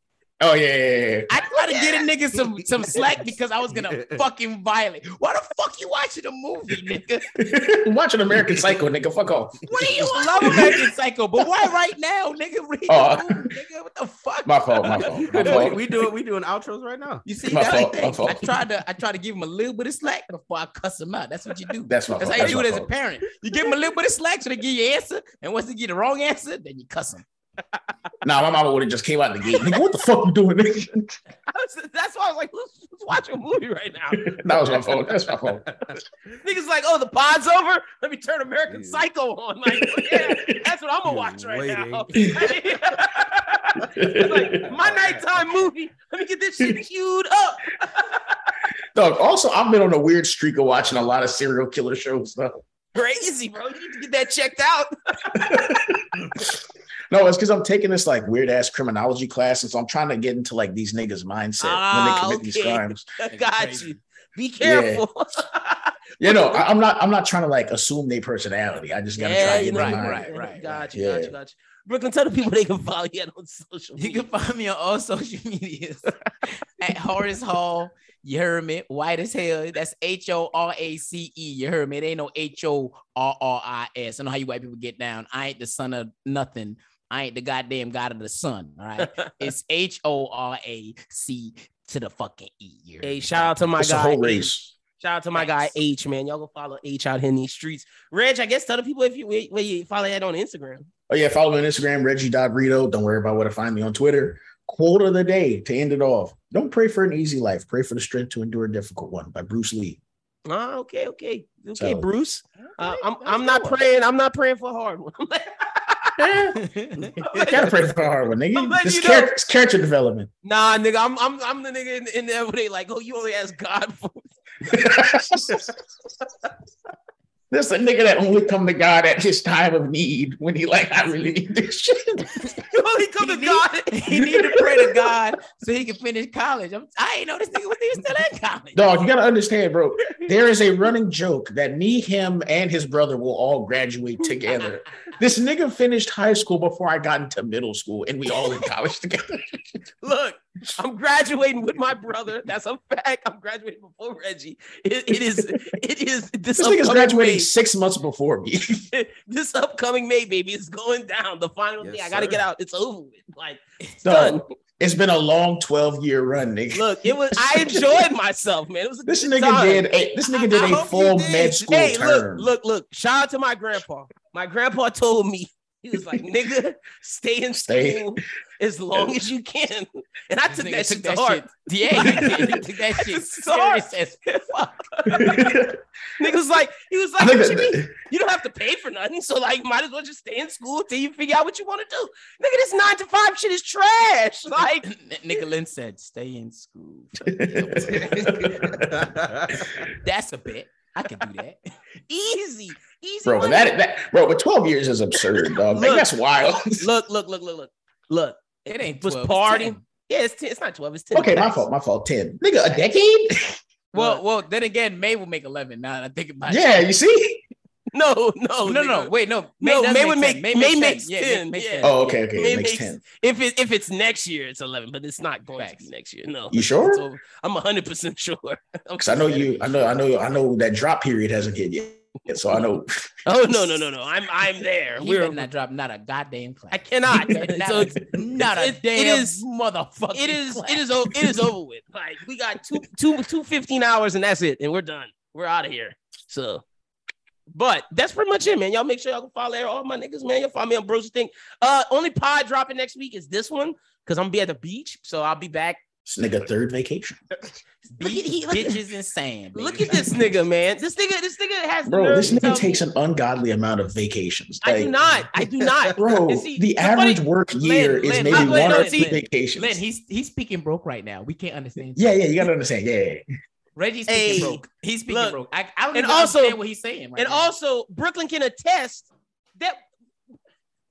Oh yeah, yeah, yeah, yeah. I tried to get a nigga some some slack because I was gonna fucking violate. Why the fuck you watching a movie, nigga? *laughs* Watching American Psycho, nigga. Fuck off. What do you love American Psycho? But why right now, nigga? Read Oh. the movie, nigga. What the fuck? My fault. My fault. My we, fault. we doing we doing outros right now. *laughs* You see, My that's fault, the my thing. I fault. tried to I tried to give him a little bit of slack before I cuss him out. That's what you *laughs* do. That's my fault. That's how you That's do my it as a fault. parent. You give them a little bit of slack so they give you an answer, and once they get the wrong answer, then you cuss them. Nah, my mama would have just came out the gate. Nigga, what the fuck you doing? Nigga? *laughs* that's why *laughs* I was like, let's, let's watch a movie right now. *laughs* that was my fault. That's my fault. Niggas like, oh, the pod's over. Let me turn American Psycho on. Like, oh, *laughs* yeah, that's what I'm gonna watch right now. *laughs* It's like my *laughs* nighttime movie. Let me get this shit queued up. Dog, also, I've been on a weird streak of watching a lot of serial killer shows. Though. Crazy, bro. You need to get that checked out. *laughs* No, it's because I'm taking this like weird ass criminology class, and so I'm trying to get into like these niggas' mindset Ah, when they commit these okay. crimes. Got you. Be careful. *laughs* You know, I, I'm not. I'm not trying to like assume their personality. I just gotta try to get right, their mind. right, right, Got you, right. got you, got you. Brooklyn, tell the people they can follow you on social You media. can find me on all *laughs* social medias at Horace Hall. You heard me? White as hell. That's H O R A C E. You heard me? It ain't no H O R R I S. I know how you white people get down. I ain't the son of nothing. I ain't the goddamn god of the sun. *laughs* All right. it's H O R A C to the fucking E. You heard Hey, me? shout out to my *laughs* It's a guy. whole H. race. Shout out to my guy H, man. Y'all go follow H out here in these streets. Reg, I guess tell the people if you where, where you follow that on Instagram. Oh yeah, follow me on Instagram, Reggie.Brito. Don't worry about where to find me on Twitter. Quote of the day to end it off. Don't pray for an easy life. Pray for the strength to endure a difficult one by Bruce Lee. Ah, okay, okay, okay, So- Bruce. Uh, I'm I'm not praying. I'm not praying for a hard one. *laughs* I'm like, You gotta pray for a hard one, I'm nigga. letting This you know. character, it's character development. *laughs* nah, nigga, I'm I'm I'm the nigga in, in there where they like, oh, you only ask God for. *laughs* This a nigga that only come to God at his time of need when he like I really need this shit. You only come to *laughs* God. he need to pray to God *laughs* so he can finish college. I'm, I ain't know this nigga was even still in college. Dog, you gotta *laughs* understand, bro. There is a running joke that me, him, and his brother will all *laughs* graduate together. this nigga finished high school before I got into middle school, and we all in college *laughs* together. Look, I'm graduating with my brother. That's a fact. I'm graduating before Reggie. It, it is it is this, *laughs* This nigga's upcoming graduating May. six months *laughs* before me. this upcoming May, baby, is going down. The final Yes, thing I got to sir. get out. It's over with. Like, it's done. Dog, it's been a long 12 year run, nigga. Look, it was. *laughs* I enjoyed myself, man. It was a this good nigga time. did a, this nigga did I a hope you full did. med school hey, term. Look, look, look. Shout out to my grandpa. My grandpa told me he was like, "Nigga, stay in Stay. school as long as you can," and I This took nigga that took shit to that heart. shit. Yeah, *laughs* he did. He took that *laughs* shit It's hard. serious as *laughs* fuck. Nigga was like, he was I like, think "What that, you mean? You don't have to pay for nothing, so like, might as well just stay in school till you figure out what you want to do." Nigga, this nine to five shit is trash. *laughs* Like, *laughs* N- Nigga Lynn said, stay *laughs* in school. That's a bit. I could do that. easy, easy. bro, but money. that, that bro, but 12 years is absurd, dog. Like, Look. that's wild. *laughs* look, look, look, look, look, look. It ain't was 12, it's party. 10. Yeah, it's 10, it's not twelve. It's ten. okay, my Facts. fault, my fault. 10. Nigga, a decade? Well, well, then again, May will make eleven. Now that I think about it. yeah, you see? No, no, No, no, nigga. wait, no. No, does May would 10. make- May makes 10. Yeah, 10, May makes yeah. Oh, okay, okay. It It makes makes 10. If it if it's next year, it's eleven, but it's not going Facts. to be next year. No, You sure? It's over. I'm hundred percent sure. *laughs* Because I know you, I know, I know, I know that drop period hasn't hit yet. So I know Oh no, no, no, no. I'm I'm there. He We're better not drop not a goddamn class. I *laughs* cannot. Not, so it's, a, *laughs* not a it- it damn is- motherfucker. it is it is o- it is over with. Like we got two two two fifteen hours and that's it, and we're done. We're out of here. So. But that's pretty much it, man. Y'all make sure y'all can follow all my niggas, man. Y'all follow me on Bros Think. Uh, only pod dropping next week is this one because I'm gonna be at the beach, so I'll be back this nigga third vacation. Look at he- Beat look at- *laughs* bitches and sand. Look baby. at this nigga, man. This nigga, this nigga has. the Bro, nerve this to tell nigga me- takes an ungodly amount of vacations. I do Like, not. I do not. *laughs* Bro, And see, the the funny- average work year Lynn, is Lynn, maybe I- Lynn, one no, or two Lynn, vacations. Lynn, he's he's speaking broke right now. We can't understand. yeah, yeah, you gotta understand. Yeah, yeah, yeah. Reggie's speaking Hey, broke. He's speaking look, broke. I, I don't and even also- understand what he's saying. Right and now. also, Brooklyn can attest that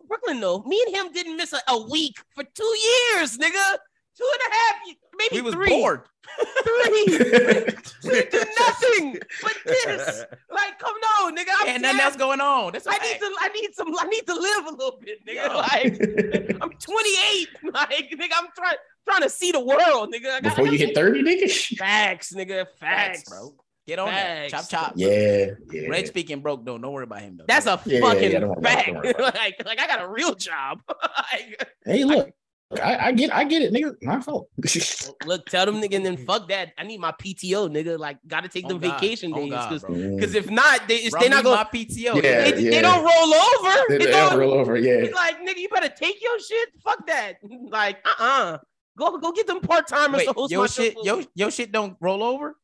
Brooklyn, though, me and him didn't miss a, a week for two years, nigga. Two and a half, ye- maybe we was three. bored. Three. *laughs* we do nothing but this. Like, come on, nigga. I'm And nothing dead. else going on. That's I okay. need to. I need some. I need to live a little bit, nigga. Like, I'm 28. *laughs* Like, nigga, I'm trying trying to see the world, nigga. I got- Before you hit 30, nigga? facts, nigga. Facts, Facts, bro. Get on there. Chop Facts. chop. Yeah. yeah. Red speaking broke though. Don't worry about him though. That's a Yeah, yeah, fucking yeah, don't worry about it, fact. don't worry *laughs* about like, like I got a real job. *laughs* like, Hey, look. I, I get I get it, nigga. My fault. *laughs* look, tell them nigga, and then fuck that. I need my PTO, nigga. Like, gotta take Oh, them vacation days because Mm. if not, they Bro, they're I not need gonna. my PTO. Yeah. They, they don't roll over. They- They they don't- don't roll over. Yeah. It's like, nigga, you better take your shit. Fuck that. *laughs* Like, uh uh Go go get them part timers Wait, to host your my shit, show. yo, your shit don't roll over.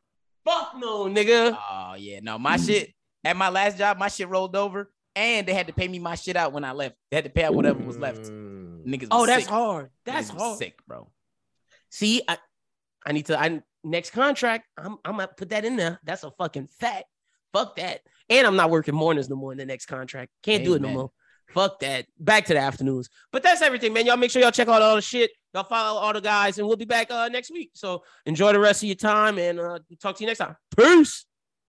fuck no, nigga. Oh yeah, no, my shit at my last job, my shit rolled over, and they had to pay me my shit out when I left. They had to pay out whatever was left. Mm. Niggas, Oh, was that's sick. hard. That's Niggas was hard. sick, bro. See, I, I need to. I next contract, I'm I'm gonna put that in there. That's a fucking fact. Fuck that. And I'm not working mornings no more in the next contract. Can't do it no Amen. more. Fuck that. Back to the afternoons. But that's everything, man. Y'all make sure y'all check out all the shit. Y'all follow all the guys, and we'll be back uh, next week. So enjoy the rest of your time, and uh, talk to you next time. Peace.